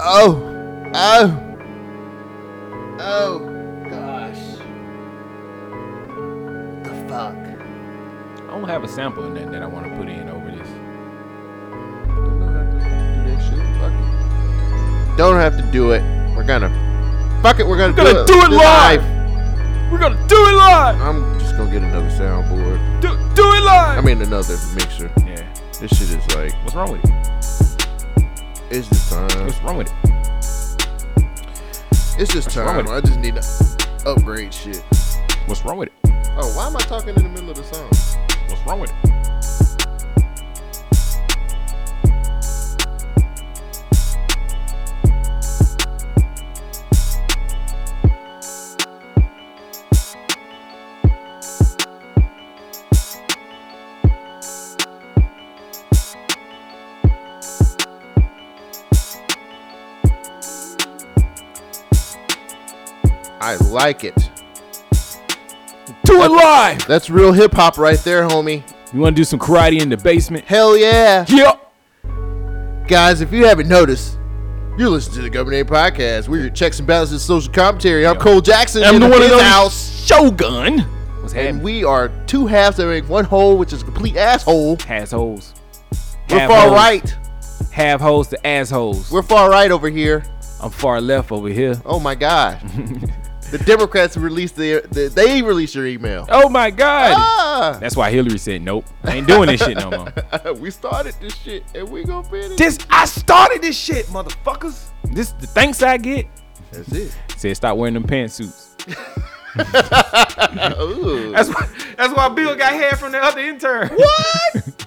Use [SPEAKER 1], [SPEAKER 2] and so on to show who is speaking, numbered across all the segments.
[SPEAKER 1] Oh, oh, oh, gosh. What the fuck?
[SPEAKER 2] I don't have a sample in that that I want to put in over this.
[SPEAKER 1] Don't have to do that shit. Fuck it. Don't have to do it. We're gonna. Fuck it. We're gonna,
[SPEAKER 2] gonna do it
[SPEAKER 1] live.
[SPEAKER 2] live. We're gonna do it live.
[SPEAKER 1] I'm just gonna get another soundboard.
[SPEAKER 2] Do, do it live.
[SPEAKER 1] I mean, another mixer.
[SPEAKER 2] yeah.
[SPEAKER 1] This shit is like,
[SPEAKER 2] What's wrong with it?
[SPEAKER 1] it's just time.
[SPEAKER 2] What's wrong with it?
[SPEAKER 1] It's just
[SPEAKER 2] wrong
[SPEAKER 1] time.
[SPEAKER 2] with
[SPEAKER 1] I just need to upgrade shit.
[SPEAKER 2] What's wrong with it?
[SPEAKER 1] Oh, why am I talking in the middle of the song?
[SPEAKER 2] What's wrong with it?
[SPEAKER 1] I like it.
[SPEAKER 2] Do it live.
[SPEAKER 1] That's real hip hop right there, homie.
[SPEAKER 2] You want to do some karate in the basement?
[SPEAKER 1] Hell yeah.
[SPEAKER 2] Yeah.
[SPEAKER 1] Guys, if you haven't noticed, you're listening to the Governor Podcast. We're your checks and balances social commentary. I'm Cole Jackson
[SPEAKER 2] I'm
[SPEAKER 1] in
[SPEAKER 2] the one of
[SPEAKER 1] fifth
[SPEAKER 2] those
[SPEAKER 1] house.
[SPEAKER 2] Shogun. What's
[SPEAKER 1] And
[SPEAKER 2] happening?
[SPEAKER 1] we are two halves that make one whole, which is a complete asshole.
[SPEAKER 2] Assholes.
[SPEAKER 1] We're
[SPEAKER 2] Half
[SPEAKER 1] far
[SPEAKER 2] hoes.
[SPEAKER 1] right.
[SPEAKER 2] Half holes to assholes.
[SPEAKER 1] We're far right over here.
[SPEAKER 2] I'm far left over here.
[SPEAKER 1] Oh my God. the Democrats released their, the, they released your email.
[SPEAKER 2] Oh my God.
[SPEAKER 1] Ah!
[SPEAKER 2] That's why Hillary said nope. I ain't doing this shit no more.
[SPEAKER 1] we started this shit and we gonna finish.
[SPEAKER 2] This I started this shit, motherfuckers. This the thanks I get.
[SPEAKER 1] That's it.
[SPEAKER 2] Said stop wearing them pantsuits.
[SPEAKER 1] Ooh.
[SPEAKER 2] That's why, that's why Bill got hair from the other intern.
[SPEAKER 1] what?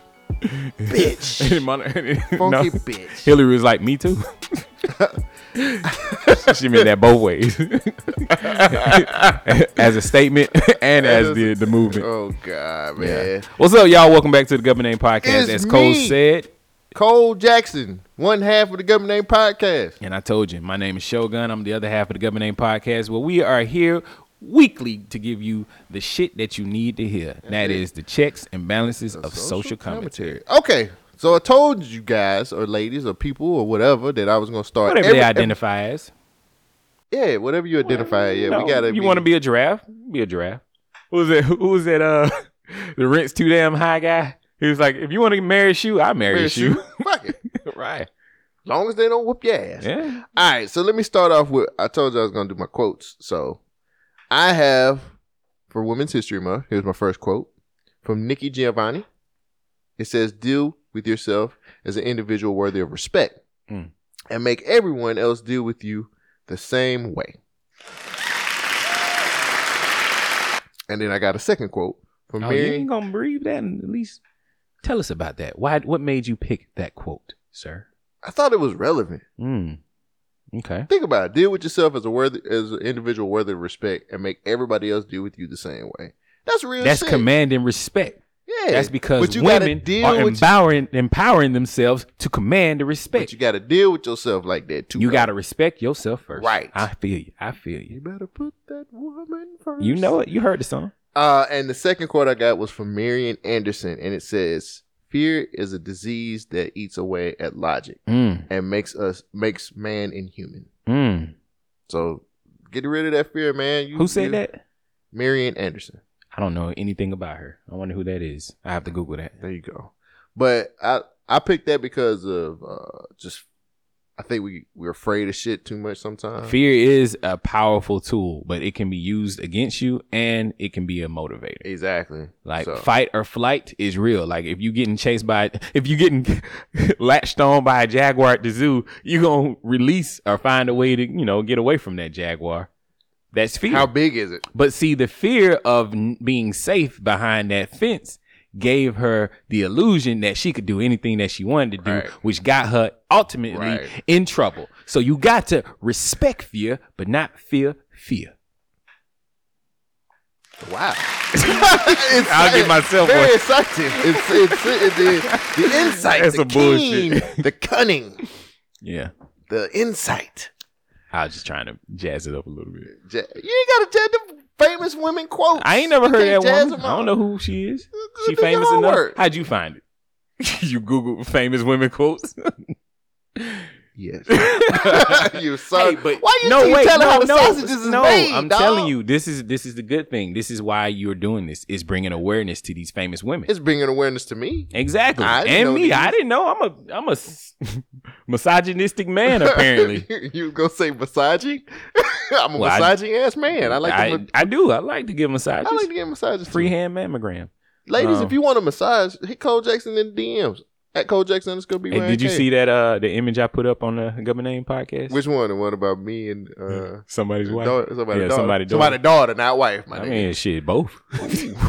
[SPEAKER 1] bitch. Funky
[SPEAKER 2] Funky
[SPEAKER 1] bitch.
[SPEAKER 2] Hillary was like, me too. she meant that both ways. as a statement and as the, the movement.
[SPEAKER 1] Oh God,
[SPEAKER 2] Yeah.
[SPEAKER 1] man.
[SPEAKER 2] What's up, y'all? Welcome back to the Government Name Podcast.
[SPEAKER 1] It's
[SPEAKER 2] as Cole
[SPEAKER 1] me.
[SPEAKER 2] said,
[SPEAKER 1] Cole Jackson, one half of the Government Name Podcast.
[SPEAKER 2] and I told you, my name is Shogun. I'm the other half of the Government Name Podcast, where we are here weekly to give you the shit that you need to hear. That is the checks and balances of social, commentary.
[SPEAKER 1] Okay, so I told you guys or ladies or people or whatever that I was gonna start.
[SPEAKER 2] Whatever
[SPEAKER 1] every-
[SPEAKER 2] they identify as.
[SPEAKER 1] yeah, whatever you identify. Yeah,
[SPEAKER 2] No,
[SPEAKER 1] we gotta.
[SPEAKER 2] You want to be a giraffe? Be a giraffe. Who was that? Who was that? Uh, the rent's too damn high guy. He was like, if you want to marry a shoe, I marry a
[SPEAKER 1] Paris
[SPEAKER 2] shoe.
[SPEAKER 1] shoe. Fuck it.
[SPEAKER 2] right.
[SPEAKER 1] Long as they don't whoop your ass.
[SPEAKER 2] Yeah.
[SPEAKER 1] All right, so let me start off with. I told you I was gonna do my quotes. So I have for Women's History Month. Here's my first quote from Nikki Giovanni. It says, "Deal with yourself as an individual worthy of respect,
[SPEAKER 2] Mm.
[SPEAKER 1] and make everyone else deal with you the same way." And then I got a second quote from
[SPEAKER 2] Oh, you
[SPEAKER 1] Mary.
[SPEAKER 2] ain't gonna breathe that. and At least tell us about that. Why? What made you pick that quote, sir?
[SPEAKER 1] I thought it was relevant.
[SPEAKER 2] Hmm. Okay.
[SPEAKER 1] Think about it. Deal with yourself as a worthy, as an individual worthy of respect, and make everybody else deal with you the same way. That's real.
[SPEAKER 2] That's
[SPEAKER 1] shit.
[SPEAKER 2] command and respect.
[SPEAKER 1] Yeah,
[SPEAKER 2] That's because
[SPEAKER 1] but you gotta
[SPEAKER 2] women
[SPEAKER 1] deal
[SPEAKER 2] are
[SPEAKER 1] with your-
[SPEAKER 2] empowering empowering themselves to command the
[SPEAKER 1] but
[SPEAKER 2] respect.
[SPEAKER 1] you got to deal with yourself like that too.
[SPEAKER 2] you
[SPEAKER 1] though.
[SPEAKER 2] got to respect yourself first.
[SPEAKER 1] Right.
[SPEAKER 2] I feel you. I feel you.
[SPEAKER 1] You better put that woman first.
[SPEAKER 2] You know it. You heard the song.
[SPEAKER 1] Uh, and the second quote I got was from Marian Anderson, and it says, "Fear is a disease that eats away at logic
[SPEAKER 2] Mm.
[SPEAKER 1] and makes us makes man inhuman."
[SPEAKER 2] Mm.
[SPEAKER 1] So get rid of that fear, man. You,
[SPEAKER 2] Who said
[SPEAKER 1] you-
[SPEAKER 2] that?
[SPEAKER 1] Marian Anderson.
[SPEAKER 2] I don't know anything about her. I wonder who that is. I have to Google that.
[SPEAKER 1] There you go. But I I picked that because of uh just I think we we're afraid of shit too much sometimes.
[SPEAKER 2] Fear is a powerful tool, but it can be used against you and it can be a motivator.
[SPEAKER 1] Exactly.
[SPEAKER 2] Like
[SPEAKER 1] So-
[SPEAKER 2] fight or flight is real. Like if you getting chased by, if you getting latched on by a jaguar at the zoo, you gonna release or find a way to you know get away from that jaguar. That's fear.
[SPEAKER 1] How big is it?
[SPEAKER 2] But see, the fear of n- being safe behind that fence gave her the illusion that she could do anything that she wanted to do,
[SPEAKER 1] Right.
[SPEAKER 2] which got her ultimately
[SPEAKER 1] Right.
[SPEAKER 2] in trouble. So you got to respect fear, but not fear fear.
[SPEAKER 1] Wow. It's-
[SPEAKER 2] I'll give myself
[SPEAKER 1] very
[SPEAKER 2] one.
[SPEAKER 1] exciting. It's it's it, the, the insight,
[SPEAKER 2] That's
[SPEAKER 1] the
[SPEAKER 2] some bullshit.
[SPEAKER 1] keen, the cunning,
[SPEAKER 2] Yeah.
[SPEAKER 1] the insight.
[SPEAKER 2] I was just trying to jazz it up a little bit.
[SPEAKER 1] Ja- You ain't gotta jazz the famous women quotes.
[SPEAKER 2] I ain't never
[SPEAKER 1] You
[SPEAKER 2] heard
[SPEAKER 1] can't
[SPEAKER 2] of that
[SPEAKER 1] jazz
[SPEAKER 2] woman.
[SPEAKER 1] them
[SPEAKER 2] I don't
[SPEAKER 1] out.
[SPEAKER 2] know who she is.
[SPEAKER 1] Do
[SPEAKER 2] She
[SPEAKER 1] your
[SPEAKER 2] famous enough.
[SPEAKER 1] homework.
[SPEAKER 2] How'd you find it? you Google famous women quotes.
[SPEAKER 1] Yes.
[SPEAKER 2] no
[SPEAKER 1] you sorry.
[SPEAKER 2] Hey, but-
[SPEAKER 1] Why you keep
[SPEAKER 2] wait,
[SPEAKER 1] telling
[SPEAKER 2] no,
[SPEAKER 1] how the
[SPEAKER 2] no,
[SPEAKER 1] sausages is
[SPEAKER 2] no.
[SPEAKER 1] made?
[SPEAKER 2] I'm
[SPEAKER 1] dog?
[SPEAKER 2] telling you, this is this is the good thing. This is why you're doing this is bringing awareness to these famous women.
[SPEAKER 1] It's bringing awareness to me.
[SPEAKER 2] exactly,
[SPEAKER 1] I didn't
[SPEAKER 2] and
[SPEAKER 1] know
[SPEAKER 2] me,
[SPEAKER 1] these.
[SPEAKER 2] I didn't know. I'm a I'm a s- misogynistic man apparently.
[SPEAKER 1] you, you gonna say massaging? I'm a
[SPEAKER 2] Well, I-
[SPEAKER 1] massaging ass man. I like
[SPEAKER 2] I,
[SPEAKER 1] to ma-
[SPEAKER 2] I do. I like to give massages.
[SPEAKER 1] I like to get massages. too.
[SPEAKER 2] Freehand mammogram.
[SPEAKER 1] Ladies,
[SPEAKER 2] um,
[SPEAKER 1] if you want a massage, hit Cole Jackson in the DMs at Cole Jackson underscore B.
[SPEAKER 2] Hey,
[SPEAKER 1] Ryan
[SPEAKER 2] did you
[SPEAKER 1] K.
[SPEAKER 2] see that uh the image I put up on the Government Name podcast?
[SPEAKER 1] which one? The one about me and uh,
[SPEAKER 2] Somebody's wife.
[SPEAKER 1] daughter, somebody,
[SPEAKER 2] Yeah,
[SPEAKER 1] daughter.
[SPEAKER 2] somebody daughter.
[SPEAKER 1] somebody daughter, not wife. My
[SPEAKER 2] I
[SPEAKER 1] nigga.
[SPEAKER 2] mean, shit, both.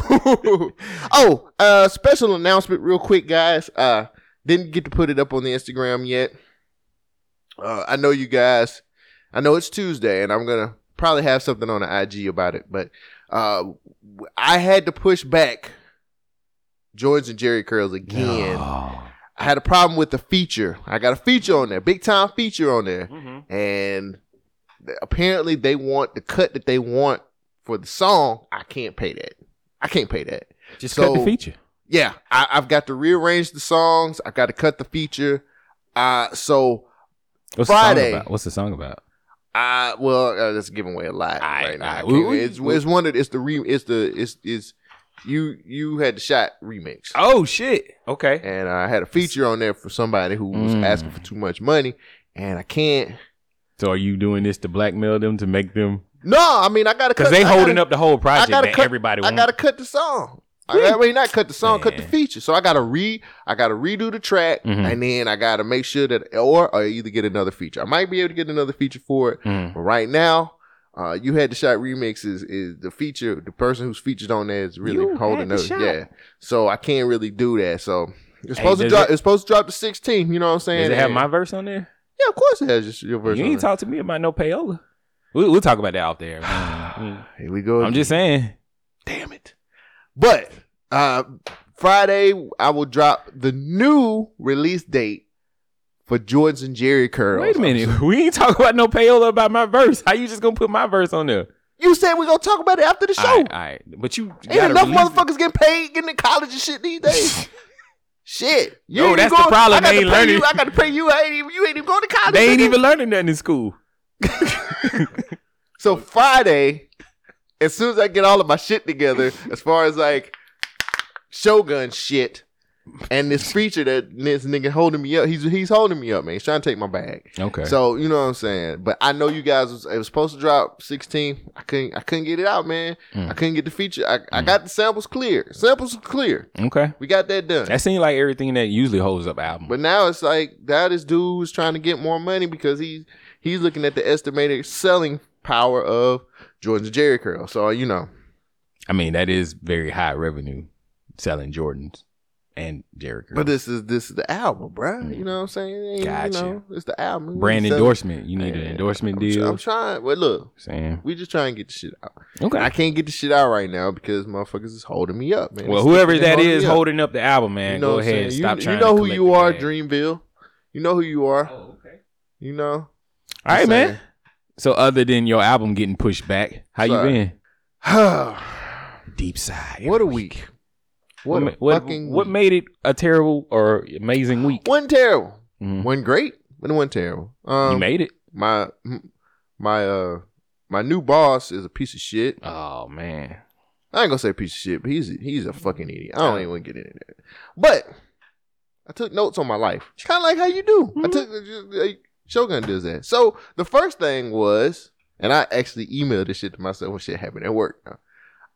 [SPEAKER 1] oh, uh, special announcement, real quick, guys. Uh, didn't get to put it up on the Instagram yet. Uh, I know you guys. I know it's Tuesday, and I'm gonna probably have something on the IG about it. But uh, I had to push back Jordan's and Jerry curls again.
[SPEAKER 2] No.
[SPEAKER 1] I had a problem with the feature. I got a feature on there, big time feature on there and th- apparently they want the cut that they want for the song. I can't pay that. I can't pay that.
[SPEAKER 2] Just
[SPEAKER 1] So-
[SPEAKER 2] cut the feature.
[SPEAKER 1] Yeah, I, I've got to rearrange the songs. I've got to cut the feature. Uh, so
[SPEAKER 2] What's
[SPEAKER 1] Friday.
[SPEAKER 2] The song about? What's the song about?
[SPEAKER 1] I well, uh, that's giving away a lot
[SPEAKER 2] Aight,
[SPEAKER 1] right now.
[SPEAKER 2] aight.
[SPEAKER 1] I
[SPEAKER 2] We-
[SPEAKER 1] can't-
[SPEAKER 2] we-
[SPEAKER 1] it's, it's one of it's the re it's the it's is you you had the shot remix.
[SPEAKER 2] Oh shit. Okay.
[SPEAKER 1] and I had a feature on there for somebody who was
[SPEAKER 2] Mm.
[SPEAKER 1] asking for too much money, and I can't.
[SPEAKER 2] So are you doing this to blackmail them to make them?
[SPEAKER 1] No, I mean I gotta
[SPEAKER 2] Because
[SPEAKER 1] cut-
[SPEAKER 2] they
[SPEAKER 1] I gotta-
[SPEAKER 2] holding up the whole project
[SPEAKER 1] gotta
[SPEAKER 2] that
[SPEAKER 1] cut-
[SPEAKER 2] everybody
[SPEAKER 1] I
[SPEAKER 2] wants.
[SPEAKER 1] gotta cut the song. I
[SPEAKER 2] Yeah.
[SPEAKER 1] gotta well, not cut the song, cut the
[SPEAKER 2] Man.
[SPEAKER 1] feature. So I gotta re, I gotta redo the track,
[SPEAKER 2] Mhm.
[SPEAKER 1] and then I gotta make sure that, or I either get another feature. I might be able to get another feature for it,
[SPEAKER 2] Mm.
[SPEAKER 1] but right now, uh, you had the shot remix is, is the feature. The person who's featured on there is really
[SPEAKER 2] You Had
[SPEAKER 1] holding
[SPEAKER 2] the
[SPEAKER 1] up.
[SPEAKER 2] Shot.
[SPEAKER 1] Yeah, so I can't really do that. So it's
[SPEAKER 2] Hey,
[SPEAKER 1] supposed to
[SPEAKER 2] does
[SPEAKER 1] drop.
[SPEAKER 2] it-
[SPEAKER 1] it's supposed to drop the 16th. You know what I'm saying?
[SPEAKER 2] Does it have
[SPEAKER 1] And-
[SPEAKER 2] my verse on there?
[SPEAKER 1] Yeah, of course it has your, your verse.
[SPEAKER 2] You
[SPEAKER 1] on
[SPEAKER 2] ain't
[SPEAKER 1] there.
[SPEAKER 2] talk to me about no payola. We'll, we'll talk about that out there. Mm.
[SPEAKER 1] Here we go.
[SPEAKER 2] I'm just saying.
[SPEAKER 1] Damn it. But uh, Friday, I will drop the new release date for Jordan's and Jerry Curls.
[SPEAKER 2] Wait a minute. We ain't talking about no payola about my verse. How you just gonna put my verse on there?
[SPEAKER 1] You said we're going to talk about it after the show.
[SPEAKER 2] All right, all right. But you
[SPEAKER 1] Ain't
[SPEAKER 2] gotta
[SPEAKER 1] enough
[SPEAKER 2] release it.
[SPEAKER 1] motherfuckers getting paid, getting in college and shit these days. shit. You
[SPEAKER 2] No,
[SPEAKER 1] ain't even
[SPEAKER 2] that's the problem.
[SPEAKER 1] I got
[SPEAKER 2] They
[SPEAKER 1] to
[SPEAKER 2] ain't
[SPEAKER 1] pay
[SPEAKER 2] learning.
[SPEAKER 1] You, I got to pay you. I ain't even, you ain't even going to college.
[SPEAKER 2] They ain't
[SPEAKER 1] nigga.
[SPEAKER 2] even learning nothing in school.
[SPEAKER 1] So Friday, as soon as I get all of my shit together, as far as like Shogun shit, and this feature that this nigga holding me up, he's he's holding me up, man. He's trying to take my bag.
[SPEAKER 2] Okay.
[SPEAKER 1] So you know what I'm saying. But I know you guys was, it was supposed to drop 16. I couldn't I couldn't get it out, man.
[SPEAKER 2] Mm.
[SPEAKER 1] I couldn't get the feature. I, I got the samples clear. Samples are clear.
[SPEAKER 2] okay.
[SPEAKER 1] We got that done.
[SPEAKER 2] That seems like everything that usually holds up album.
[SPEAKER 1] But now it's like now this dude is trying to get more money because he's he's looking at the estimated selling power of Jordan's Jerry Curl. So you know,
[SPEAKER 2] I mean, that is very high revenue selling Jordans and Jerry Curl.
[SPEAKER 1] but this is this is the album, bruh. You know what I'm saying? It ain't,
[SPEAKER 2] Mm. Gotcha.
[SPEAKER 1] You know, it's the album.
[SPEAKER 2] brand
[SPEAKER 1] It's
[SPEAKER 2] endorsement. You
[SPEAKER 1] selling-
[SPEAKER 2] need an
[SPEAKER 1] Yeah.
[SPEAKER 2] endorsement
[SPEAKER 1] I'm, tr-
[SPEAKER 2] deal.
[SPEAKER 1] I'm trying. Well, look,
[SPEAKER 2] Saying
[SPEAKER 1] we just trying to get the shit out.
[SPEAKER 2] okay.
[SPEAKER 1] I can't get the shit out right now because motherfuckers is holding me up, man.
[SPEAKER 2] well,
[SPEAKER 1] It's
[SPEAKER 2] whoever
[SPEAKER 1] sticking and
[SPEAKER 2] that
[SPEAKER 1] holding
[SPEAKER 2] is
[SPEAKER 1] me up.
[SPEAKER 2] holding up the album, man,
[SPEAKER 1] what
[SPEAKER 2] go
[SPEAKER 1] I'm
[SPEAKER 2] ahead.
[SPEAKER 1] saying?
[SPEAKER 2] stop
[SPEAKER 1] you,
[SPEAKER 2] trying.
[SPEAKER 1] You know
[SPEAKER 2] to
[SPEAKER 1] who
[SPEAKER 2] collect
[SPEAKER 1] you
[SPEAKER 2] the
[SPEAKER 1] are,
[SPEAKER 2] bag.
[SPEAKER 1] Dreamville. You know who you are.
[SPEAKER 2] Oh, okay.
[SPEAKER 1] You know.
[SPEAKER 2] All right,
[SPEAKER 1] Just
[SPEAKER 2] man.
[SPEAKER 1] saying.
[SPEAKER 2] So, other than your album getting pushed back, how
[SPEAKER 1] Sorry.
[SPEAKER 2] you been? Deep side.
[SPEAKER 1] what a week. What,
[SPEAKER 2] ma-
[SPEAKER 1] a fucking
[SPEAKER 2] what
[SPEAKER 1] week.
[SPEAKER 2] made it a terrible or amazing week?
[SPEAKER 1] One terrible.
[SPEAKER 2] Mhm.
[SPEAKER 1] One great. And one terrible. Um,
[SPEAKER 2] you made it.
[SPEAKER 1] my my uh my new boss is a piece of shit.
[SPEAKER 2] Oh man.
[SPEAKER 1] I ain't gonna say piece of shit, but he's he's a fucking idiot. I don't even want to get into that. But I took notes on my life, kind of like how you do. I took uh, Shogun does that. So the first thing was, and I actually emailed this shit to myself when shit happened at work.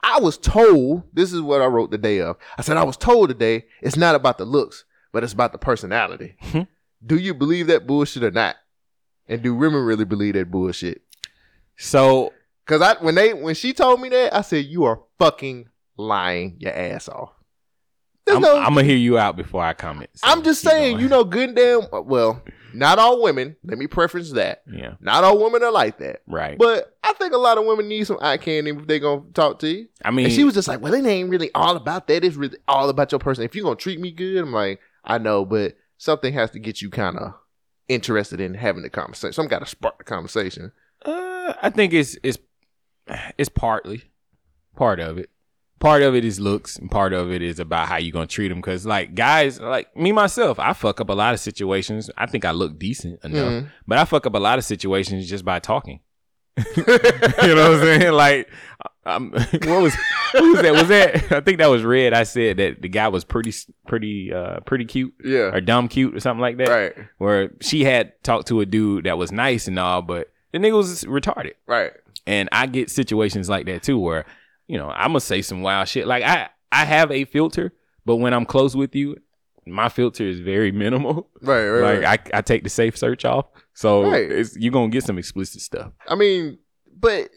[SPEAKER 1] I was told this is what I wrote the day of. I said I was told today it's not about the looks, but it's about the personality.
[SPEAKER 2] Hmm.
[SPEAKER 1] do you believe that bullshit or not? And do women really believe that bullshit?
[SPEAKER 2] So
[SPEAKER 1] Cause I when they when she told me that, I said, You are fucking lying your ass off. There's
[SPEAKER 2] I'm,
[SPEAKER 1] no-
[SPEAKER 2] I'm gonna hear you out before I comment. So
[SPEAKER 1] I'm just
[SPEAKER 2] keep
[SPEAKER 1] saying,
[SPEAKER 2] going.
[SPEAKER 1] you know, good and damn uh, well, not all women, let me preference that.
[SPEAKER 2] Yeah.
[SPEAKER 1] Not all women are like that.
[SPEAKER 2] Right.
[SPEAKER 1] But I think a lot of women need some eye candy if they gonna talk to you.
[SPEAKER 2] I mean,
[SPEAKER 1] And she was just like, Well, it ain't really all about that. It's really all about your person. If you're gonna treat me good, I'm like, I know, but something has to get you kinda interested in having the conversation. Some gotta spark the conversation.
[SPEAKER 2] Uh, I think it's it's it's partly part of it. part of it is looks and part of it is about how you're gonna treat them because like guys like me myself i fuck up a lot of situations i think i look decent enough
[SPEAKER 1] Mhm.
[SPEAKER 2] but i fuck up a lot of situations just by talking you know what i'm saying like I'm, what was who was that was that i think that was red i said that the guy was pretty pretty uh pretty cute
[SPEAKER 1] Yeah.
[SPEAKER 2] or dumb cute or something like that
[SPEAKER 1] Right.
[SPEAKER 2] where she had talked to a dude that was nice and all but the nigga was retarded
[SPEAKER 1] Right.
[SPEAKER 2] and I get situations like that too, where you know I'm gonna say some wild shit. Like I I have a filter, but when I'm close with you, my filter is very minimal.
[SPEAKER 1] Right. Right. right.
[SPEAKER 2] Like I, I take the safe search off, so
[SPEAKER 1] Right.
[SPEAKER 2] it's, you're gonna get some explicit stuff.
[SPEAKER 1] I mean, but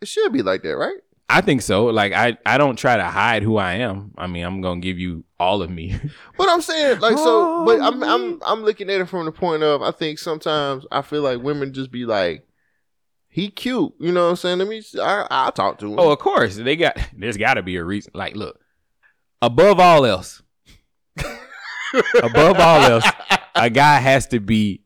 [SPEAKER 1] it should be like that, right?
[SPEAKER 2] I think so. Like I I don't try to hide who I am. I mean I'm gonna give you all of me.
[SPEAKER 1] But I'm saying like so.
[SPEAKER 2] Oh,
[SPEAKER 1] But I'm
[SPEAKER 2] man.
[SPEAKER 1] I'm I'm looking at it from the point of I think sometimes I feel like women just be like, he cute, you know what I'm saying? Let me I I'll talk to him.
[SPEAKER 2] oh, of course they got. There's got to be a reason. Like look, above all else, above all else, a guy has to be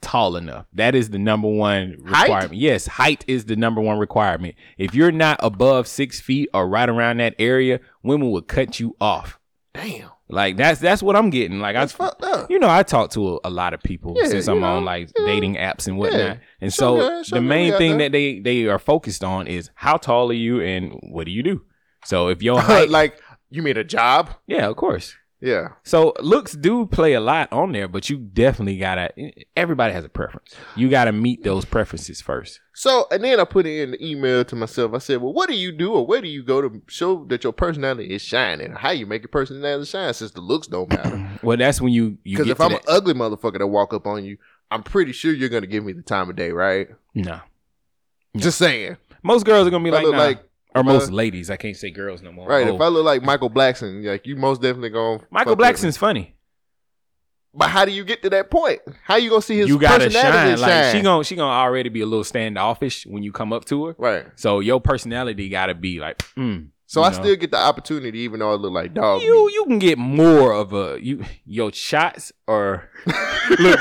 [SPEAKER 2] tall enough. That is the number one
[SPEAKER 1] Height?
[SPEAKER 2] requirement. Yes, height is the number one requirement. If you're not above six feet or right around that area, women will cut you off.
[SPEAKER 1] damn,
[SPEAKER 2] Like that's that's what I'm getting. Like
[SPEAKER 1] that's
[SPEAKER 2] I,
[SPEAKER 1] fucked up.
[SPEAKER 2] you know, I talk to a, a lot of people
[SPEAKER 1] Yeah,
[SPEAKER 2] since
[SPEAKER 1] you
[SPEAKER 2] I'm
[SPEAKER 1] know,
[SPEAKER 2] on like
[SPEAKER 1] yeah.
[SPEAKER 2] dating apps and whatnot.
[SPEAKER 1] Yeah.
[SPEAKER 2] And
[SPEAKER 1] Some
[SPEAKER 2] so
[SPEAKER 1] guys-
[SPEAKER 2] the
[SPEAKER 1] some
[SPEAKER 2] main
[SPEAKER 1] guys
[SPEAKER 2] thing
[SPEAKER 1] out
[SPEAKER 2] that they they are focused on is how tall are you and what do you do. So if your height,
[SPEAKER 1] like you mean a job?
[SPEAKER 2] yeah, of course.
[SPEAKER 1] Yeah,
[SPEAKER 2] So looks do play a lot on there, but you definitely gotta. Everybody has a preference. You gotta meet those preferences first.
[SPEAKER 1] So and then I put it in the email to myself. I said, "Well, what do you do, or where do you go to show that your personality is shining? How you make your personality shine since the looks don't matter?
[SPEAKER 2] Well, that's when you you
[SPEAKER 1] Because
[SPEAKER 2] get
[SPEAKER 1] if
[SPEAKER 2] to
[SPEAKER 1] I'm an
[SPEAKER 2] that-
[SPEAKER 1] ugly motherfucker that walk up on you, I'm pretty sure you're gonna give me the time of day, right?
[SPEAKER 2] no. Yeah.
[SPEAKER 1] Just saying.
[SPEAKER 2] Most girls are gonna be
[SPEAKER 1] If I
[SPEAKER 2] like,
[SPEAKER 1] look
[SPEAKER 2] nah.
[SPEAKER 1] like
[SPEAKER 2] or most
[SPEAKER 1] uh,
[SPEAKER 2] ladies. I can't say girls no more.
[SPEAKER 1] right,
[SPEAKER 2] Oh.
[SPEAKER 1] if I look like Michael Blackson, like you most definitely gonna
[SPEAKER 2] Michael
[SPEAKER 1] fuck with me.
[SPEAKER 2] Blackson's funny.
[SPEAKER 1] But how do you get to that point? How you gonna see his
[SPEAKER 2] you gotta
[SPEAKER 1] personality
[SPEAKER 2] shine.
[SPEAKER 1] shine?
[SPEAKER 2] Like she gonna she gonna already be a little standoffish when you come up to her.
[SPEAKER 1] right.
[SPEAKER 2] So your personality gotta be like, mm.
[SPEAKER 1] So
[SPEAKER 2] You
[SPEAKER 1] I
[SPEAKER 2] know.
[SPEAKER 1] still get the opportunity, even though I look like dog.
[SPEAKER 2] you you can get more of a you your shots are look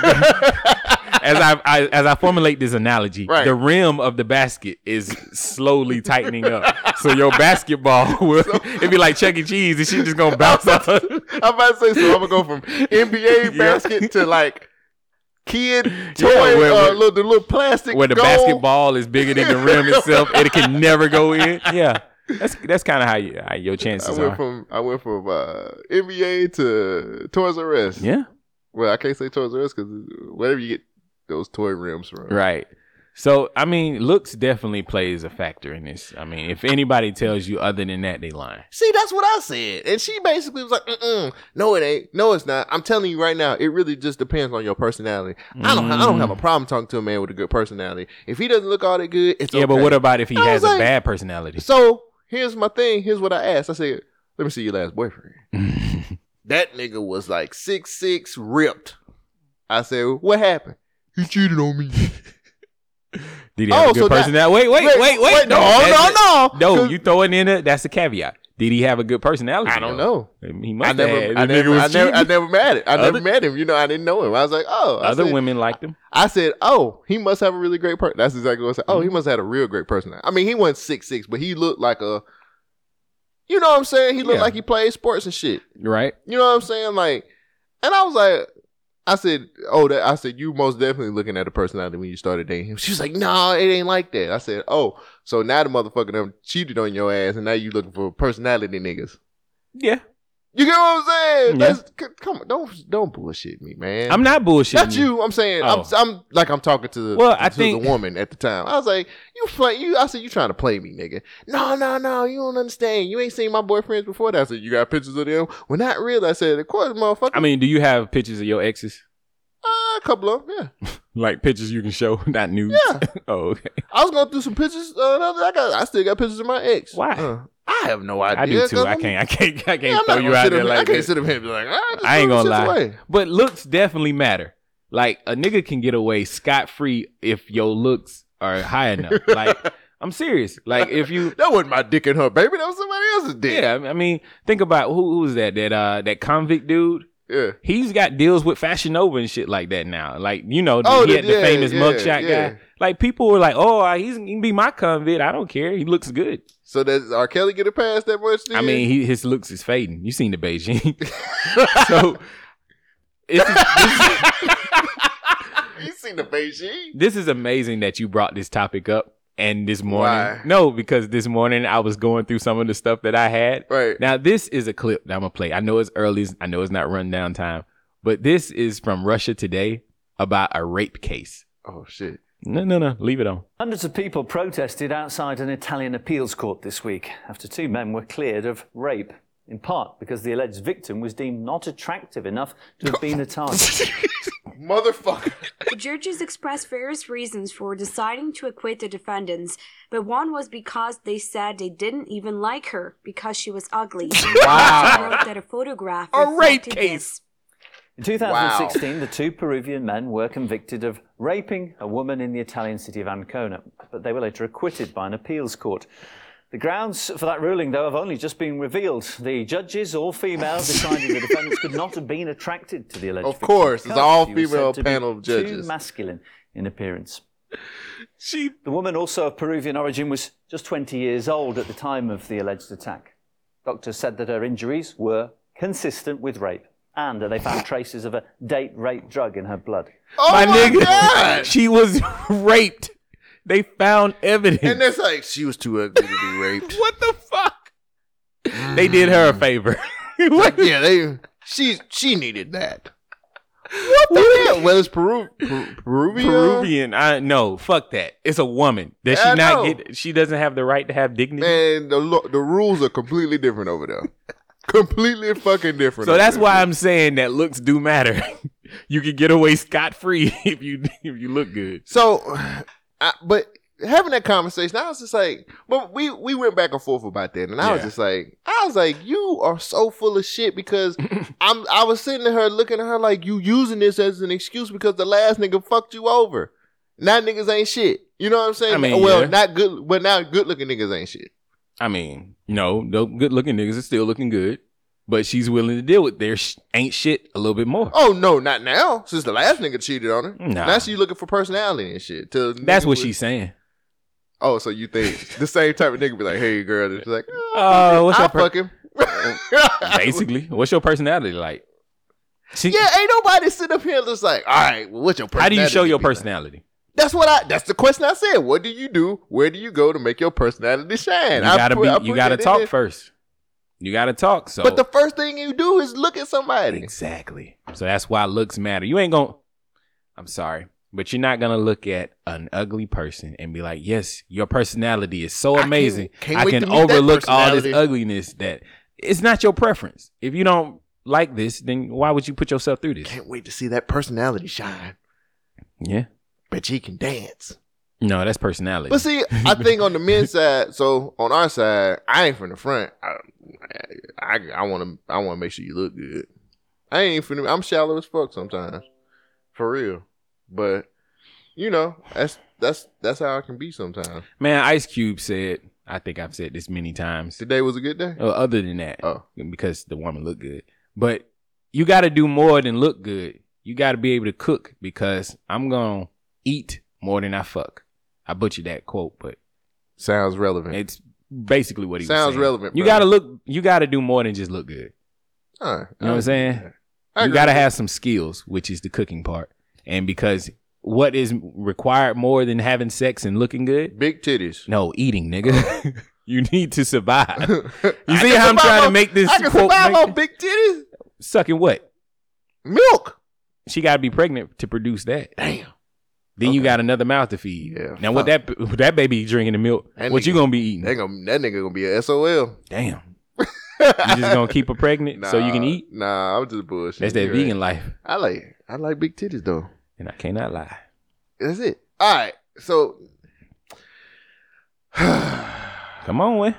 [SPEAKER 2] as I, I as I formulate this analogy,
[SPEAKER 1] Right.
[SPEAKER 2] the rim of the basket is slowly tightening up. So your basketball will it'd be like Chuck E. Cheese and she just gonna bounce off.
[SPEAKER 1] I'm about to say so. I'm gonna go from NBA
[SPEAKER 2] Yeah.
[SPEAKER 1] basket to like kid toy,
[SPEAKER 2] where-
[SPEAKER 1] uh,
[SPEAKER 2] where-
[SPEAKER 1] little, the little plastic
[SPEAKER 2] Where the
[SPEAKER 1] goal.
[SPEAKER 2] basketball is bigger than the rim itself and it can never go in. Yeah. That's that's kind of how, you, how your
[SPEAKER 1] I
[SPEAKER 2] chances
[SPEAKER 1] went
[SPEAKER 2] are.
[SPEAKER 1] from I went from uh, NBA to Toys R Us.
[SPEAKER 2] yeah.
[SPEAKER 1] Well, I can't say Toys R Us because whatever you get those toy rims from.
[SPEAKER 2] Right. So I mean, looks definitely plays a factor in this. I mean, if anybody tells you other than that, they lying.
[SPEAKER 1] See, that's what I said. And she basically was like, Mm-mm, no, it ain't. No, it's not. I'm telling you right now, it really just depends on your personality. I don't I don't have a
[SPEAKER 2] Mm.
[SPEAKER 1] problem talking to a man with a good personality. If he doesn't look all that good, it's
[SPEAKER 2] Mm. Yeah, but
[SPEAKER 1] okay.
[SPEAKER 2] what about if he
[SPEAKER 1] I was
[SPEAKER 2] has
[SPEAKER 1] like-
[SPEAKER 2] a bad personality?
[SPEAKER 1] So here's my thing. Here's what I asked. I said, let me see your last boyfriend. That nigga was like six six ripped. I said, what happened? He cheated on me.
[SPEAKER 2] Did he have
[SPEAKER 1] Oh,
[SPEAKER 2] a good
[SPEAKER 1] so that-
[SPEAKER 2] personality? Wait, wait, wait, wait,
[SPEAKER 1] no,
[SPEAKER 2] That's-
[SPEAKER 1] no, no,
[SPEAKER 2] No, you throwing in it. That's a caveat. Did he have a good personality?
[SPEAKER 1] I don't
[SPEAKER 2] though?
[SPEAKER 1] know.
[SPEAKER 2] He must
[SPEAKER 1] I
[SPEAKER 2] have.
[SPEAKER 1] never, I
[SPEAKER 2] The nigga
[SPEAKER 1] never,
[SPEAKER 2] was
[SPEAKER 1] I never, I
[SPEAKER 2] cheating.
[SPEAKER 1] never met it. I never
[SPEAKER 2] Other-
[SPEAKER 1] met him. You know, I didn't know him. I was like, oh. I
[SPEAKER 2] Other
[SPEAKER 1] said,
[SPEAKER 2] women liked him.
[SPEAKER 1] I said, "Oh, he must have a really great person." That's exactly what I said. Oh,
[SPEAKER 2] Mm-hmm.
[SPEAKER 1] he must have had a real great person. I mean, he wasn't six six, but he looked like a, you know what I'm saying? He looked
[SPEAKER 2] Yeah.
[SPEAKER 1] like he played sports and shit.
[SPEAKER 2] Right.
[SPEAKER 1] You know what I'm saying? Like, and I was like, I said, "Oh, that." I said, "You most definitely looking at a personality when you started dating him." She was like, "No, it ain't like that." I said, "Oh, so now the motherfucker done cheated on your ass, and now you looking for personality niggas."
[SPEAKER 2] Yeah.
[SPEAKER 1] You get what I'm saying?
[SPEAKER 2] Yeah.
[SPEAKER 1] That's c- come on, don't don't bullshit me, man.
[SPEAKER 2] I'm not bullshitting.
[SPEAKER 1] Not you. I'm saying I'm,
[SPEAKER 2] Oh.
[SPEAKER 1] I'm like I'm talking to the
[SPEAKER 2] Well, I
[SPEAKER 1] to
[SPEAKER 2] think-
[SPEAKER 1] the woman at the time. I was like, you play you. I said you trying to play me, nigga. No, no, no. You don't understand. You ain't seen my boyfriends before. That I said you got pictures of them. Well, not real. I said of course, motherfucker.
[SPEAKER 2] I mean, do you have pictures of your exes?
[SPEAKER 1] uh, a couple of 'em, yeah.
[SPEAKER 2] Like pictures you can show, not nudes.
[SPEAKER 1] Yeah.
[SPEAKER 2] oh, okay.
[SPEAKER 1] I was going through some pictures. Uh, another- I got I still got pictures of my ex.
[SPEAKER 2] Why?
[SPEAKER 1] Uh, I have no idea.
[SPEAKER 2] I do too.
[SPEAKER 1] 'cause
[SPEAKER 2] I
[SPEAKER 1] I'm-
[SPEAKER 2] can't. I can't. I can't
[SPEAKER 1] yeah, I'm not
[SPEAKER 2] throw you
[SPEAKER 1] gonna
[SPEAKER 2] out
[SPEAKER 1] sit
[SPEAKER 2] there
[SPEAKER 1] up- I
[SPEAKER 2] like
[SPEAKER 1] can't
[SPEAKER 2] that.
[SPEAKER 1] sit up here and be like, ah, just
[SPEAKER 2] I ain't
[SPEAKER 1] throw
[SPEAKER 2] gonna
[SPEAKER 1] them shits
[SPEAKER 2] lie.
[SPEAKER 1] away.
[SPEAKER 2] But looks definitely matter. Like a nigga can get away scot free if your looks are high enough. Like I'm serious. Like if you
[SPEAKER 1] That wasn't my dick in her, baby. That was somebody else's dick.
[SPEAKER 2] Yeah, I mean, think about who who's that that uh that convict dude.
[SPEAKER 1] yeah.
[SPEAKER 2] He's got deals with Fashion Nova and shit like that now. Like you know,
[SPEAKER 1] Oh,
[SPEAKER 2] he
[SPEAKER 1] the-
[SPEAKER 2] had the
[SPEAKER 1] yeah,
[SPEAKER 2] famous
[SPEAKER 1] yeah,
[SPEAKER 2] mugshot
[SPEAKER 1] yeah.
[SPEAKER 2] guy. Like people were like, "Oh, I- he's, he can be my convict. I don't care. He looks good."
[SPEAKER 1] So does R. Kelly get a pass that much?
[SPEAKER 2] I mean, he, his looks is fading. You seen the Beijing, so it's,
[SPEAKER 1] you seen the Beijing?
[SPEAKER 2] this is amazing that you brought this topic up. And this morning,
[SPEAKER 1] Why?
[SPEAKER 2] no, because this morning I was going through some of the stuff that I had,
[SPEAKER 1] Right.
[SPEAKER 2] Now this is a clip that I'm gonna play. I know it's early. I know it's not rundown time, but this is from Russia today about a rape case.
[SPEAKER 1] Oh shit.
[SPEAKER 2] No, no, no. Leave it on.
[SPEAKER 3] Hundreds of people protested outside an Italian appeals court this week after two men were cleared of rape, in part because the alleged victim was deemed not attractive enough to have been the target.
[SPEAKER 1] Motherfucker.
[SPEAKER 4] The judges expressed various reasons for deciding to acquit the defendants, but one was because they said they didn't even like her because she was ugly. Wow. wrote that a photograph
[SPEAKER 2] A rape
[SPEAKER 4] reflected
[SPEAKER 2] case.
[SPEAKER 4] this.
[SPEAKER 3] In 2016, the two Peruvian men were convicted of raping a woman in the Italian city of Ancona, but they were later acquitted by an appeals court. The grounds for that ruling, though, have only just been revealed. The judges, all female, decided the defendants could not have been attracted to the alleged
[SPEAKER 1] Of
[SPEAKER 3] victim
[SPEAKER 1] course, it's
[SPEAKER 3] because
[SPEAKER 1] all
[SPEAKER 3] she was said
[SPEAKER 1] female
[SPEAKER 3] to be
[SPEAKER 1] panel of judges.
[SPEAKER 3] Too masculine in appearance.
[SPEAKER 2] She
[SPEAKER 3] The woman, also of Peruvian origin, was just 20 years old at the time of the alleged attack. Doctors said that her injuries were consistent with rape and that they found traces of a date rape drug in her blood.
[SPEAKER 1] Oh my,
[SPEAKER 2] my, nigga.
[SPEAKER 1] god.
[SPEAKER 2] She was raped. They found evidence.
[SPEAKER 1] and that's like she was too ugly to be raped. Mm.
[SPEAKER 2] what the fuck? They did her a favor. what?
[SPEAKER 1] yeah, they. She she needed that. What the hell? Well, it's Peru, Peru, Peruvian.
[SPEAKER 2] Peruvian? I no. Fuck that. It's a woman. Does she
[SPEAKER 1] I
[SPEAKER 2] not
[SPEAKER 1] know.
[SPEAKER 2] get? She doesn't have the right to have dignity.
[SPEAKER 1] Man, the lo- the rules are completely different over there. completely fucking different.
[SPEAKER 2] So
[SPEAKER 1] over
[SPEAKER 2] that's
[SPEAKER 1] there.
[SPEAKER 2] why I'm saying that looks do matter. you can get away scot free if you if you look good.
[SPEAKER 1] So, I, but having that conversation, I was just like, but we we went back and forth about that, and I was
[SPEAKER 2] Yeah.
[SPEAKER 1] just like, I was like, you are so full of shit because I'm I was sitting to her looking at her like you using this as an excuse because the last nigga fucked you over. Now niggas ain't shit. You know what I'm saying?
[SPEAKER 2] I mean,
[SPEAKER 1] well,
[SPEAKER 2] yeah.
[SPEAKER 1] not good, but now good looking niggas ain't shit.
[SPEAKER 2] I mean, no, no good looking niggas are still looking good, but she's willing to deal with their sh- ain't shit a little bit more.
[SPEAKER 1] Oh no, not now. Since the last nigga cheated on her,
[SPEAKER 2] Nah.
[SPEAKER 1] now she looking for personality and shit. till
[SPEAKER 2] That's
[SPEAKER 1] nigga
[SPEAKER 2] what
[SPEAKER 1] was-
[SPEAKER 2] she's saying.
[SPEAKER 1] Oh, so you think the same type of nigga be like, "Hey, girl," and she's like,
[SPEAKER 2] Uh, what's
[SPEAKER 1] "I will
[SPEAKER 2] your per- uh,
[SPEAKER 1] fuck him."
[SPEAKER 2] basically? What's your personality like? She,
[SPEAKER 1] Yeah, ain't nobody sitting up here just like, all right, well, what's your
[SPEAKER 2] how do
[SPEAKER 1] personality?
[SPEAKER 2] you show your
[SPEAKER 1] be like?"
[SPEAKER 2] personality?
[SPEAKER 1] That's what I. That's the question I said. What do you do? Where do you go to make your personality shine?
[SPEAKER 2] You
[SPEAKER 1] I
[SPEAKER 2] gotta
[SPEAKER 1] put- I
[SPEAKER 2] be.
[SPEAKER 1] put
[SPEAKER 2] You gotta
[SPEAKER 1] that in
[SPEAKER 2] talk
[SPEAKER 1] there.
[SPEAKER 2] first. You gotta talk. So
[SPEAKER 1] But the first thing you do is look at somebody.
[SPEAKER 2] Exactly. So that's why looks matter. You ain't gonna. I'm sorry, but you're not gonna look at an ugly person and be like, "Yes, your personality is so
[SPEAKER 1] I can't-
[SPEAKER 2] amazing.
[SPEAKER 1] can't
[SPEAKER 2] I
[SPEAKER 1] wait
[SPEAKER 2] can
[SPEAKER 1] to meet that
[SPEAKER 2] overlook all this
[SPEAKER 1] personality."
[SPEAKER 2] ugliness." That it's not your preference. If you don't like this, then why would you put yourself through this?
[SPEAKER 1] Can't wait to see that personality shine.
[SPEAKER 2] Yeah.
[SPEAKER 1] Bet she can dance.
[SPEAKER 2] No, that's personality.
[SPEAKER 1] But see, I think on the men's side, so on our side, I ain't from the front. I I I want to I want to make sure you look good. I ain't from the, I'm shallow as fuck sometimes, for real. But you know, that's that's that's how I can be sometimes.
[SPEAKER 2] Man, Ice Cube said. I think I've said this many times.
[SPEAKER 1] Today was a good day.
[SPEAKER 2] Uh, other than that,
[SPEAKER 1] Oh,
[SPEAKER 2] because the woman looked good. But you got to do more than look good. You got to be able to cook because I'm going to eat more than I fuck. I butchered that quote, but
[SPEAKER 1] sounds relevant.
[SPEAKER 2] it's basically what he was
[SPEAKER 1] Hmm. Sounds
[SPEAKER 2] saying.
[SPEAKER 1] relevant,
[SPEAKER 2] You
[SPEAKER 1] brother.
[SPEAKER 2] got to look, you got to do more than just look good.
[SPEAKER 1] All right.
[SPEAKER 2] You know what I'm saying?
[SPEAKER 1] I
[SPEAKER 2] you
[SPEAKER 1] agree
[SPEAKER 2] got to
[SPEAKER 1] with
[SPEAKER 2] have some skills, which is the cooking part. And because what is required more than having sex and looking good?
[SPEAKER 1] big titties.
[SPEAKER 2] No, eating, nigga. you need to survive.
[SPEAKER 1] you
[SPEAKER 2] You see how I'm trying to make this
[SPEAKER 1] I can
[SPEAKER 2] quote
[SPEAKER 1] survive
[SPEAKER 2] make-
[SPEAKER 1] on big titties,
[SPEAKER 2] Sucking what?
[SPEAKER 1] milk.
[SPEAKER 2] she got to be pregnant to produce that.
[SPEAKER 1] Damn.
[SPEAKER 2] Then you
[SPEAKER 1] Okay.
[SPEAKER 2] got another mouth to feed.
[SPEAKER 1] Yeah,
[SPEAKER 2] now what that that baby drinking the milk?
[SPEAKER 1] That
[SPEAKER 2] what you
[SPEAKER 1] nigga-
[SPEAKER 2] gonna be eating?
[SPEAKER 1] That, gonna, that nigga gonna be a sol.
[SPEAKER 2] Damn. You just gonna keep her pregnant so you can
[SPEAKER 1] Nah,
[SPEAKER 2] eat?
[SPEAKER 1] Nah, I'm just bullshit.
[SPEAKER 2] That's that
[SPEAKER 1] You're
[SPEAKER 2] vegan
[SPEAKER 1] right.
[SPEAKER 2] life,
[SPEAKER 1] I like I like big titties though.
[SPEAKER 2] and I cannot lie.
[SPEAKER 1] That's it. All right. So
[SPEAKER 2] Come on, man.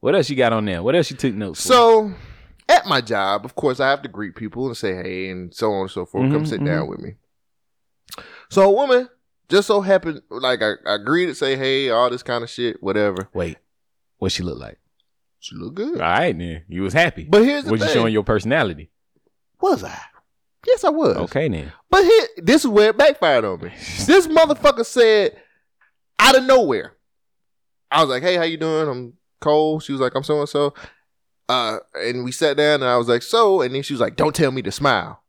[SPEAKER 2] What else you got on there? What else you took notes? for?
[SPEAKER 1] so at my job, of course, I have to greet people and say hey and so on and so forth. Come
[SPEAKER 2] Mhm,
[SPEAKER 1] sit down with me. So a woman just so happened, like I, I greeted, say hey, all this kind of shit, whatever.
[SPEAKER 2] wait, what she look like?
[SPEAKER 1] She look
[SPEAKER 2] All
[SPEAKER 1] good.
[SPEAKER 2] right, then you was happy,
[SPEAKER 1] But here's the
[SPEAKER 2] was you
[SPEAKER 1] thing.
[SPEAKER 2] showing your personality?
[SPEAKER 1] was I? Yes, I was.
[SPEAKER 2] Okay then.
[SPEAKER 1] But here, this is where it backfired on me. This motherfucker said out of nowhere. I was like, "Hey, how you doing? I'm Cole." She was like, "I'm so and so." Uh, and we sat down, and I was like, "So," and then she was like, "Don't tell me to smile,"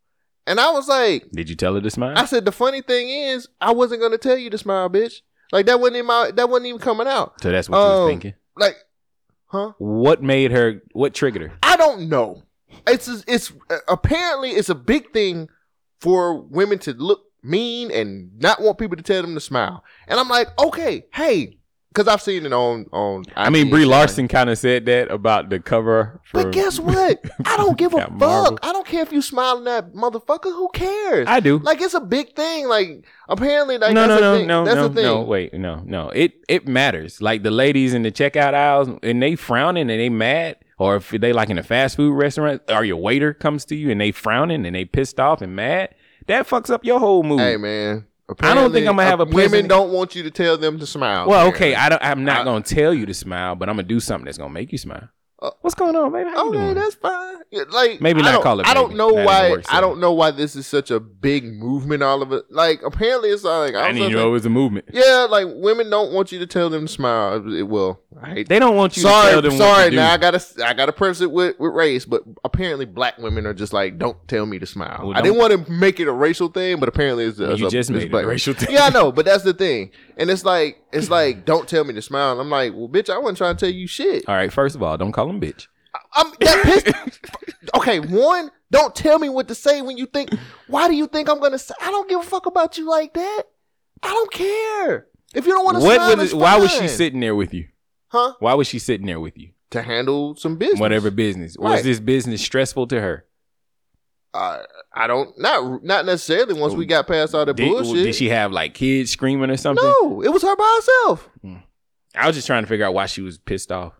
[SPEAKER 1] and I was like,
[SPEAKER 2] Did you tell her to smile?
[SPEAKER 1] "I said the funny thing is, I wasn't gonna tell you to smile, bitch. Like that wasn't in my that wasn't even coming out.
[SPEAKER 2] so that's what you
[SPEAKER 1] Um,
[SPEAKER 2] was thinking.
[SPEAKER 1] Like, huh?
[SPEAKER 2] What made her? What triggered her?
[SPEAKER 1] I don't know. It's it's apparently it's a big thing for women to look mean and not want people to tell them to smile. And I'm like, okay, hey, because I've seen it on on.
[SPEAKER 2] I mean,
[SPEAKER 1] IG.
[SPEAKER 2] Brie Larson kind of said that about the cover. For,
[SPEAKER 1] But guess what? I don't give a
[SPEAKER 2] Got
[SPEAKER 1] fuck.
[SPEAKER 2] Marvel.
[SPEAKER 1] I don't care if you smiling at motherfucker. Who cares?
[SPEAKER 2] I do.
[SPEAKER 1] like it's a big thing. Like apparently, like
[SPEAKER 2] no,
[SPEAKER 1] that's
[SPEAKER 2] no,
[SPEAKER 1] a
[SPEAKER 2] no,
[SPEAKER 1] thing.
[SPEAKER 2] no,
[SPEAKER 1] that's
[SPEAKER 2] no,
[SPEAKER 1] a thing.
[SPEAKER 2] no. Wait, no, no. It it matters. Like the ladies in the checkout aisles, and they frowning and they mad, or if they like in a fast food restaurant, or your waiter comes to you and they frowning and they pissed off and mad. That fucks up your whole mood.
[SPEAKER 1] Hey man,
[SPEAKER 2] I don't think I'm gonna have a
[SPEAKER 1] apparently, uh, women
[SPEAKER 2] pleasant-
[SPEAKER 1] don't want you to tell them to smile.
[SPEAKER 2] well,
[SPEAKER 1] apparently.
[SPEAKER 2] okay, I don't, I'm not
[SPEAKER 1] I-
[SPEAKER 2] gonna tell you to smile, but I'm gonna do something that's gonna make you smile.
[SPEAKER 1] Uh,
[SPEAKER 2] What's going on, baby? How you
[SPEAKER 1] Okay,
[SPEAKER 2] doing?
[SPEAKER 1] that's fine. Yeah, Like
[SPEAKER 2] Maybe
[SPEAKER 1] I
[SPEAKER 2] not
[SPEAKER 1] don't-
[SPEAKER 2] call it
[SPEAKER 1] I don't
[SPEAKER 2] baby.
[SPEAKER 1] know
[SPEAKER 2] That doesn't
[SPEAKER 1] why.
[SPEAKER 2] work,
[SPEAKER 1] I
[SPEAKER 2] so.
[SPEAKER 1] don't know why this is such a big movement. All of it. Like apparently it's uh, like I,
[SPEAKER 2] I
[SPEAKER 1] was
[SPEAKER 2] didn't even know it was a movement.
[SPEAKER 1] Yeah, like women don't want you to tell them to smile. It, well, I hate
[SPEAKER 2] They don't want you to tell
[SPEAKER 1] Sorry,
[SPEAKER 2] them
[SPEAKER 1] sorry.
[SPEAKER 2] what to
[SPEAKER 1] Now I
[SPEAKER 2] do.
[SPEAKER 1] gotta I gotta preface it with, with race, but apparently black women are just like, don't tell me to smile.
[SPEAKER 2] Well,
[SPEAKER 1] I didn't want to make it a racial thing, but apparently it's, it's
[SPEAKER 2] you
[SPEAKER 1] a, it's
[SPEAKER 2] just made it a
[SPEAKER 1] black-
[SPEAKER 2] racial thing.
[SPEAKER 1] Yeah, I know, but that's the thing, and it's like it's like don't tell me to smile. And I'm like, well, bitch, I wasn't trying to tell you shit.
[SPEAKER 2] All right, first of all, don't call them bitch.
[SPEAKER 1] I'm that pissed. okay, one, don't tell me what to say when you think. Why do you think I'm gonna say? I don't give a fuck about you like that. I don't care if you don't want to.
[SPEAKER 2] What
[SPEAKER 1] smile,
[SPEAKER 2] was?
[SPEAKER 1] it's
[SPEAKER 2] it- Why was she
[SPEAKER 1] fine.
[SPEAKER 2] sitting there with you?
[SPEAKER 1] Huh?
[SPEAKER 2] Why was she sitting there with you?
[SPEAKER 1] To handle some business.
[SPEAKER 2] Whatever business. Was
[SPEAKER 1] Right.
[SPEAKER 2] this business stressful to her?
[SPEAKER 1] Uh, I don't. Not not necessarily. Once we got past all the
[SPEAKER 2] Did,
[SPEAKER 1] bullshit.
[SPEAKER 2] did she have like kids screaming or something?
[SPEAKER 1] no, it was her by herself.
[SPEAKER 2] I was just trying to figure out why she was pissed off.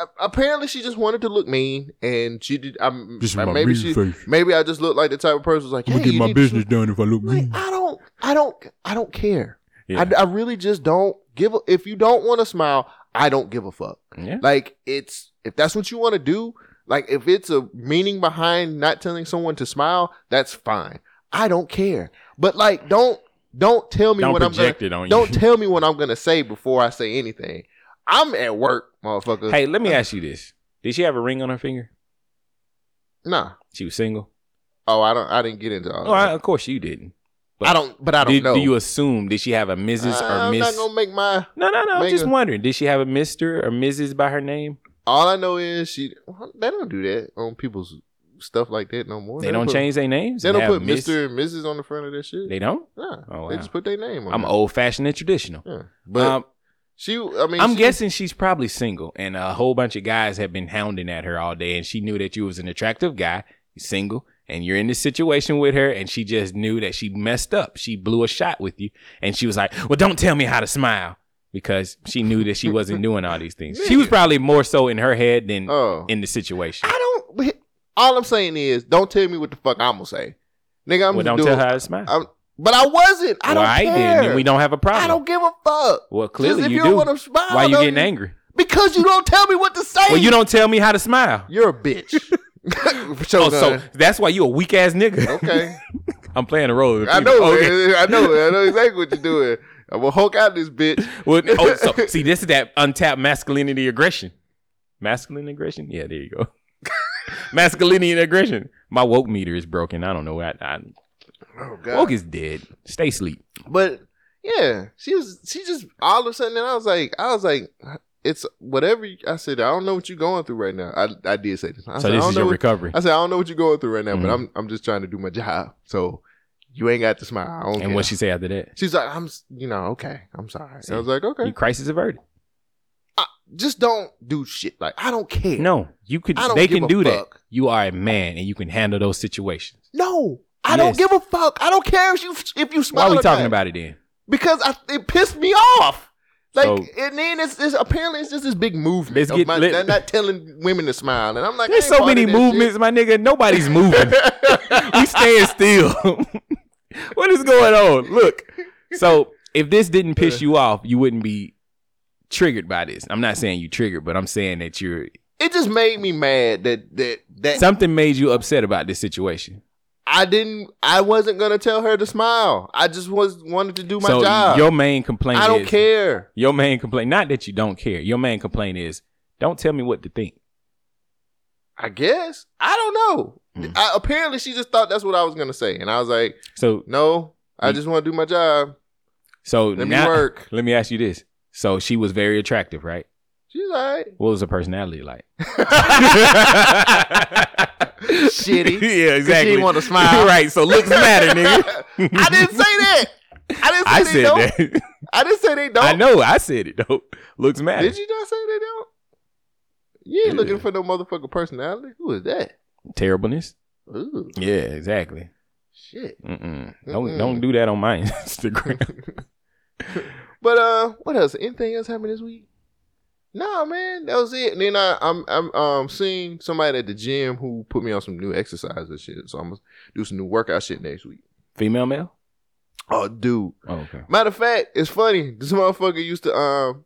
[SPEAKER 1] A- apparently, she just wanted to look mean, and she did. I'm,
[SPEAKER 5] This is
[SPEAKER 1] uh,
[SPEAKER 5] my
[SPEAKER 1] maybe
[SPEAKER 5] mean
[SPEAKER 1] she.
[SPEAKER 5] face.
[SPEAKER 1] Maybe I just look like the type of person who's like,
[SPEAKER 5] I'm gonna
[SPEAKER 1] "Hey,
[SPEAKER 5] get
[SPEAKER 1] you
[SPEAKER 5] my
[SPEAKER 1] need to-
[SPEAKER 5] business done if I look
[SPEAKER 1] Like,
[SPEAKER 5] mean.
[SPEAKER 1] I don't, I don't, I don't care.
[SPEAKER 2] Yeah.
[SPEAKER 1] I, I really just don't give. A, if you don't want to smile, I don't give a fuck.
[SPEAKER 2] Yeah.
[SPEAKER 1] Like it's if that's what you want to do. Like if it's a meaning behind not telling someone to smile, that's fine. I don't care. But like, don't don't tell me
[SPEAKER 2] Don't
[SPEAKER 1] what I'm gonna.
[SPEAKER 2] project it on you.
[SPEAKER 1] Don't tell me what I'm gonna say before I say anything. I'm at work, motherfucker.
[SPEAKER 2] Hey, let me ask you this. Did she have a ring on her finger?
[SPEAKER 1] Nah.
[SPEAKER 2] She was single?
[SPEAKER 1] Oh, I don't. I didn't get into all.
[SPEAKER 2] Oh, I,
[SPEAKER 1] that.
[SPEAKER 2] of course you didn't.
[SPEAKER 1] I, don't. But I don't
[SPEAKER 2] did,
[SPEAKER 1] know.
[SPEAKER 2] Do you assume did she have a Mrs. or
[SPEAKER 1] I'm
[SPEAKER 2] Miss?
[SPEAKER 1] not gonna make my.
[SPEAKER 2] no, no, no. I'm
[SPEAKER 1] make
[SPEAKER 2] just
[SPEAKER 1] a-
[SPEAKER 2] wondering. Did she have a Mr. or Mrs. by her name?
[SPEAKER 1] All I know is she. They don't do that on people's stuff like that no more.
[SPEAKER 2] They don't
[SPEAKER 1] put-
[SPEAKER 2] change their names.
[SPEAKER 1] They don't
[SPEAKER 2] have
[SPEAKER 1] put
[SPEAKER 2] Miss-
[SPEAKER 1] Mister and Mrs. on the front of that shit.
[SPEAKER 2] They don't.
[SPEAKER 1] nah,
[SPEAKER 2] Oh,
[SPEAKER 1] they
[SPEAKER 2] wow.
[SPEAKER 1] just put their name on.
[SPEAKER 2] I'm
[SPEAKER 1] it.
[SPEAKER 2] old fashioned and traditional.
[SPEAKER 1] Yeah. But
[SPEAKER 2] um,
[SPEAKER 1] she. I mean,
[SPEAKER 2] I'm
[SPEAKER 1] she-
[SPEAKER 2] guessing she's probably single, and a whole bunch of guys have been hounding at her all day, and she knew that you was an attractive guy, you're single, and you're in this situation with her, and she just knew that she messed up. She blew a shot with you, and she was like, "Well, don't tell me how to smile," because she knew that she wasn't doing all these things. She was
[SPEAKER 1] Nigga.
[SPEAKER 2] probably more so in her head than
[SPEAKER 1] Oh,
[SPEAKER 2] in the situation.
[SPEAKER 1] I don't. All I'm saying is, don't tell me what the fuck I'm gonna say, nigga. I'm just
[SPEAKER 2] well, don't
[SPEAKER 1] doing.
[SPEAKER 2] tell her how to smile.
[SPEAKER 1] I'm, but I wasn't. I
[SPEAKER 2] well,
[SPEAKER 1] don't
[SPEAKER 2] I
[SPEAKER 1] care.
[SPEAKER 2] didn't. and We don't have a problem.
[SPEAKER 1] I don't give a fuck.
[SPEAKER 2] well,
[SPEAKER 1] Just
[SPEAKER 2] clearly
[SPEAKER 1] if
[SPEAKER 2] you,
[SPEAKER 1] you
[SPEAKER 2] do.
[SPEAKER 1] don't wanna smile,
[SPEAKER 2] Why you
[SPEAKER 1] don't
[SPEAKER 2] getting
[SPEAKER 1] you-
[SPEAKER 2] angry?
[SPEAKER 1] Because you don't tell me what to say.
[SPEAKER 2] Well, you don't tell me how to smile.
[SPEAKER 1] You're a bitch. Shogun.
[SPEAKER 2] Oh, so that's why you a weak ass nigga.
[SPEAKER 1] okay.
[SPEAKER 2] I'm playing the role. Of the
[SPEAKER 1] I know,
[SPEAKER 2] female. Okay.
[SPEAKER 1] man. I know, I know exactly what you're doing. I'm gonna Hulk out this bitch.
[SPEAKER 2] Well, oh, so, see, this is that untapped masculinity aggression. Masculine aggression? Yeah, there you go. masculinity and aggression. My woke meter is broken. I don't know. I, I,
[SPEAKER 1] Oh
[SPEAKER 2] woke is dead. Stay sleep.
[SPEAKER 1] But yeah, she was. She just all of a sudden, and I was like, I was like, it's whatever. you- I said, I don't know what you're going through right now. I, I did say this. I
[SPEAKER 2] So
[SPEAKER 1] said, I
[SPEAKER 2] this
[SPEAKER 1] don't
[SPEAKER 2] is
[SPEAKER 1] know
[SPEAKER 2] your
[SPEAKER 1] what-
[SPEAKER 2] recovery.
[SPEAKER 1] I said, I don't know what you're going through right now,
[SPEAKER 2] Mhm.
[SPEAKER 1] but I'm I'm just trying to do my job. So you ain't got to smile. I don't
[SPEAKER 2] And
[SPEAKER 1] care.
[SPEAKER 2] what she say after that?
[SPEAKER 1] She's like, I'm, s- you know, okay, I'm sorry.
[SPEAKER 2] See,
[SPEAKER 1] I was like, okay,
[SPEAKER 2] You crisis averted.
[SPEAKER 1] just don't do shit. Like I don't care.
[SPEAKER 2] No, you could.
[SPEAKER 1] I don't
[SPEAKER 2] They
[SPEAKER 1] give
[SPEAKER 2] can
[SPEAKER 1] a
[SPEAKER 2] do that.
[SPEAKER 1] fuck.
[SPEAKER 2] You are a man, and you can handle those situations.
[SPEAKER 1] no, I
[SPEAKER 2] Yes.
[SPEAKER 1] don't give a fuck. I don't care if you if you
[SPEAKER 2] Why
[SPEAKER 1] smile.
[SPEAKER 2] are we
[SPEAKER 1] or
[SPEAKER 2] talking
[SPEAKER 1] not.
[SPEAKER 2] about it then?
[SPEAKER 1] because I, it pissed me off. Like,
[SPEAKER 2] So-
[SPEAKER 1] and then it's, it's apparently it's just this big movement
[SPEAKER 2] Let's
[SPEAKER 1] of
[SPEAKER 2] get
[SPEAKER 1] my,
[SPEAKER 2] lit.
[SPEAKER 1] not, not telling women to smile, and I'm like, I
[SPEAKER 2] There's
[SPEAKER 1] ain't
[SPEAKER 2] so
[SPEAKER 1] part
[SPEAKER 2] many
[SPEAKER 1] of that
[SPEAKER 2] movements, my nigga. Nobody's moving. we staying still. what is going on? Look. So if this didn't piss you off, you wouldn't be triggered by this. I'm not saying you triggered, but I'm saying that you're
[SPEAKER 1] Shit. It just made me mad that that that
[SPEAKER 2] something made you upset about this situation.
[SPEAKER 1] I didn't. I wasn't gonna tell her to smile. I just was wanted to do my
[SPEAKER 2] so
[SPEAKER 1] job.
[SPEAKER 2] your main complaint
[SPEAKER 1] I don't
[SPEAKER 2] is,
[SPEAKER 1] care.
[SPEAKER 2] Your main complaint, not that you don't care. Your main complaint is don't tell me what to think.
[SPEAKER 1] I guess I don't know.
[SPEAKER 2] Hmm.
[SPEAKER 1] I, apparently, she just thought that's what I was gonna say, and I was like,
[SPEAKER 2] So
[SPEAKER 1] "No, I
[SPEAKER 2] Mm.
[SPEAKER 1] just want to do my job."
[SPEAKER 2] so
[SPEAKER 1] Let me
[SPEAKER 2] now
[SPEAKER 1] work.
[SPEAKER 2] let me ask you this. So she was very attractive, right?
[SPEAKER 1] She's all right.
[SPEAKER 2] What was her personality like?
[SPEAKER 1] Shitty.
[SPEAKER 2] Yeah, exactly.
[SPEAKER 1] didn't want to smile.
[SPEAKER 2] right. So looks matter, nigga.
[SPEAKER 1] I didn't say that. I didn't say
[SPEAKER 2] I
[SPEAKER 1] they
[SPEAKER 2] said
[SPEAKER 1] don't.
[SPEAKER 2] that.
[SPEAKER 1] I didn't say they don't.
[SPEAKER 2] I know. I said it though. Looks matter.
[SPEAKER 1] Did you not say they don't? You ain't looking
[SPEAKER 2] Yeah.
[SPEAKER 1] for no motherfucking personality. Who is that?
[SPEAKER 2] Terribleness.
[SPEAKER 1] Ooh,
[SPEAKER 2] Yeah, exactly.
[SPEAKER 1] shit.
[SPEAKER 2] Mm-mm. Don't
[SPEAKER 1] Mm-mm.
[SPEAKER 2] don't do that on my Instagram.
[SPEAKER 1] But uh, what else? Anything else happened this week? Nah, man, that was it. And then I, I'm I'm um seeing somebody at the gym who put me on some new exercise and shit. So I'm gonna do some new workout shit next week.
[SPEAKER 2] Female, male.
[SPEAKER 1] Oh, dude.
[SPEAKER 2] Oh, okay.
[SPEAKER 1] Matter of fact, it's funny. This motherfucker used to um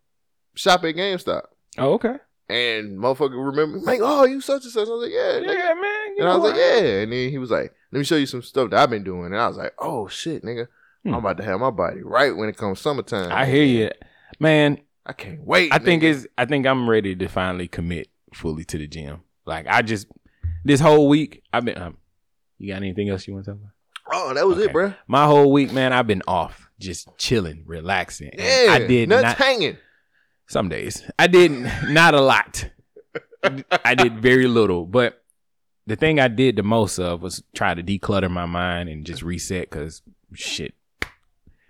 [SPEAKER 1] shop at GameStop,
[SPEAKER 2] Oh, okay.
[SPEAKER 1] and motherfucker remember like, oh, you such and such. I was like, yeah, nigga.
[SPEAKER 2] Yeah, man.
[SPEAKER 1] And I was like, yeah. And then he was like, let me show you some stuff that I've been doing. And I was like, oh shit, nigga, I'm
[SPEAKER 2] Hmm.
[SPEAKER 1] about to have my body right when it comes summertime.
[SPEAKER 2] I hear you, man.
[SPEAKER 1] I can't wait.
[SPEAKER 2] I think
[SPEAKER 1] nigga.
[SPEAKER 2] it's I think I'm ready to finally commit fully to the gym. Like I just this whole week I've been. Um, you got anything else you want to talk about?
[SPEAKER 1] oh, that was it,
[SPEAKER 2] Okay.
[SPEAKER 1] bruh.
[SPEAKER 2] My whole week, man, I've been off, just chilling, relaxing. And
[SPEAKER 1] Yeah,
[SPEAKER 2] I did
[SPEAKER 1] nuts
[SPEAKER 2] not.
[SPEAKER 1] hanging.
[SPEAKER 2] some days I did not a lot. I did very little, but the thing I did the most of was try to declutter my mind and just reset. Cause shit,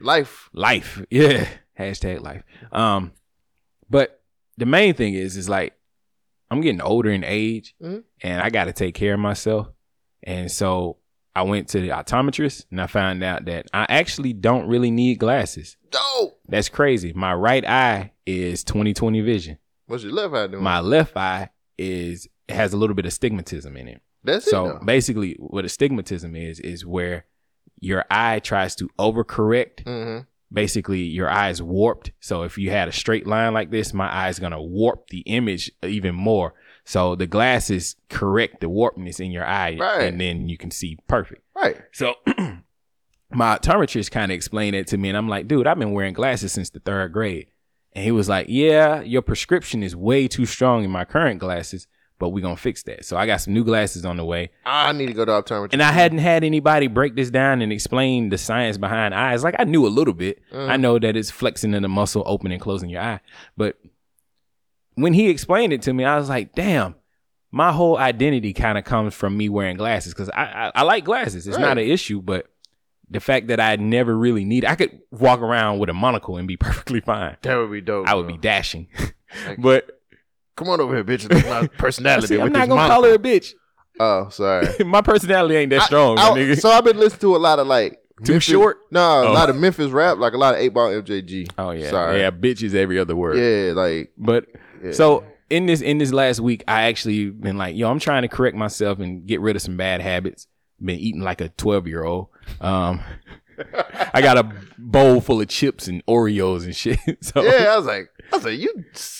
[SPEAKER 1] Life.
[SPEAKER 2] life. Yeah. Hashtag life. Um, but the main thing is, is like I'm getting older in age
[SPEAKER 1] Mhm.
[SPEAKER 2] and I got to take care of myself. And so I went to the optometrist and I found out that I actually don't really need glasses.
[SPEAKER 1] Dope.
[SPEAKER 2] That's crazy. My right eye is 20/20 vision.
[SPEAKER 1] What's your left eye doing?
[SPEAKER 2] My left eye is it has a little bit of stigmatism in it.
[SPEAKER 1] That's
[SPEAKER 2] So
[SPEAKER 1] it. though.
[SPEAKER 2] basically, what astigmatism is is where your eye tries to overcorrect
[SPEAKER 1] Mhm.
[SPEAKER 2] basically your eyes warped. So if you had a straight line like this, my eye's gonna warp the image even more. So the glasses correct the warpness in your eye,
[SPEAKER 1] Right.
[SPEAKER 2] and then you can see perfect.
[SPEAKER 1] Right.
[SPEAKER 2] So my optometrist kind of explained it to me, and I'm like, dude, I've been wearing glasses since the third grade. And he was like, yeah, your prescription is way too strong in my current glasses, but we're gonna fix that. So I got some new glasses on the way.
[SPEAKER 1] I need to go to optometry.
[SPEAKER 2] And I hadn't had anybody break this down and explain the science behind eyes. Like I knew a little bit.
[SPEAKER 1] Mm.
[SPEAKER 2] I know that it's flexing in the muscle, opening and closing your eye. But when he explained it to me, I was like, damn, my whole identity kind of comes from me wearing glasses. Cause I I, I like glasses. It's not
[SPEAKER 1] Right.
[SPEAKER 2] an issue, but the fact that I never really need I could walk around with a monocle and be perfectly fine.
[SPEAKER 1] that would be dope.
[SPEAKER 2] I would
[SPEAKER 1] though.
[SPEAKER 2] be dashing. but
[SPEAKER 1] Come on over here, bitch. Look at my
[SPEAKER 2] I
[SPEAKER 1] personality.
[SPEAKER 2] said, I'm
[SPEAKER 1] with
[SPEAKER 2] not
[SPEAKER 1] this
[SPEAKER 2] gonna call
[SPEAKER 1] monocle.
[SPEAKER 2] her a bitch.
[SPEAKER 1] Oh, sorry.
[SPEAKER 2] my personality ain't that
[SPEAKER 1] I-
[SPEAKER 2] strong,
[SPEAKER 1] I-
[SPEAKER 2] my nigga.
[SPEAKER 1] So I've been listening to a lot of like
[SPEAKER 2] Too short?
[SPEAKER 1] No, a
[SPEAKER 2] Oh.
[SPEAKER 1] lot of Memphis rap, like a lot of eight ball MJG.
[SPEAKER 2] oh yeah.
[SPEAKER 1] sorry.
[SPEAKER 2] Yeah, bitch is every other word.
[SPEAKER 1] Yeah, like
[SPEAKER 2] But
[SPEAKER 1] yeah.
[SPEAKER 2] So in this in this last week, I actually been like, yo, I'm trying to correct myself and get rid of some bad habits. Been eating like a 12 year old. Um, I got a bowl full of chips and Oreos and shit. So yeah,
[SPEAKER 1] yeah, I was like, I was like, you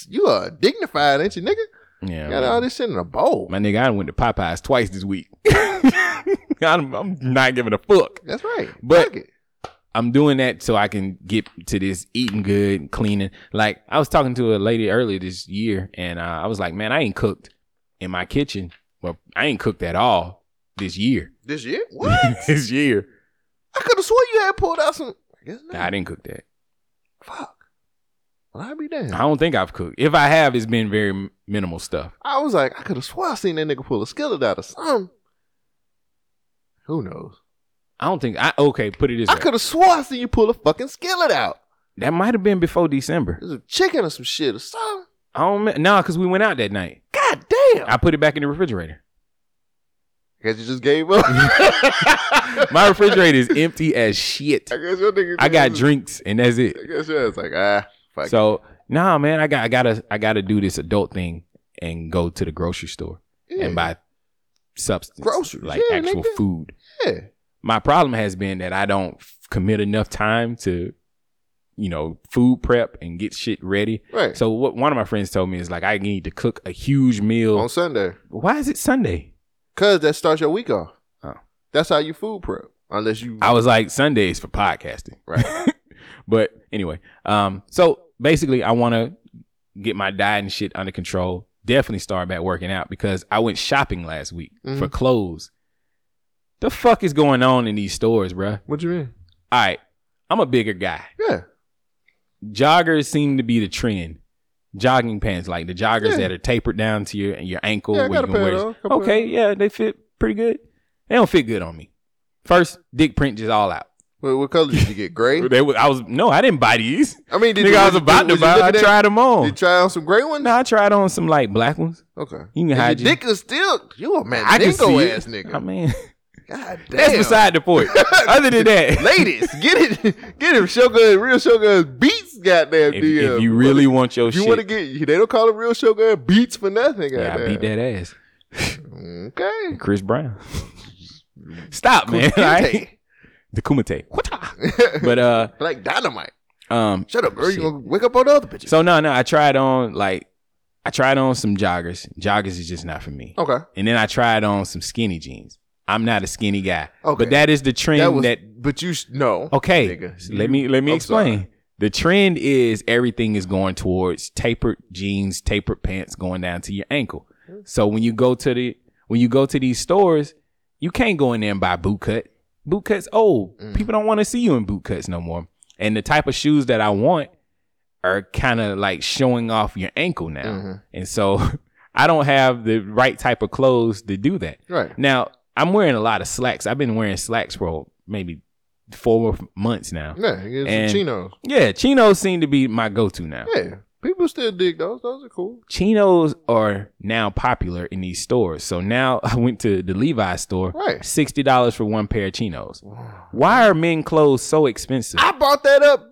[SPEAKER 1] you are dignified, ain't you, nigga? Got all
[SPEAKER 2] man.
[SPEAKER 1] this shit in a bowl.
[SPEAKER 2] my nigga, I done went to Popeyes twice this week. I'm, I'm not giving a fuck.
[SPEAKER 1] That's right.
[SPEAKER 2] But-
[SPEAKER 1] Fuck it.
[SPEAKER 2] I'm doing that so I can get to this eating good, and cleaning. Like I was talking to a lady earlier this year, and uh, I was like, man, I ain't cooked in my kitchen. Well, I ain't cooked at all this year.
[SPEAKER 1] this year, what?
[SPEAKER 2] this year.
[SPEAKER 1] I could have swore you had pulled out some. I guess not.
[SPEAKER 2] Nah, I didn't cook that.
[SPEAKER 1] Fuck. Well, I'd be damned.
[SPEAKER 2] I don't think I've cooked. If I have, it's been very m- minimal stuff.
[SPEAKER 1] I was like, I could have swore I seen that nigga pull a skillet out of something. Who knows?
[SPEAKER 2] I don't think I okay, put it this
[SPEAKER 1] I
[SPEAKER 2] way.
[SPEAKER 1] could have swore I seen you pull a fucking skillet out.
[SPEAKER 2] That might have been before December.
[SPEAKER 1] There's a chicken or some shit or something.
[SPEAKER 2] I don't me- nah, cause we went out that night.
[SPEAKER 1] God damn.
[SPEAKER 2] I put it back in the refrigerator.
[SPEAKER 1] I guess you just gave up.
[SPEAKER 2] My refrigerator is empty as shit.
[SPEAKER 1] I guess your nigga.
[SPEAKER 2] I got drinks and that's it.
[SPEAKER 1] I guess yeah, it's like ah, fuck. it.
[SPEAKER 2] So nah man, I got I gotta I gotta do this adult thing and go to the grocery store
[SPEAKER 1] yeah.
[SPEAKER 2] and buy substance.
[SPEAKER 1] Groceries,
[SPEAKER 2] Like
[SPEAKER 1] yeah,
[SPEAKER 2] actual
[SPEAKER 1] nigga.
[SPEAKER 2] food.
[SPEAKER 1] yeah.
[SPEAKER 2] my problem has been that I don't f- commit enough time to, you know, food prep and get shit ready.
[SPEAKER 1] right.
[SPEAKER 2] So what one of my friends told me is like I need to cook a huge meal.
[SPEAKER 1] on Sunday,
[SPEAKER 2] Why is it Sunday?
[SPEAKER 1] cause that starts your week off.
[SPEAKER 2] Oh.
[SPEAKER 1] That's how you food prep, unless you.
[SPEAKER 2] I was like Sundays for podcasting, right? but anyway, um, so basically, I want to get my diet and shit under control. Definitely start back working out because I went shopping last week
[SPEAKER 1] Mhm.
[SPEAKER 2] for clothes. The fuck is going on in these stores, bruh?
[SPEAKER 1] What you mean?
[SPEAKER 2] All right, I'm a bigger guy.
[SPEAKER 1] Yeah,
[SPEAKER 2] Joggers seem to be the trend. Jogging pants, like the joggers
[SPEAKER 1] Yeah.
[SPEAKER 2] that are tapered down to your your ankle,
[SPEAKER 1] Yeah, I
[SPEAKER 2] where
[SPEAKER 1] got a
[SPEAKER 2] you can
[SPEAKER 1] pair
[SPEAKER 2] wear.
[SPEAKER 1] though, couple
[SPEAKER 2] Okay, yeah, they fit pretty good. They don't fit good on me. First, dick print just all out.
[SPEAKER 1] what, what color did you get? Gray.
[SPEAKER 2] They was, I was no, I didn't buy these.
[SPEAKER 1] I mean, did
[SPEAKER 2] Nigga,
[SPEAKER 1] you,
[SPEAKER 2] I was about to buy. I
[SPEAKER 1] Did
[SPEAKER 2] tried them
[SPEAKER 1] you
[SPEAKER 2] on.
[SPEAKER 1] try on some gray ones?
[SPEAKER 2] No, I tried on some like black ones.
[SPEAKER 1] Okay.
[SPEAKER 2] You can
[SPEAKER 1] And
[SPEAKER 2] hide
[SPEAKER 1] your
[SPEAKER 2] your-
[SPEAKER 1] dick is still you a man.
[SPEAKER 2] I can see it.
[SPEAKER 1] ass nigga.
[SPEAKER 2] I mean,
[SPEAKER 1] God damn.
[SPEAKER 2] that's beside the point. Other than that,
[SPEAKER 1] Ladies, get it, get him. Shogun, real Shogun beats. Goddamn
[SPEAKER 2] if,
[SPEAKER 1] DM.
[SPEAKER 2] if you really want your
[SPEAKER 1] uh, if you
[SPEAKER 2] shit,
[SPEAKER 1] want to get, they don't call it real Shogun beats for nothing.
[SPEAKER 2] yeah, I
[SPEAKER 1] goddamn.
[SPEAKER 2] beat that ass.
[SPEAKER 1] Okay.
[SPEAKER 2] Chris Brown. Stop, man. all right? The Kumite. Wata. But uh,
[SPEAKER 1] like dynamite.
[SPEAKER 2] um,
[SPEAKER 1] Shut up, girl.
[SPEAKER 2] Shit.
[SPEAKER 1] You gonna wake up on the other bitches.
[SPEAKER 2] so no, no, I tried on like I tried on some joggers. Joggers is just not for me.
[SPEAKER 1] okay.
[SPEAKER 2] And then I tried on some skinny jeans. I'm not a skinny guy.
[SPEAKER 1] Okay.
[SPEAKER 2] But that is the trend
[SPEAKER 1] That was.
[SPEAKER 2] that
[SPEAKER 1] but you s- no.
[SPEAKER 2] Okay,
[SPEAKER 1] Nigga,
[SPEAKER 2] so let
[SPEAKER 1] you-
[SPEAKER 2] me let me
[SPEAKER 1] I'm
[SPEAKER 2] explain.
[SPEAKER 1] sorry.
[SPEAKER 2] The trend is everything is going towards tapered jeans, tapered pants going down to your ankle. So when you go to the when you go to these stores, you can't go in there and buy boot cut. Boot cuts old. People don't want to see you in boot cuts no more. And the type of shoes that I want are kind of like showing off your ankle now.
[SPEAKER 1] Mhm.
[SPEAKER 2] And so I don't have the right type of clothes to do that.
[SPEAKER 1] Right.
[SPEAKER 2] Now I'm wearing a lot of slacks. I've been wearing slacks for maybe four months now.
[SPEAKER 1] Yeah. It's
[SPEAKER 2] And-
[SPEAKER 1] chinos.
[SPEAKER 2] Yeah, chinos seem to be my go-to now.
[SPEAKER 1] Yeah. People still dig those. Those are cool.
[SPEAKER 2] Chinos are now popular in these stores. So now I went to the Levi's store.
[SPEAKER 1] Right.
[SPEAKER 2] Sixty dollars for one pair of chinos. Why are men clothes so expensive?
[SPEAKER 1] I bought that up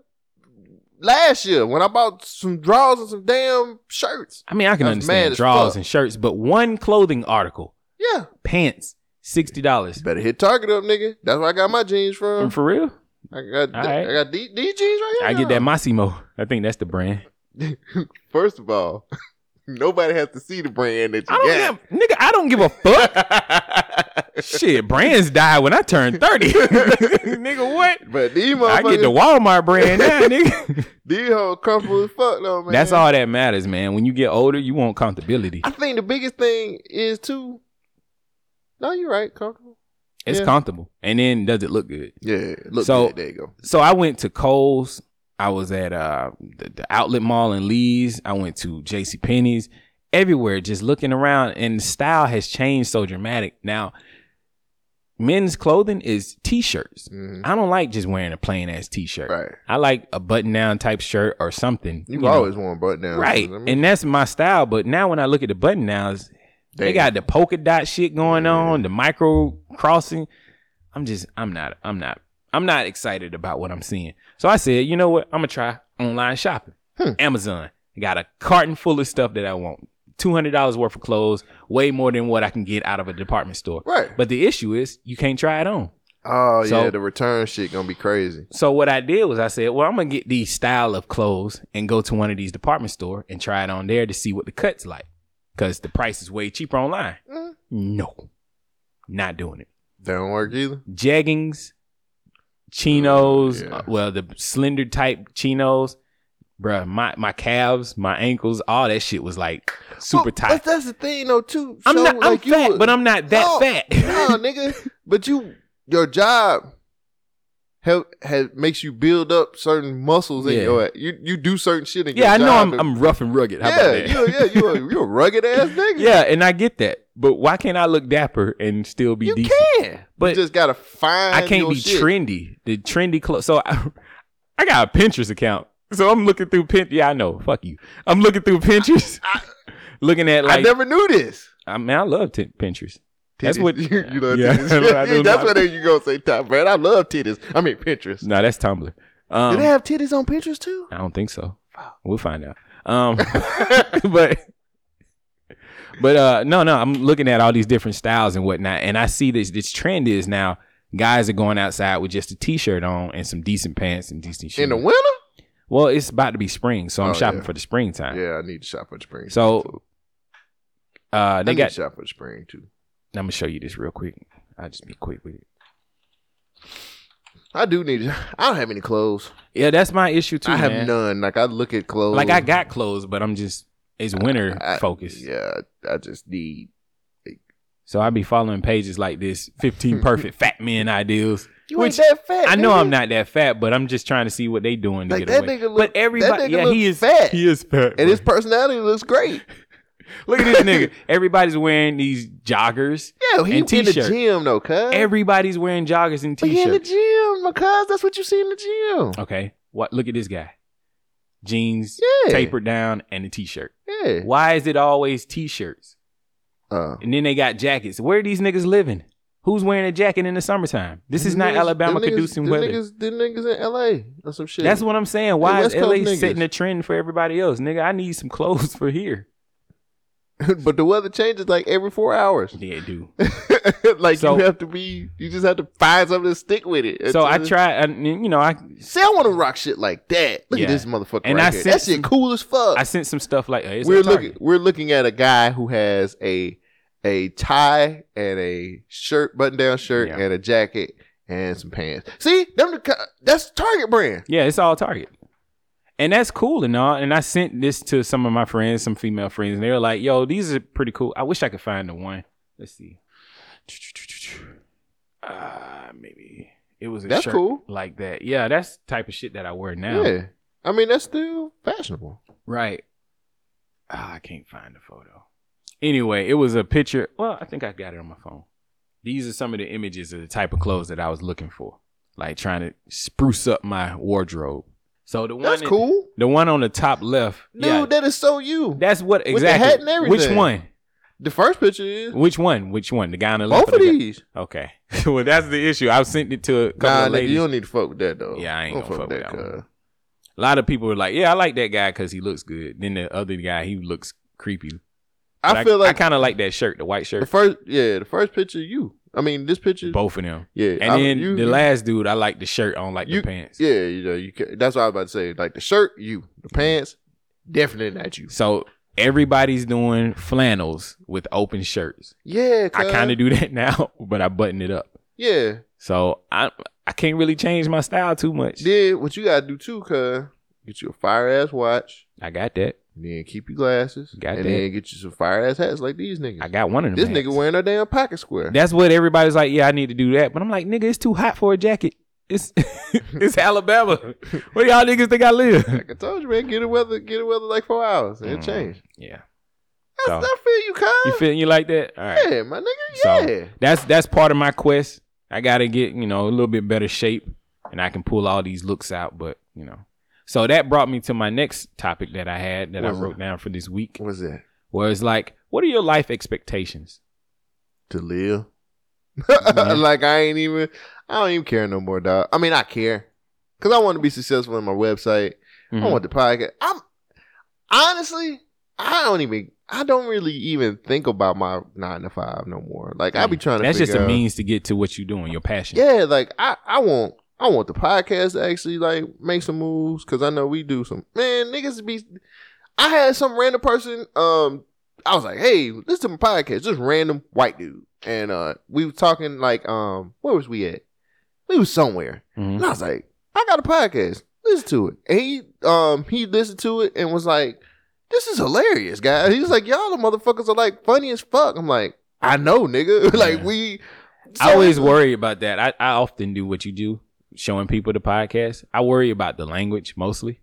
[SPEAKER 1] last year when I bought some drawers and some damn shirts.
[SPEAKER 2] I mean, I can
[SPEAKER 1] That's mad
[SPEAKER 2] understand
[SPEAKER 1] as
[SPEAKER 2] drawers
[SPEAKER 1] fuck.
[SPEAKER 2] and shirts, but one clothing article,
[SPEAKER 1] Yeah.
[SPEAKER 2] pants, sixty dollars.
[SPEAKER 1] Better hit Target up, nigga. That's where I got my jeans from.
[SPEAKER 2] For real?
[SPEAKER 1] I got
[SPEAKER 2] All right.
[SPEAKER 1] I got these, these jeans right here.
[SPEAKER 2] I get that
[SPEAKER 1] now.
[SPEAKER 2] Massimo. I think that's the brand.
[SPEAKER 1] First of all, nobody has to see the brand that you
[SPEAKER 2] I don't
[SPEAKER 1] got.
[SPEAKER 2] give, nigga. I don't give a fuck. Shit, brands died when I turned thirty. nigga, what?
[SPEAKER 1] But these
[SPEAKER 2] I get the
[SPEAKER 1] motherfuckers,
[SPEAKER 2] Walmart brand now, nigga.
[SPEAKER 1] these hoes comfortable as fuck though, man.
[SPEAKER 2] That's all that matters, man. When you get older, you want comfortability.
[SPEAKER 1] I think the biggest thing is too. No, you're right. Comfortable.
[SPEAKER 2] It's
[SPEAKER 1] yeah.
[SPEAKER 2] comfortable, and then does it look good?
[SPEAKER 1] Yeah. Look.
[SPEAKER 2] So-
[SPEAKER 1] good. there you go.
[SPEAKER 2] So I went to Kohl's. I was at uh, the, the outlet mall in Lee's. I went to J.C. Penney's. Everywhere, just looking around, and the style has changed so dramatic. Now, men's clothing is t-shirts.
[SPEAKER 1] Mhm.
[SPEAKER 2] I don't like just wearing a plain ass t-shirt.
[SPEAKER 1] Right.
[SPEAKER 2] I like a button down type shirt or something.
[SPEAKER 1] You,
[SPEAKER 2] know.
[SPEAKER 1] always want a button down. I
[SPEAKER 2] right,
[SPEAKER 1] mean,
[SPEAKER 2] and that's my style. But now when I look at the button downs, they
[SPEAKER 1] damn.
[SPEAKER 2] got the polka dot shit going on, the micro crossing. I'm just, I'm not, I'm not, I'm not excited about what I'm seeing. So I said, you know what? I'm gonna try online shopping.
[SPEAKER 1] Hmm.
[SPEAKER 2] Amazon I got a carton full of stuff that I want. Two hundred dollars worth of clothes, way more than what I can get out of a department store.
[SPEAKER 1] Right.
[SPEAKER 2] But the issue is, you can't try it on.
[SPEAKER 1] Oh
[SPEAKER 2] So-
[SPEAKER 1] yeah, the return shit gonna be crazy.
[SPEAKER 2] So what I did was I said, well, I'm gonna get these style of clothes and go to one of these department store and try it on there to see what the cuts like, because the price is way cheaper online.
[SPEAKER 1] Mm.
[SPEAKER 2] No, not doing it.
[SPEAKER 1] That don't work either.
[SPEAKER 2] Jeggings, chinos,
[SPEAKER 1] Mm, yeah.
[SPEAKER 2] uh, well, the slender type chinos, bruh, my my calves, my ankles, all that shit was like super
[SPEAKER 1] Well,
[SPEAKER 2] tight.
[SPEAKER 1] But that's the thing though too.
[SPEAKER 2] I'm
[SPEAKER 1] So,
[SPEAKER 2] not, I'm
[SPEAKER 1] like, you
[SPEAKER 2] fat,
[SPEAKER 1] would-
[SPEAKER 2] but I'm not that
[SPEAKER 1] No,
[SPEAKER 2] fat.
[SPEAKER 1] no, nigga. But you, your job, help has makes you build up certain muscles in
[SPEAKER 2] Yeah.
[SPEAKER 1] your. You you do certain shit in
[SPEAKER 2] yeah, I
[SPEAKER 1] your
[SPEAKER 2] know
[SPEAKER 1] job.
[SPEAKER 2] I'm, I'm rough and rugged. How about
[SPEAKER 1] yeah,
[SPEAKER 2] that?
[SPEAKER 1] you, yeah, you a, you a rugged ass nigga.
[SPEAKER 2] Yeah, and I get that, but why can't I look dapper and still be
[SPEAKER 1] you
[SPEAKER 2] decent?
[SPEAKER 1] can.
[SPEAKER 2] But
[SPEAKER 1] you just gotta find.
[SPEAKER 2] I can't
[SPEAKER 1] your
[SPEAKER 2] be
[SPEAKER 1] shit.
[SPEAKER 2] trendy. The trendy clothes. So I, I got a Pinterest account. So I'm looking through Pinterest. Yeah, I know. Fuck you. I'm looking through Pinterest, looking at
[SPEAKER 1] I
[SPEAKER 2] like.
[SPEAKER 1] never knew this.
[SPEAKER 2] I mean, I love t- Pinterest. That's
[SPEAKER 1] Titties.
[SPEAKER 2] what.
[SPEAKER 1] you, you love
[SPEAKER 2] Yeah, I do
[SPEAKER 1] titties. That's
[SPEAKER 2] love-
[SPEAKER 1] what you gonna say, top man. I love titties. I mean Pinterest.
[SPEAKER 2] No, that's Tumblr.
[SPEAKER 1] do
[SPEAKER 2] Um,
[SPEAKER 1] they have titties on Pinterest too?
[SPEAKER 2] I don't think so. We'll find out. Um, but but uh, no, no, I'm looking at all these different styles and whatnot, and I see this this trend is now guys are going outside with just a t-shirt on and some decent pants and decent shoes.
[SPEAKER 1] In the winter?
[SPEAKER 2] Well, it's about to be spring, so I'm
[SPEAKER 1] Oh,
[SPEAKER 2] shopping
[SPEAKER 1] yeah.
[SPEAKER 2] for the springtime.
[SPEAKER 1] Yeah, I need to shop for spring.
[SPEAKER 2] So uh,
[SPEAKER 1] I
[SPEAKER 2] they
[SPEAKER 1] need
[SPEAKER 2] Uh, got.
[SPEAKER 1] to shop for spring too.
[SPEAKER 2] I'm gonna show you this real quick. I'll just be quick with it.
[SPEAKER 1] I do need. I don't have any clothes.
[SPEAKER 2] Yeah, that's my issue too.
[SPEAKER 1] I have
[SPEAKER 2] man.
[SPEAKER 1] none. Like I look at clothes.
[SPEAKER 2] Like I got clothes, but I'm just it's winter
[SPEAKER 1] I-
[SPEAKER 2] focused.
[SPEAKER 1] Yeah, I just need.
[SPEAKER 2] So I be following pages like this, 15 perfect fat men ideals. which
[SPEAKER 1] that fat.
[SPEAKER 2] I know
[SPEAKER 1] nigga.
[SPEAKER 2] I'm not that fat, but I'm just trying to see what they doing to
[SPEAKER 1] Like
[SPEAKER 2] get
[SPEAKER 1] that
[SPEAKER 2] away.
[SPEAKER 1] nigga look.
[SPEAKER 2] but everybody,
[SPEAKER 1] that nigga
[SPEAKER 2] yeah,
[SPEAKER 1] look
[SPEAKER 2] he is
[SPEAKER 1] fat.
[SPEAKER 2] He is fat.
[SPEAKER 1] and
[SPEAKER 2] bro.
[SPEAKER 1] his personality looks great.
[SPEAKER 2] Look at this nigga. Everybody's wearing these joggers.
[SPEAKER 1] Yeah, he in
[SPEAKER 2] And
[SPEAKER 1] the
[SPEAKER 2] t-shirt.
[SPEAKER 1] gym though, cuz.
[SPEAKER 2] Everybody's wearing joggers and
[SPEAKER 1] But he in the
[SPEAKER 2] t-shirts.
[SPEAKER 1] gym, because that's what you see in the gym.
[SPEAKER 2] okay, what? Look at this guy. Jeans
[SPEAKER 1] Yeah.
[SPEAKER 2] tapered down and a t-shirt.
[SPEAKER 1] Yeah.
[SPEAKER 2] Why is it always t-shirts?
[SPEAKER 1] Uh,
[SPEAKER 2] And then they got jackets. Where are these niggas living? Who's wearing a jacket in the summertime? This is not
[SPEAKER 1] them niggas-
[SPEAKER 2] Alabama
[SPEAKER 1] them niggas-
[SPEAKER 2] conducing
[SPEAKER 1] them
[SPEAKER 2] weather.
[SPEAKER 1] Niggas, them niggas in LA or some shit.
[SPEAKER 2] That's what I'm saying. Why
[SPEAKER 1] Yeah,
[SPEAKER 2] is
[SPEAKER 1] West Coast
[SPEAKER 2] LA
[SPEAKER 1] niggas.
[SPEAKER 2] setting a trend for everybody else? Nigga, I need some clothes for here.
[SPEAKER 1] but the weather changes like every four hours.
[SPEAKER 2] Yeah, dude.
[SPEAKER 1] like
[SPEAKER 2] So-
[SPEAKER 1] you have to be, you just have to find something to stick with it.
[SPEAKER 2] So I
[SPEAKER 1] It's-
[SPEAKER 2] try, I, you know, I
[SPEAKER 1] See, I want to rock shit like that. Look
[SPEAKER 2] Yeah.
[SPEAKER 1] at this motherfucker
[SPEAKER 2] And
[SPEAKER 1] right
[SPEAKER 2] I
[SPEAKER 1] here.
[SPEAKER 2] sent
[SPEAKER 1] That shit
[SPEAKER 2] some-
[SPEAKER 1] cool as fuck.
[SPEAKER 2] I sent some stuff like hey, it's
[SPEAKER 1] Uh, we're
[SPEAKER 2] at Target.
[SPEAKER 1] looking we're looking at a guy who has a a tie and a shirt button down shirt
[SPEAKER 2] Yeah.
[SPEAKER 1] and a jacket and some pants see them the, ki- that's target brand
[SPEAKER 2] Yeah, it's all Target. And that's cool and all. And I sent this to some of my friends, some female friends, and they were like, yo, these are pretty cool. I wish I could find the one. Let's see. Uh, maybe it was a
[SPEAKER 1] That's
[SPEAKER 2] shirt
[SPEAKER 1] cool.
[SPEAKER 2] like that. Yeah, that's the type of shit that I wear now.
[SPEAKER 1] yeah i mean that's still fashionable
[SPEAKER 2] Right. Ah, I can't find the photo. Anyway, it was a picture. Well, I think I got it on my phone. These are some of the images of the type of clothes that I was looking for, like trying to spruce up my wardrobe. So the one
[SPEAKER 1] that's
[SPEAKER 2] that-
[SPEAKER 1] cool
[SPEAKER 2] The one on the top left.
[SPEAKER 1] dude
[SPEAKER 2] yeah,
[SPEAKER 1] that is so you
[SPEAKER 2] that's what
[SPEAKER 1] the
[SPEAKER 2] exactly.
[SPEAKER 1] hat and
[SPEAKER 2] Which
[SPEAKER 1] everything.
[SPEAKER 2] one?
[SPEAKER 1] the first picture is
[SPEAKER 2] Which one? Which one? The guy on the left.
[SPEAKER 1] both
[SPEAKER 2] or
[SPEAKER 1] of
[SPEAKER 2] the guy-
[SPEAKER 1] these
[SPEAKER 2] Okay. well, that's the issue. I sent it to a couple
[SPEAKER 1] nah
[SPEAKER 2] of
[SPEAKER 1] nigga,
[SPEAKER 2] ladies.
[SPEAKER 1] you don't need to fuck with that though
[SPEAKER 2] Yeah, I ain't
[SPEAKER 1] Don't
[SPEAKER 2] gonna fuck with that
[SPEAKER 1] cuz.
[SPEAKER 2] one. a lot of people were like, "Yeah, I like that guy because he looks good." Then the other guy, he looks creepy. But
[SPEAKER 1] i feel
[SPEAKER 2] I
[SPEAKER 1] like
[SPEAKER 2] kind of like that shirt, the white
[SPEAKER 1] the
[SPEAKER 2] shirt.
[SPEAKER 1] first yeah the first picture you i mean this picture
[SPEAKER 2] Both of them.
[SPEAKER 1] yeah
[SPEAKER 2] And
[SPEAKER 1] I-
[SPEAKER 2] then
[SPEAKER 1] you-
[SPEAKER 2] the
[SPEAKER 1] you-
[SPEAKER 2] last dude, I like the shirt. I don't like
[SPEAKER 1] You-
[SPEAKER 2] the pants.
[SPEAKER 1] Yeah, you know, you can, that's what I was about to say. Like the shirt, you. The pants, definitely not you.
[SPEAKER 2] So everybody's doing flannels with open shirts.
[SPEAKER 1] Yeah,
[SPEAKER 2] I kind of do that now, but I button it up.
[SPEAKER 1] Yeah,
[SPEAKER 2] So I I can't really change my style too much.
[SPEAKER 1] then what you gotta do too, cuz get you a fire ass watch,
[SPEAKER 2] I got that.
[SPEAKER 1] and then keep your glasses,
[SPEAKER 2] Got
[SPEAKER 1] and
[SPEAKER 2] that.
[SPEAKER 1] then get you some fire ass hats like these niggas.
[SPEAKER 2] I got one of them.
[SPEAKER 1] this
[SPEAKER 2] hats.
[SPEAKER 1] nigga wearing a damn pocket square.
[SPEAKER 2] That's what everybody's like. Yeah, I need to do that. But I'm like, nigga, it's too hot for a jacket. It's it's Alabama. Where y'all niggas think I live?
[SPEAKER 1] like I told you, man, get a weather, get a weather like four hours, and
[SPEAKER 2] Mm.
[SPEAKER 1] it change.
[SPEAKER 2] Yeah.
[SPEAKER 1] That's,
[SPEAKER 2] So-
[SPEAKER 1] I feel you,
[SPEAKER 2] You
[SPEAKER 1] cuz.
[SPEAKER 2] feeling you like that? All right.
[SPEAKER 1] yeah, my nigga,
[SPEAKER 2] So-
[SPEAKER 1] yeah.
[SPEAKER 2] That's that's part of my quest. I gotta get you know a little bit better shape, and I can pull all these looks out. But you know, so that brought me to my next topic that I had that I
[SPEAKER 1] What's
[SPEAKER 2] wrote
[SPEAKER 1] it?
[SPEAKER 2] down for this week,
[SPEAKER 1] What's that?
[SPEAKER 2] where it's like, what are your life expectations?
[SPEAKER 1] to live.
[SPEAKER 2] Yeah.
[SPEAKER 1] like I ain't even I don't even care no more, dog. I mean I care. Cause I want to be successful in my website. I
[SPEAKER 2] Mhm.
[SPEAKER 1] want the podcast. I'm honestly, I don't even I don't really even think about my nine to five no more. Like I be trying to
[SPEAKER 2] That's just
[SPEAKER 1] figure
[SPEAKER 2] a
[SPEAKER 1] out-
[SPEAKER 2] means to get to what you're doing, your passion.
[SPEAKER 1] Yeah, like I, I want I want the podcast to actually like make some moves because I know we do some man niggas be. I had some random person. Um, I was like, hey, listen to my podcast. Just random white dude, and uh, we was talking like, um, where was we at? We was somewhere,
[SPEAKER 2] Mhm.
[SPEAKER 1] and I was like, I got a podcast. Listen to it. And he, um, he listened to it and was like, this is hilarious, guys. He was like, y'all the motherfuckers are like funny as fuck. I'm like, I know, nigga. like
[SPEAKER 2] Yeah.
[SPEAKER 1] we.
[SPEAKER 2] I always
[SPEAKER 1] So-
[SPEAKER 2] worry about that. I, I often do what you do, showing people the podcast. I worry about the language mostly,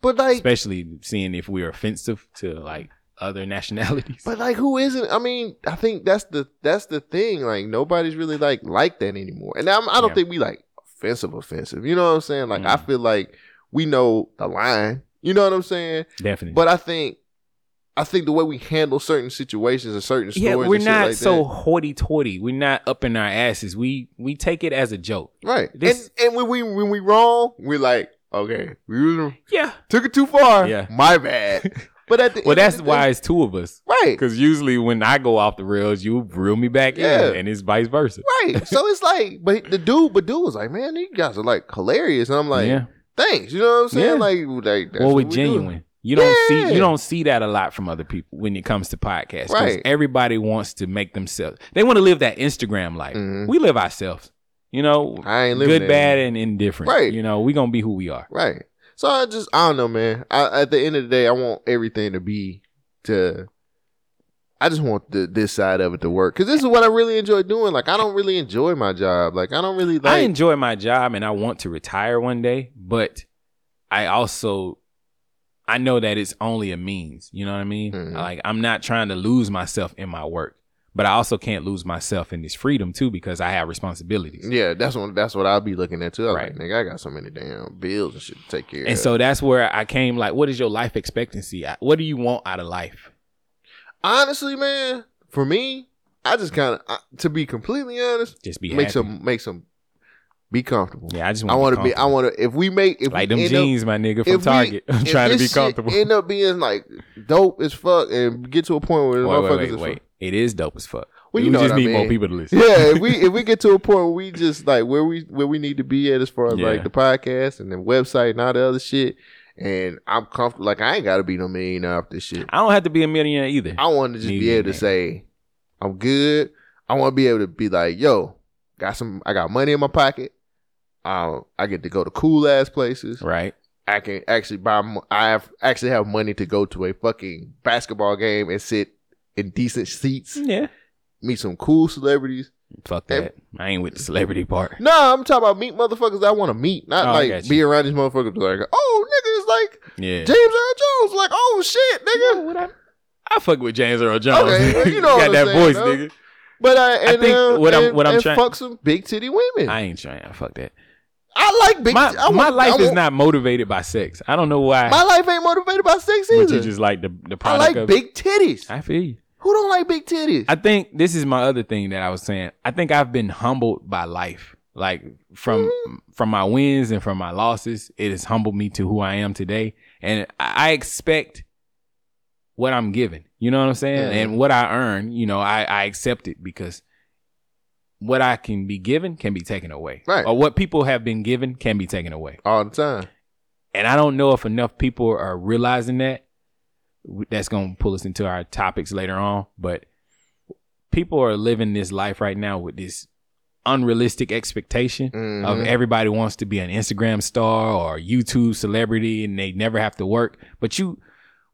[SPEAKER 1] But like,
[SPEAKER 2] especially seeing if we're offensive to like other nationalities.
[SPEAKER 1] But like, who isn't? I mean, I think that's the that's the thing. Like, nobody's really like like that anymore. And I'm, I don't
[SPEAKER 2] Yeah.
[SPEAKER 1] think we like offensive, offensive. You know what I'm saying? Like, I
[SPEAKER 2] Mhm.
[SPEAKER 1] feel like we know the line. You know what I'm saying?
[SPEAKER 2] Definitely.
[SPEAKER 1] But I think, I think the way we handle certain situations and certain stories,
[SPEAKER 2] yeah, we're
[SPEAKER 1] and shit
[SPEAKER 2] not
[SPEAKER 1] like
[SPEAKER 2] so hoity-toity. We're not up in our asses. We we take it as a joke.
[SPEAKER 1] that. right.
[SPEAKER 2] this-
[SPEAKER 1] and and when we when we wrong, we're like, okay, we
[SPEAKER 2] Yeah.
[SPEAKER 1] took it too far.
[SPEAKER 2] Yeah.
[SPEAKER 1] my bad. But at the
[SPEAKER 2] Well,
[SPEAKER 1] end of
[SPEAKER 2] that's
[SPEAKER 1] the
[SPEAKER 2] why
[SPEAKER 1] day-
[SPEAKER 2] it's two of us.
[SPEAKER 1] right?
[SPEAKER 2] Because usually when I go off the rails, you reel me back
[SPEAKER 1] Yeah.
[SPEAKER 2] in, and it's vice versa.
[SPEAKER 1] Right. So it's like, but the dude, but dude was like, man, these guys are like hilarious. And I'm like,
[SPEAKER 2] yeah.
[SPEAKER 1] thanks. You know what I'm saying?
[SPEAKER 2] Yeah.
[SPEAKER 1] Like, like that's
[SPEAKER 2] Well,
[SPEAKER 1] what
[SPEAKER 2] we're
[SPEAKER 1] we do.
[SPEAKER 2] genuine. You don't
[SPEAKER 1] Yeah.
[SPEAKER 2] see you don't see that a lot from other people when it comes to podcasts. 'cause
[SPEAKER 1] Right.
[SPEAKER 2] Everybody wants to make themselves. They want to live that Instagram life.
[SPEAKER 1] Mhm.
[SPEAKER 2] We live ourselves. You know,
[SPEAKER 1] I ain't living
[SPEAKER 2] good,
[SPEAKER 1] that
[SPEAKER 2] bad,
[SPEAKER 1] way.
[SPEAKER 2] and indifferent.
[SPEAKER 1] Right.
[SPEAKER 2] You know, we gonna be who we are.
[SPEAKER 1] Right. So I just I don't know, man. I, at the end of the day, I want everything to be to. I just want the, this side of it to work because this is what I really enjoy doing. Like I don't really enjoy my job. Like I don't really like.
[SPEAKER 2] I enjoy my job and I want to retire one day, but I also I know that it's only a means. You know what I mean?
[SPEAKER 1] Mhm.
[SPEAKER 2] Like I'm not trying to lose myself in my work, but I also can't lose myself in this freedom too because I have responsibilities.
[SPEAKER 1] yeah, that's what that's what I'll be looking at too. I'm
[SPEAKER 2] Right.
[SPEAKER 1] Like, nigga, I got so many damn bills and shit to take care
[SPEAKER 2] And
[SPEAKER 1] of.
[SPEAKER 2] so that's where I came. Like, what is your life expectancy? I- What do you want out of life?
[SPEAKER 1] honestly, man, for me, I just kind of to be completely honest,
[SPEAKER 2] Just be
[SPEAKER 1] make
[SPEAKER 2] happy.
[SPEAKER 1] some make some be comfortable.
[SPEAKER 2] Yeah, I just
[SPEAKER 1] I
[SPEAKER 2] want
[SPEAKER 1] want
[SPEAKER 2] to
[SPEAKER 1] to be. I
[SPEAKER 2] comfortable.
[SPEAKER 1] want to. If we make if
[SPEAKER 2] like
[SPEAKER 1] we
[SPEAKER 2] them
[SPEAKER 1] end up-
[SPEAKER 2] jeans, my nigga from
[SPEAKER 1] if we-
[SPEAKER 2] Target. I'm
[SPEAKER 1] if
[SPEAKER 2] trying to be
[SPEAKER 1] this shit
[SPEAKER 2] comfortable. Wait,
[SPEAKER 1] End up being like dope as fuck and get to a point where the
[SPEAKER 2] wait,
[SPEAKER 1] motherfuckers
[SPEAKER 2] wait,
[SPEAKER 1] is
[SPEAKER 2] wait. It is dope as fuck.
[SPEAKER 1] Well,
[SPEAKER 2] we
[SPEAKER 1] you know
[SPEAKER 2] just
[SPEAKER 1] what I
[SPEAKER 2] need more
[SPEAKER 1] mean.
[SPEAKER 2] people to listen.
[SPEAKER 1] yeah, if we if we get to a point where we just like where we where we need to be at as far as
[SPEAKER 2] Yeah.
[SPEAKER 1] like the podcast and the website and all the other shit, and I'm comfortable. Like I ain't got to be no millionaire off this shit.
[SPEAKER 2] I don't have to be a millionaire either.
[SPEAKER 1] I want to just be able
[SPEAKER 2] Millionaire.
[SPEAKER 1] to say I'm good. I want to be able to be like, yo, got some. I got money in my pocket. Uh, I get to go to cool ass places.
[SPEAKER 2] right?
[SPEAKER 1] I can actually buy. mo- I have actually have money to go to a fucking basketball game and sit in decent seats,
[SPEAKER 2] Yeah.
[SPEAKER 1] meet some cool celebrities.
[SPEAKER 2] Fuck
[SPEAKER 1] Hey.
[SPEAKER 2] that. I ain't with the celebrity part.
[SPEAKER 1] No, I'm talking about meet motherfuckers that I want to meet, not
[SPEAKER 2] Oh, I got
[SPEAKER 1] like
[SPEAKER 2] you.
[SPEAKER 1] be around these motherfuckers. Like, oh nigga, it's like
[SPEAKER 2] Yeah.
[SPEAKER 1] James Earl Jones. Like, oh shit, nigga.
[SPEAKER 2] I fuck with James Earl Jones.
[SPEAKER 1] Okay, well, you know
[SPEAKER 2] got
[SPEAKER 1] what
[SPEAKER 2] that
[SPEAKER 1] I'm saying,
[SPEAKER 2] voice,
[SPEAKER 1] though.
[SPEAKER 2] nigga.
[SPEAKER 1] But I and,
[SPEAKER 2] think
[SPEAKER 1] uh,
[SPEAKER 2] what I'm-
[SPEAKER 1] and-
[SPEAKER 2] what I'm
[SPEAKER 1] and
[SPEAKER 2] trying-
[SPEAKER 1] fuck some big titty women.
[SPEAKER 2] I
[SPEAKER 1] I,
[SPEAKER 2] ain't trying. Fuck that.
[SPEAKER 1] like big.
[SPEAKER 2] My
[SPEAKER 1] I want-
[SPEAKER 2] my
[SPEAKER 1] I
[SPEAKER 2] life is
[SPEAKER 1] want-
[SPEAKER 2] not motivated by sex. I don't know why.
[SPEAKER 1] My life ain't motivated by sex
[SPEAKER 2] but you
[SPEAKER 1] either.
[SPEAKER 2] just like the the
[SPEAKER 1] I
[SPEAKER 2] product
[SPEAKER 1] like
[SPEAKER 2] of.
[SPEAKER 1] big titties.
[SPEAKER 2] I feel you.
[SPEAKER 1] Who don't like big titties?
[SPEAKER 2] I think this is my other thing that I was saying. I think I've been humbled by life. Like from from my wins and from my losses, it has humbled me to who I am today. And I I expect what I'm given. You know what I'm saying?
[SPEAKER 1] Mhm.
[SPEAKER 2] And what I earn, you know, I, I accept it because what I can be given can be taken away.
[SPEAKER 1] Right.
[SPEAKER 2] Or what people have been given can be taken away.
[SPEAKER 1] All the time.
[SPEAKER 2] And I don't know if enough people are realizing that. That's going to pull us into our topics later on. But people are living this life right now with this unrealistic expectation of
[SPEAKER 1] Mhm.
[SPEAKER 2] everybody wants to be an Instagram star or YouTube celebrity and they never have to work. But you,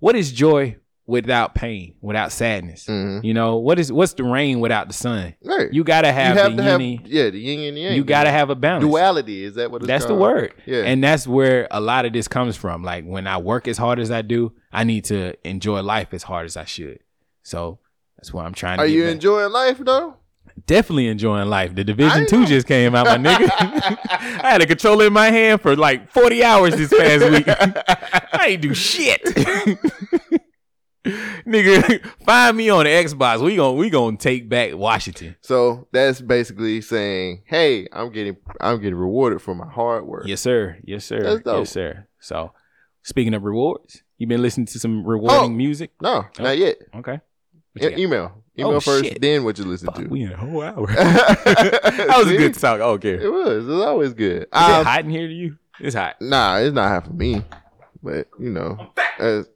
[SPEAKER 2] what is joy without pain, without sadness?
[SPEAKER 1] Mhm.
[SPEAKER 2] You know, what is, what's the rain without the sun?
[SPEAKER 1] Right.
[SPEAKER 2] You got to have
[SPEAKER 1] you have to
[SPEAKER 2] the
[SPEAKER 1] have
[SPEAKER 2] uni.
[SPEAKER 1] yeah the yin and yang.
[SPEAKER 2] You got to have a balance.
[SPEAKER 1] duality. Is that what it's
[SPEAKER 2] That's the
[SPEAKER 1] called?
[SPEAKER 2] word.
[SPEAKER 1] Yeah.
[SPEAKER 2] And that's where a lot of this comes from. Like when I work as hard as I do, I need to enjoy life as hard as I should. So that's what I'm trying to
[SPEAKER 1] Are
[SPEAKER 2] get
[SPEAKER 1] you
[SPEAKER 2] back.
[SPEAKER 1] enjoying life though?
[SPEAKER 2] definitely enjoying life. The
[SPEAKER 1] I
[SPEAKER 2] division two
[SPEAKER 1] know.
[SPEAKER 2] just came out, my nigga. I had a controller in my hand for like 40 hours this past week. I ain't do shit. nigga, find me on the Xbox. We gon' we gonna take back Washington.
[SPEAKER 1] So that's basically saying, hey, I'm getting I'm getting rewarded for my hard work.
[SPEAKER 2] Yes, sir. Yes, sir.
[SPEAKER 1] That's dope.
[SPEAKER 2] Yes, sir. So, speaking of rewards, you been listening to some rewarding
[SPEAKER 1] Oh.
[SPEAKER 2] music?
[SPEAKER 1] No,
[SPEAKER 2] Oh,
[SPEAKER 1] not yet.
[SPEAKER 2] Okay. What you
[SPEAKER 1] E-
[SPEAKER 2] got?
[SPEAKER 1] email. Email
[SPEAKER 2] Oh,
[SPEAKER 1] first,
[SPEAKER 2] shit.
[SPEAKER 1] then what you listen
[SPEAKER 2] Fuck,
[SPEAKER 1] to.
[SPEAKER 2] we in a whole hour. that
[SPEAKER 1] that
[SPEAKER 2] was a good talk. I don't care. Is
[SPEAKER 1] It was. It was always good.
[SPEAKER 2] it
[SPEAKER 1] Um,
[SPEAKER 2] hot in here to you? It's hot.
[SPEAKER 1] nah, it's not hot for me. But you know. as-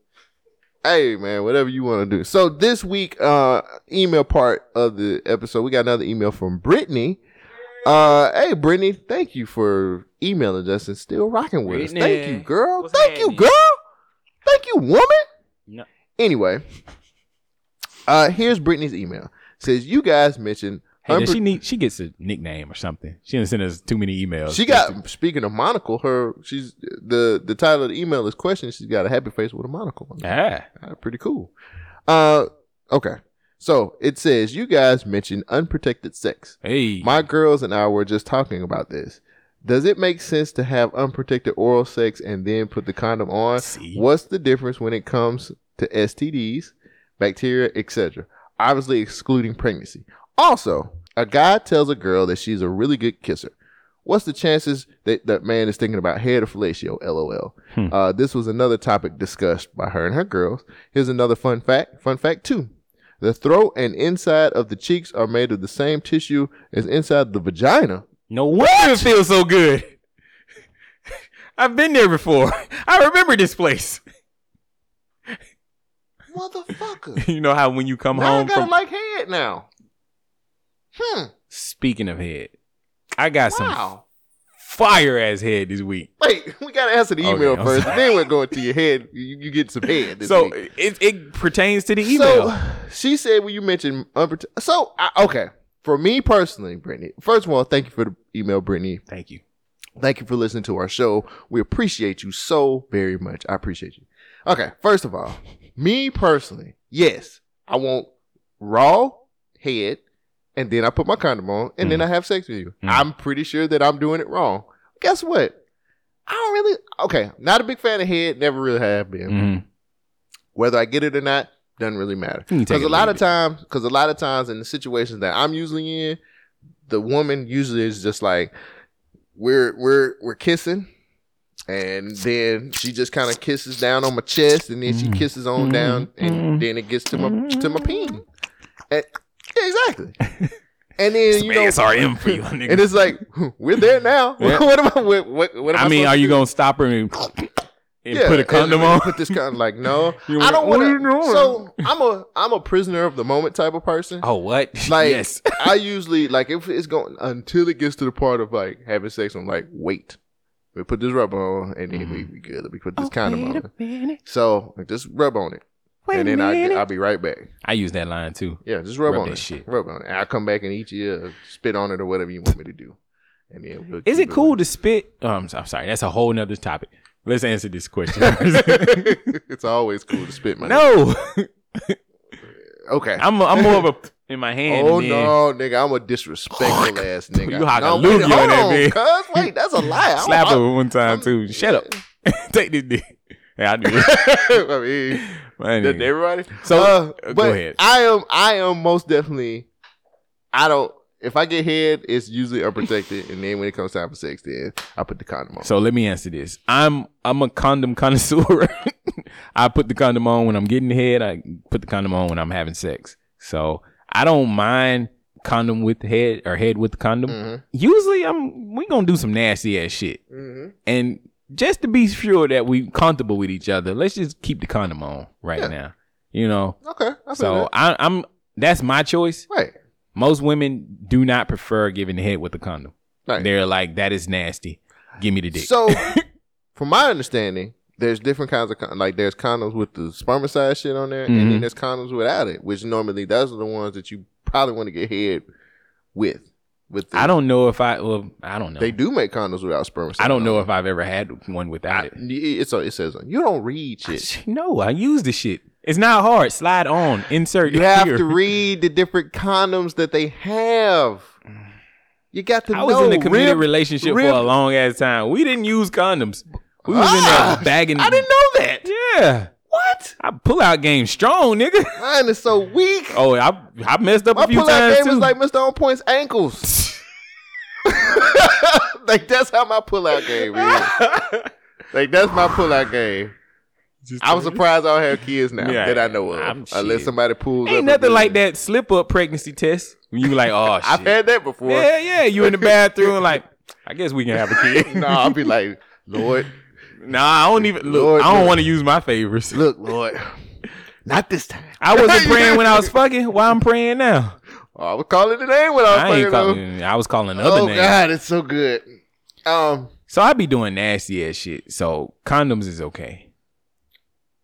[SPEAKER 1] hey man, whatever you want to do. So this week, uh email part of the episode, we got another email from Brittany. Uh hey Brittany, thank you for emailing us and still rocking with us. Thank
[SPEAKER 2] Brittany,
[SPEAKER 1] you, girl.
[SPEAKER 2] what's
[SPEAKER 1] Thank you,
[SPEAKER 2] happening?
[SPEAKER 1] girl. Thank you, woman.
[SPEAKER 2] No.
[SPEAKER 1] Anyway, uh here's Brittany's email. Says you guys mentioned
[SPEAKER 2] Hey, does
[SPEAKER 1] Humber-
[SPEAKER 2] she need she gets a nickname or something. She didn't send us too many emails.
[SPEAKER 1] She got speaking of monocle, her she's the the title of the email is question. She's got a happy face with a monocle. On it.
[SPEAKER 2] ah.
[SPEAKER 1] Uh, pretty cool. Uh, okay. So it says you guys mentioned unprotected sex.
[SPEAKER 2] Hey,
[SPEAKER 1] My girls and I were just talking about this. Does it make sense to have unprotected oral sex and then put the condom on?
[SPEAKER 2] See?
[SPEAKER 1] What's the difference when it comes to STDs, bacteria, etc.? Obviously, excluding pregnancy. Also, a guy tells a girl that she's a really good kisser. What's the chances that that man is thinking about head or fellatio? LOL.
[SPEAKER 2] Hmm.
[SPEAKER 1] Uh, this was another topic discussed by her and her girls. Here's another fun fact. Fun fact two. The throat and inside of the cheeks are made of the same tissue as inside the vagina.
[SPEAKER 2] no wonder it feels so good. I've been there before. I remember this place.
[SPEAKER 1] Motherfucker.
[SPEAKER 2] you know how when you come
[SPEAKER 1] now I
[SPEAKER 2] home
[SPEAKER 1] gotta
[SPEAKER 2] from
[SPEAKER 1] like head now. Hmm.
[SPEAKER 2] speaking of head, I got some
[SPEAKER 1] Wow.
[SPEAKER 2] fire ass head this week.
[SPEAKER 1] Wait, we gotta answer the
[SPEAKER 2] Okay,
[SPEAKER 1] email
[SPEAKER 2] I'm
[SPEAKER 1] first.
[SPEAKER 2] sorry.
[SPEAKER 1] Then we're going to your head. You, you get some head. This
[SPEAKER 2] So
[SPEAKER 1] week.
[SPEAKER 2] it, it pertains to the email.
[SPEAKER 1] So she said when you mentioned unprote- so I, okay for me personally, Brittany. First of all, thank you for the email, Brittany.
[SPEAKER 2] Thank you.
[SPEAKER 1] Thank you for listening to our show. We appreciate you so very much. I appreciate you. Okay, first of all, me personally, yes, I want raw head, and then I put my condom on, and then I have sex with you.
[SPEAKER 2] Mm.
[SPEAKER 1] I'm pretty sure that I'm doing it wrong. Guess what? I don't really. Okay, not a big fan of head. Never really have been
[SPEAKER 2] Mhm.
[SPEAKER 1] whether I get it or not doesn't really matter.
[SPEAKER 2] You can take
[SPEAKER 1] Because
[SPEAKER 2] it
[SPEAKER 1] a
[SPEAKER 2] or
[SPEAKER 1] lot
[SPEAKER 2] leave
[SPEAKER 1] of times, because a lot of times in the situations that I'm usually in, the woman usually is just like, we're we're we're kissing, and then she just kind of kisses down on my chest, and then she
[SPEAKER 2] Mm.
[SPEAKER 1] kisses on
[SPEAKER 2] Mm.
[SPEAKER 1] down, and
[SPEAKER 2] Mm.
[SPEAKER 1] then it gets to my to my
[SPEAKER 2] Mm-hmm.
[SPEAKER 1] peen. And- yeah, exactly. And then you know,
[SPEAKER 2] It's RM for you, nigga.
[SPEAKER 1] and it's like we're there now.
[SPEAKER 2] Yeah.
[SPEAKER 1] what am I? What, what, what am
[SPEAKER 2] I
[SPEAKER 1] I
[SPEAKER 2] mean,
[SPEAKER 1] supposed
[SPEAKER 2] are
[SPEAKER 1] to
[SPEAKER 2] you
[SPEAKER 1] do?
[SPEAKER 2] gonna stop her and, and
[SPEAKER 1] Yeah,
[SPEAKER 2] put a
[SPEAKER 1] and-
[SPEAKER 2] condom
[SPEAKER 1] and
[SPEAKER 2] on?
[SPEAKER 1] Put this condom. Like no,
[SPEAKER 2] You
[SPEAKER 1] I don't want
[SPEAKER 2] like, "What are you
[SPEAKER 1] to.
[SPEAKER 2] doing?"
[SPEAKER 1] So I'm a I'm a prisoner of the moment type of person.
[SPEAKER 2] Oh, what?
[SPEAKER 1] Like
[SPEAKER 2] yes.
[SPEAKER 1] I usually like if it's going until it gets to the part of like having sex. I'm like, wait, we put this rubber on and then
[SPEAKER 2] Mm-hmm.
[SPEAKER 1] we, we good. We put this condom on. So just rub on it, and then I I'll be right back.
[SPEAKER 2] I use that line too.
[SPEAKER 1] Yeah, just rub,
[SPEAKER 2] Rub
[SPEAKER 1] on
[SPEAKER 2] that
[SPEAKER 1] it.
[SPEAKER 2] shit.
[SPEAKER 1] Rub on it. I'll come back and eat you, or spit on it, or whatever you want me to do. And then we'll
[SPEAKER 2] Is
[SPEAKER 1] keep
[SPEAKER 2] it cool
[SPEAKER 1] going.
[SPEAKER 2] to spit? Oh, I'm, so- I'm sorry. That's a whole nother topic. Let's answer this question.
[SPEAKER 1] it's always cool to spit my
[SPEAKER 2] no,
[SPEAKER 1] Okay.
[SPEAKER 2] I'm I'm more of a in my hand.
[SPEAKER 1] Oh
[SPEAKER 2] and then-
[SPEAKER 1] no, nigga! I'm a disrespectful ass nigga.
[SPEAKER 2] You hocked
[SPEAKER 1] no,
[SPEAKER 2] a loogie
[SPEAKER 1] hold
[SPEAKER 2] on that
[SPEAKER 1] on,
[SPEAKER 2] bitch.
[SPEAKER 1] cuz. Wait, that's a lie. I
[SPEAKER 2] Slap
[SPEAKER 1] don't-
[SPEAKER 2] her one time too. Shut up. Take this dick. Yeah, I do.
[SPEAKER 1] I mean, that-
[SPEAKER 2] it.
[SPEAKER 1] everybody.
[SPEAKER 2] So,
[SPEAKER 1] Uh,
[SPEAKER 2] uh,
[SPEAKER 1] but
[SPEAKER 2] go ahead.
[SPEAKER 1] I am, I am most definitely. I don't. If I get head, it's usually unprotected, and then when it comes time for sex, then I put the condom on.
[SPEAKER 2] So let me answer this. I'm I'm a condom connoisseur. I put the condom on when I'm getting head. I put the condom on when I'm having sex. So I don't mind condom with the head or head with the condom.
[SPEAKER 1] Mhm.
[SPEAKER 2] Usually I'm we gonna do some nasty ass shit.
[SPEAKER 1] Mhm.
[SPEAKER 2] And just to be sure that we comfortable with each other, let's just keep the condom on right
[SPEAKER 1] Yeah.
[SPEAKER 2] now. You know.
[SPEAKER 1] Okay, I feel
[SPEAKER 2] So
[SPEAKER 1] that.
[SPEAKER 2] I, I'm that's my choice.
[SPEAKER 1] Right,
[SPEAKER 2] Most women do not prefer giving the head with the condom.
[SPEAKER 1] right.
[SPEAKER 2] They're like that is nasty. Give me the dick.
[SPEAKER 1] So, from my understanding, there's different kinds of con- like there's condoms with the spermicide shit on there, and then
[SPEAKER 2] Mhm.
[SPEAKER 1] there's condoms without it, which normally those are the ones that you probably want to get head with. With the,
[SPEAKER 2] I don't know if I. Well, I don't know.
[SPEAKER 1] They do make condoms without spermicide.
[SPEAKER 2] I don't know
[SPEAKER 1] on
[SPEAKER 2] if I've ever had one without
[SPEAKER 1] it. I- It's it says on. You don't read shit.
[SPEAKER 2] it. No, I use the shit. It's not hard. Slide on. Insert.
[SPEAKER 1] You have
[SPEAKER 2] here.
[SPEAKER 1] to read the different condoms that they have. You got to
[SPEAKER 2] I was
[SPEAKER 1] know.
[SPEAKER 2] in a committed
[SPEAKER 1] Rib-
[SPEAKER 2] relationship
[SPEAKER 1] rib-
[SPEAKER 2] for a long ass time. We didn't use condoms. We was
[SPEAKER 1] Ah,
[SPEAKER 2] in there bagging.
[SPEAKER 1] I didn't know that.
[SPEAKER 2] Yeah.
[SPEAKER 1] What?
[SPEAKER 2] I pull out game strong, nigga.
[SPEAKER 1] Mine is so weak.
[SPEAKER 2] Oh, I I messed up
[SPEAKER 1] My
[SPEAKER 2] a few
[SPEAKER 1] pull out
[SPEAKER 2] times
[SPEAKER 1] game
[SPEAKER 2] too.
[SPEAKER 1] was like Mr. On Point's ankles. like that's how my pull out game is. Like that's my pull out game. I'm surprised I don't have kids now
[SPEAKER 2] Yeah,
[SPEAKER 1] that I know of.
[SPEAKER 2] I'm-
[SPEAKER 1] unless
[SPEAKER 2] shit.
[SPEAKER 1] somebody pulls up.
[SPEAKER 2] Ain't
[SPEAKER 1] and
[SPEAKER 2] nothing
[SPEAKER 1] do
[SPEAKER 2] like that slip up pregnancy test. When you were like, oh shit.
[SPEAKER 1] I've had that before.
[SPEAKER 2] yeah, yeah. You in the bathroom like. I guess we can have a kid.
[SPEAKER 1] no, I'll be like, Lord,
[SPEAKER 2] Nah, I don't even look.
[SPEAKER 1] Lord,
[SPEAKER 2] I don't
[SPEAKER 1] look.
[SPEAKER 2] want to use my favors.
[SPEAKER 1] look, Lord, not this time.
[SPEAKER 2] I wasn't praying when I was fucking. Why I'm praying now?
[SPEAKER 1] Oh, I was calling the name when I was
[SPEAKER 2] I
[SPEAKER 1] fucking
[SPEAKER 2] ain't
[SPEAKER 1] though.
[SPEAKER 2] calling. I was calling other
[SPEAKER 1] Oh
[SPEAKER 2] names.
[SPEAKER 1] God, it's so good. Um,
[SPEAKER 2] So I be doing nasty ass shit. So condoms is okay.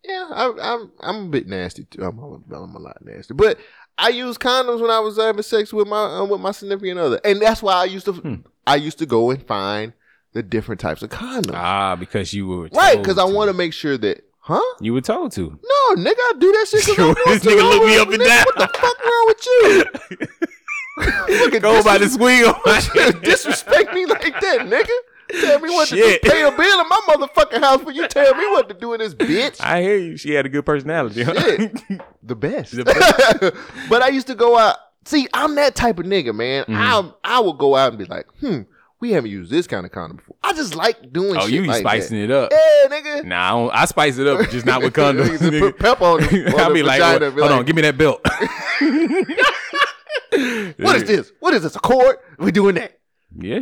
[SPEAKER 1] yeah, I'm, I'm, I'm a bit nasty too. I'm, a- I'm a lot nasty, but I used condoms when I was having sex with my uh, with my significant other, and that's why I used to
[SPEAKER 2] Hmm.
[SPEAKER 1] I used to go and find the different types of condoms.
[SPEAKER 2] Ah, because you were
[SPEAKER 1] Right,
[SPEAKER 2] told
[SPEAKER 1] because I
[SPEAKER 2] to.
[SPEAKER 1] want to make sure that, huh?
[SPEAKER 2] You were told to.
[SPEAKER 1] No, nigga, I do that shit because I
[SPEAKER 2] Yo,
[SPEAKER 1] want
[SPEAKER 2] this
[SPEAKER 1] to.
[SPEAKER 2] nigga
[SPEAKER 1] I
[SPEAKER 2] look me
[SPEAKER 1] want-
[SPEAKER 2] up and
[SPEAKER 1] nigga,
[SPEAKER 2] down.
[SPEAKER 1] What the fuck wrong with you? Look at
[SPEAKER 2] Go
[SPEAKER 1] this-
[SPEAKER 2] by the squeal.
[SPEAKER 1] disrespect me like that, nigga. Tell me what
[SPEAKER 2] Shit.
[SPEAKER 1] to do. Pay a bill in my motherfucking house when you tell me what to do in this bitch.
[SPEAKER 2] I hear you. She had a good personality. huh?
[SPEAKER 1] Shit. The best.
[SPEAKER 2] The
[SPEAKER 1] but I used to go out. See, I'm that type of nigga, man.
[SPEAKER 2] Mm-hmm.
[SPEAKER 1] I'm I will go out and be like, hmm, we haven't used this kind of condom before. I just like doing
[SPEAKER 2] oh,
[SPEAKER 1] shit.
[SPEAKER 2] you be
[SPEAKER 1] like
[SPEAKER 2] spicing it up.
[SPEAKER 1] that. Yeah, nigga.
[SPEAKER 2] Nah, I, don't, I spice it up, just not with condoms.
[SPEAKER 1] Just
[SPEAKER 2] nigga.
[SPEAKER 1] put pepper on the- on
[SPEAKER 2] I'll
[SPEAKER 1] the
[SPEAKER 2] be like,
[SPEAKER 1] vagina,
[SPEAKER 2] "Well,
[SPEAKER 1] be
[SPEAKER 2] hold
[SPEAKER 1] like-
[SPEAKER 2] on, give me that belt. Mm-hmm.
[SPEAKER 1] What is this? What is this? A cord? We doing that.
[SPEAKER 2] Yeah.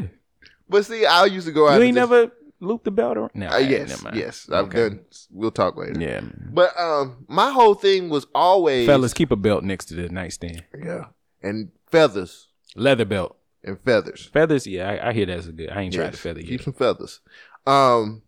[SPEAKER 1] But see, I used to go out
[SPEAKER 2] You
[SPEAKER 1] and
[SPEAKER 2] ain't
[SPEAKER 1] just-
[SPEAKER 2] never looped the belt around? No,
[SPEAKER 1] Uh, yes,
[SPEAKER 2] never mind.
[SPEAKER 1] yes. I've
[SPEAKER 2] Okay.
[SPEAKER 1] done we'll talk later.
[SPEAKER 2] Yeah.
[SPEAKER 1] But um, my whole thing was always
[SPEAKER 2] Fellas, keep a belt next to the nightstand.
[SPEAKER 1] yeah, and feathers
[SPEAKER 2] Leather belt.
[SPEAKER 1] and feathers.
[SPEAKER 2] Feathers, yeah, I, I hear that's a good. I ain't tried the
[SPEAKER 1] Yes,
[SPEAKER 2] feather
[SPEAKER 1] Keep
[SPEAKER 2] yet.
[SPEAKER 1] some feathers. Um,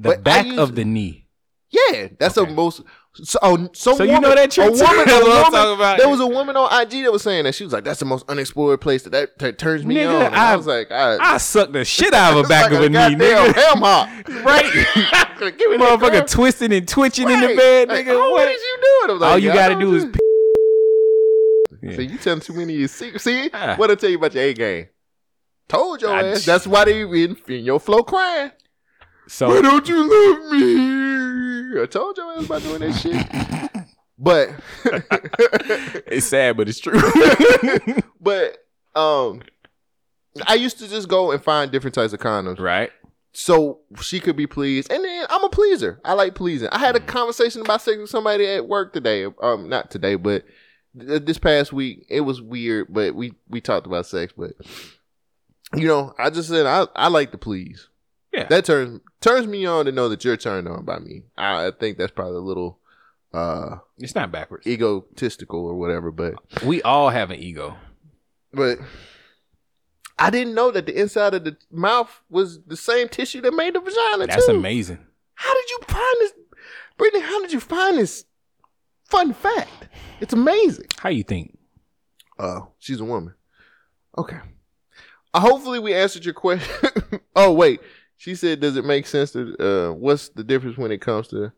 [SPEAKER 2] The
[SPEAKER 1] But I
[SPEAKER 2] back
[SPEAKER 1] use-
[SPEAKER 2] of the knee.
[SPEAKER 1] yeah, that's
[SPEAKER 2] Okay.
[SPEAKER 1] the most. So, oh, some
[SPEAKER 2] So you
[SPEAKER 1] woman,
[SPEAKER 2] know that trick
[SPEAKER 1] a
[SPEAKER 2] too.
[SPEAKER 1] woman, a
[SPEAKER 2] That's what I'm
[SPEAKER 1] woman-
[SPEAKER 2] talking about.
[SPEAKER 1] There was a woman on IG that was saying that she was like, "That's the most unexplored place that that, that turns me
[SPEAKER 2] Nigga,
[SPEAKER 1] on." And I,
[SPEAKER 2] I-
[SPEAKER 1] was like, "I,
[SPEAKER 2] I sucked the shit out of
[SPEAKER 1] it's
[SPEAKER 2] a back
[SPEAKER 1] like "Oh,
[SPEAKER 2] of a knee,
[SPEAKER 1] goddamn
[SPEAKER 2] nigga.
[SPEAKER 1] Ham hock,
[SPEAKER 2] Right.
[SPEAKER 1] Give me that
[SPEAKER 2] Motherfucker
[SPEAKER 1] crap.
[SPEAKER 2] twisting and twitching in the
[SPEAKER 1] Right.
[SPEAKER 2] bed,
[SPEAKER 1] Like,
[SPEAKER 2] nigga.
[SPEAKER 1] oh,
[SPEAKER 2] what?
[SPEAKER 1] what is you doing? I'm like,
[SPEAKER 2] All you
[SPEAKER 1] "Yeah, I
[SPEAKER 2] gotta
[SPEAKER 1] know
[SPEAKER 2] do is.
[SPEAKER 1] this."
[SPEAKER 2] p-
[SPEAKER 1] See, you telling too many of your secrets. See,
[SPEAKER 2] Ah.
[SPEAKER 1] what I tell you about your A game? Told your
[SPEAKER 2] I-
[SPEAKER 1] ass. That's why they in, in your flow crying. Why
[SPEAKER 2] So
[SPEAKER 1] don't you love me? I told your ass about doing that shit. But,
[SPEAKER 2] it's sad, but it's true.
[SPEAKER 1] but, um, I used to just go and find different types of condoms.
[SPEAKER 2] right.
[SPEAKER 1] so she could be pleased. And then I'm a pleaser. I like pleasing. I
[SPEAKER 2] Mm.
[SPEAKER 1] had a conversation about sex with somebody at work today. Um, not today, but th- this past week. It was weird, but we we talked about sex. But you know, I just said I I like to please.
[SPEAKER 2] Yeah.
[SPEAKER 1] that turns turns me on to know that you're turned on by me. I, I think that's probably a little uh
[SPEAKER 2] It's not backwards.
[SPEAKER 1] egotistical or whatever, but
[SPEAKER 2] We all have an ego.
[SPEAKER 1] but. I didn't know that the inside of the mouth was the same tissue that made the vagina.
[SPEAKER 2] That's
[SPEAKER 1] too.
[SPEAKER 2] amazing.
[SPEAKER 1] How did you find this, Brittany? How did you find this fun fact? It's amazing.
[SPEAKER 2] How you think?
[SPEAKER 1] Oh, she's a woman. Okay. Uh, hopefully, we answered your question. oh wait, she said, "Does it make sense to uh, what's the difference when it comes to?"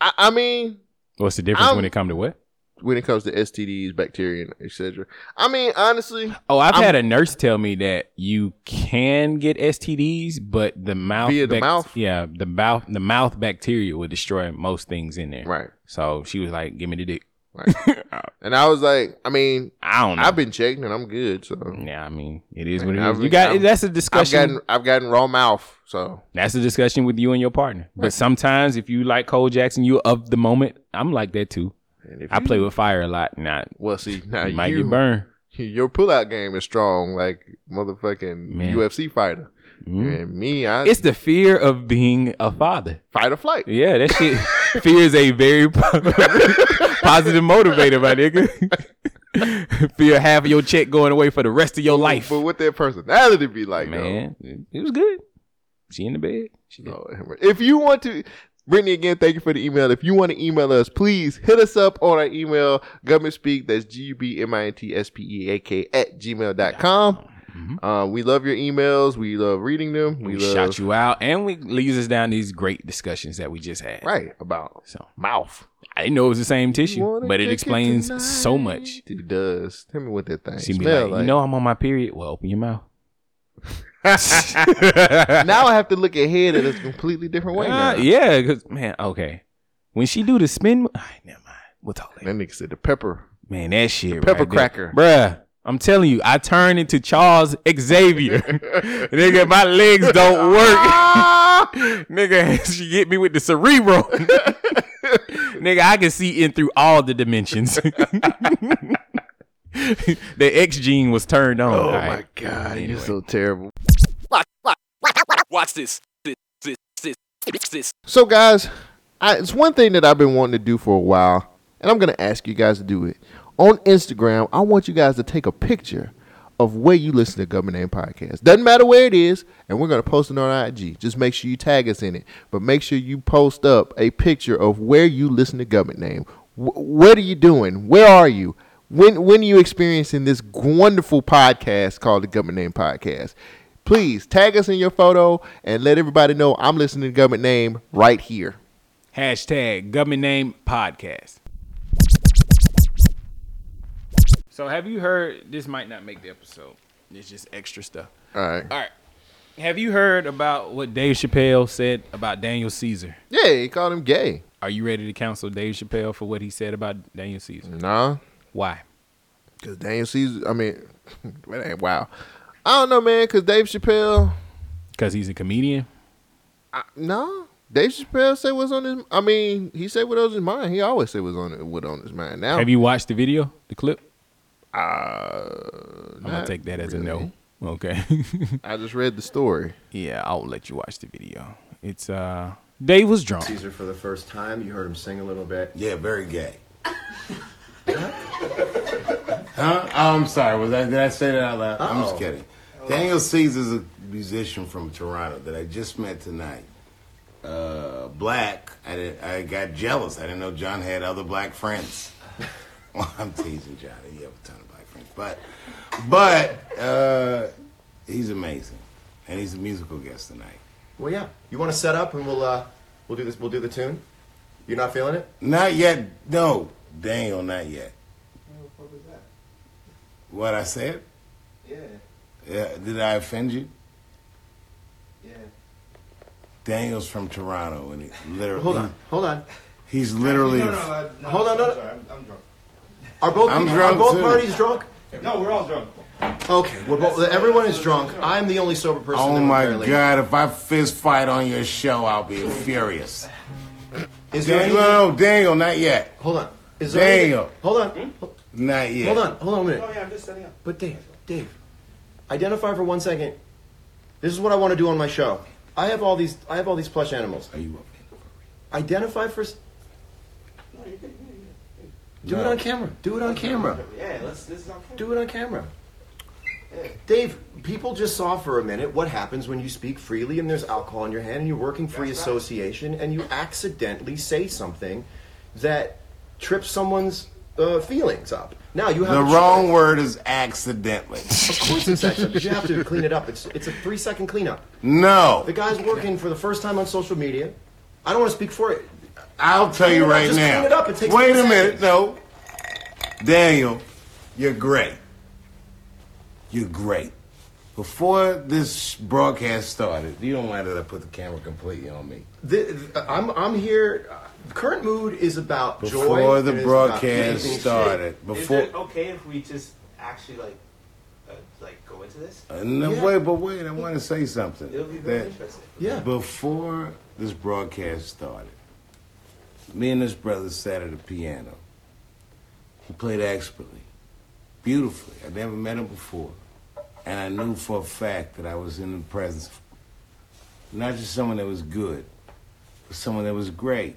[SPEAKER 1] I, I mean,
[SPEAKER 2] What's the difference
[SPEAKER 1] I'm-
[SPEAKER 2] when it come to what?
[SPEAKER 1] when it comes to STDs, bacteria, etc. I mean, honestly,
[SPEAKER 2] Oh, I've
[SPEAKER 1] I'm-
[SPEAKER 2] had a nurse tell me that you can get STDs, but the mouth
[SPEAKER 1] Via the mouth?
[SPEAKER 2] Yeah, the mouth the mouth bacteria will destroy most things in there.
[SPEAKER 1] right,
[SPEAKER 2] So she was like, "Give me the dick."
[SPEAKER 1] right.
[SPEAKER 2] Oh.
[SPEAKER 1] and I was like, I mean,
[SPEAKER 2] I don't know.
[SPEAKER 1] I've been checking and I'm good, so
[SPEAKER 2] yeah, I mean, it is
[SPEAKER 1] Man,
[SPEAKER 2] what it is.
[SPEAKER 1] I've-
[SPEAKER 2] you got
[SPEAKER 1] I've-
[SPEAKER 2] that's a
[SPEAKER 1] I've
[SPEAKER 2] discussion.
[SPEAKER 1] gotten I've gotten raw mouth, so
[SPEAKER 2] that's a discussion with you and your partner. But sometimes, if you like Cole Jackson, you of the moment. I'm like that too.
[SPEAKER 1] and if
[SPEAKER 2] I
[SPEAKER 1] you-
[SPEAKER 2] play with fire a lot. Now,
[SPEAKER 1] Well, see, now
[SPEAKER 2] you might
[SPEAKER 1] you
[SPEAKER 2] get burned.
[SPEAKER 1] your pullout game is strong, like motherfucking
[SPEAKER 2] Man.
[SPEAKER 1] UFC fighter.
[SPEAKER 2] Mm.
[SPEAKER 1] And me, I
[SPEAKER 2] It's the fear of being a father.
[SPEAKER 1] fight or flight.
[SPEAKER 2] Yeah, that shit. fear is a very po- positive motivator, my nigga. fear half of your check going away for the rest of your life.
[SPEAKER 1] But what their personality be like,
[SPEAKER 2] Man, it- it was good. She in the bed. She
[SPEAKER 1] though. So, If you want to, Brittany, again, thank you for the email. If you want to email us, please hit us up on our email, government speak. That's G U B M I N T S P E A K at gmail.com.
[SPEAKER 2] Mhm.
[SPEAKER 1] Uh, we love your emails. We love reading them.
[SPEAKER 2] We
[SPEAKER 1] We, love,
[SPEAKER 2] shout you out, and we leads us down these great discussions that we just had.
[SPEAKER 1] Right, about
[SPEAKER 2] So
[SPEAKER 1] mouth.
[SPEAKER 2] I didn't know it was the same tissue,
[SPEAKER 1] Wanna
[SPEAKER 2] but it
[SPEAKER 1] kick
[SPEAKER 2] explains
[SPEAKER 1] tonight.
[SPEAKER 2] so much.
[SPEAKER 1] It does. Tell me what that thing
[SPEAKER 2] She be
[SPEAKER 1] smell
[SPEAKER 2] like,
[SPEAKER 1] like.
[SPEAKER 2] you know, I'm on my period. Well, open your mouth.
[SPEAKER 1] now I have to look ahead at it a completely different way.
[SPEAKER 2] Uh,
[SPEAKER 1] now.
[SPEAKER 2] yeah, because man, okay. When she do the spin, all right, never mind. We'll talk later.
[SPEAKER 1] That nigga said the pepper.
[SPEAKER 2] Man, that shit.
[SPEAKER 1] pepper
[SPEAKER 2] right there.
[SPEAKER 1] cracker.
[SPEAKER 2] bruh. I'm telling you, I turn into Charles Xavier. Nigga, my legs don't work. Nigga, she get me with the cerebral. Nigga, I can see in through all the dimensions. the X gene was turned on.
[SPEAKER 1] Oh
[SPEAKER 2] All
[SPEAKER 1] my
[SPEAKER 2] right.
[SPEAKER 1] god, you're
[SPEAKER 2] Anyway.
[SPEAKER 1] so terrible.
[SPEAKER 5] Watch this. This, this, this, this, this.
[SPEAKER 1] So guys, I, it's one thing that I've been wanting to do for a while, and I'm gonna ask you guys to do it on Instagram. I want you guys to take a picture of where you listen to Government Name Podcast. Doesn't matter where it is, and we're gonna post it on IG. Just make sure you tag us in it, but make sure you post up a picture of where you listen to Government Name. Wh- what are you doing? Where are you? When when are you experiencing this wonderful podcast called the Government Name Podcast? Please tag us in your photo and let everybody know I'm listening to Government Name right here.
[SPEAKER 2] Hashtag government name podcast. So have you heard this might not make the episode. It's just extra stuff.
[SPEAKER 1] All right.
[SPEAKER 2] All right. Have you heard about what Dave Chappelle said about Daniel Caesar?
[SPEAKER 1] Yeah, he called him gay.
[SPEAKER 2] Are you ready to counsel Dave Chappelle for what he said about Daniel Caesar?
[SPEAKER 1] Nah,
[SPEAKER 2] Why?
[SPEAKER 1] because Daniel Caesar. I mean, that ain't wow. I don't know, man. Because Dave Chappelle.
[SPEAKER 2] Because he's a comedian.
[SPEAKER 1] I, no, Dave Chappelle said what's on his. I mean, he said what was on his mind. He always said what's on what on his mind. Now,
[SPEAKER 2] Have you watched the video, the clip?
[SPEAKER 1] Oh. Uh,
[SPEAKER 2] I'm gonna take that as a no. Okay.
[SPEAKER 1] I just read the story.
[SPEAKER 2] yeah, I'll let you watch the video. It's uh, Dave was drunk.
[SPEAKER 6] Caesar for the first time. You heard him sing a little bit.
[SPEAKER 7] Yeah, very gay.
[SPEAKER 6] Huh? Oh, I'm sorry. Was I, did I say that out loud? I'm
[SPEAKER 1] Uh-oh.
[SPEAKER 6] just kidding. Daniel Caesar is a musician from Toronto that I just met tonight. Uh, black. I, did, I got jealous. I didn't know John had other black friends. Well, I'm teasing John. He have a ton of black friends, but but uh, he's amazing, and he's a musical guest tonight.
[SPEAKER 7] Well, yeah. You want to set up and we'll uh, we'll do this. We'll do the tune. You're not feeling it?
[SPEAKER 6] Not yet. No, Daniel, not yet. What I said? Yeah. Did I offend you?
[SPEAKER 7] Yeah.
[SPEAKER 6] Daniel's from Toronto, and he literally.
[SPEAKER 7] Hold on. Hold on.
[SPEAKER 6] He's literally.
[SPEAKER 7] no, Hold on, no, I'm no. sorry,
[SPEAKER 8] I'm, I'm drunk.
[SPEAKER 7] Are both
[SPEAKER 6] I'm
[SPEAKER 7] are
[SPEAKER 6] drunk,
[SPEAKER 7] both
[SPEAKER 6] too.
[SPEAKER 7] parties drunk?
[SPEAKER 8] No, we're all drunk.
[SPEAKER 7] Okay. We're both, everyone is drunk. I'm the only sober person. in
[SPEAKER 6] Oh
[SPEAKER 7] the room,
[SPEAKER 6] my
[SPEAKER 7] apparently.
[SPEAKER 6] God! If I fist fight on your show, I'll be furious.
[SPEAKER 7] Is there
[SPEAKER 6] Daniel,
[SPEAKER 7] any,
[SPEAKER 6] no, Daniel, not yet.
[SPEAKER 7] Hold on. Is there any-
[SPEAKER 6] Daniel.
[SPEAKER 7] hold on.
[SPEAKER 6] Not yet.
[SPEAKER 7] Hold on. Hold on a minute.
[SPEAKER 8] Oh yeah, I'm just setting up.
[SPEAKER 7] But Dave, Dave, identify for one second. This is what I want to do on my show. I have all these. I have all these plush animals.
[SPEAKER 6] Are you up?
[SPEAKER 7] Identify for. s- Do it on camera. Do it on camera.
[SPEAKER 8] Yeah, let's. This is okay.
[SPEAKER 7] Do it on camera. Dave, people just saw for a minute what happens when you speak freely and there's alcohol in your hand and you're working free association and you accidentally say something that trips someone's uh, feelings up. Now you have
[SPEAKER 6] The
[SPEAKER 7] a choice.
[SPEAKER 6] wrong word is accidentally.
[SPEAKER 7] Of course it's accident, but you have to clean it up. It's it's a three second cleanup.
[SPEAKER 6] No,
[SPEAKER 7] The guy's working for the first time on social media. I don't want to speak for it.
[SPEAKER 6] I'll tell
[SPEAKER 7] Clean it
[SPEAKER 6] you
[SPEAKER 7] up,
[SPEAKER 6] right
[SPEAKER 7] just
[SPEAKER 6] now.
[SPEAKER 7] clean it up, it takes
[SPEAKER 6] Wait a
[SPEAKER 7] ten seconds.
[SPEAKER 6] minute, no, Daniel, you're great. You're great. Before this broadcast started, you don't mind that I put the camera completely on me.
[SPEAKER 7] Th th- I'm I'm here. uh, Current mood is about joy.
[SPEAKER 6] Before the
[SPEAKER 7] and it's about
[SPEAKER 6] broadcast
[SPEAKER 7] amazing shit.
[SPEAKER 6] started, uh, before
[SPEAKER 8] Is it okay if we just actually like, uh, like go into this?
[SPEAKER 6] Uh, no,
[SPEAKER 7] Yeah.
[SPEAKER 6] wait, but wait, I want to say something.
[SPEAKER 8] It'll be very
[SPEAKER 6] That
[SPEAKER 8] interesting.
[SPEAKER 7] Yeah.
[SPEAKER 6] before this broadcast started, me and this brother sat at a piano. He played expertly, beautifully. I never met him before, and I knew for a fact that I was in the presence of not just someone that was good, but someone that was great.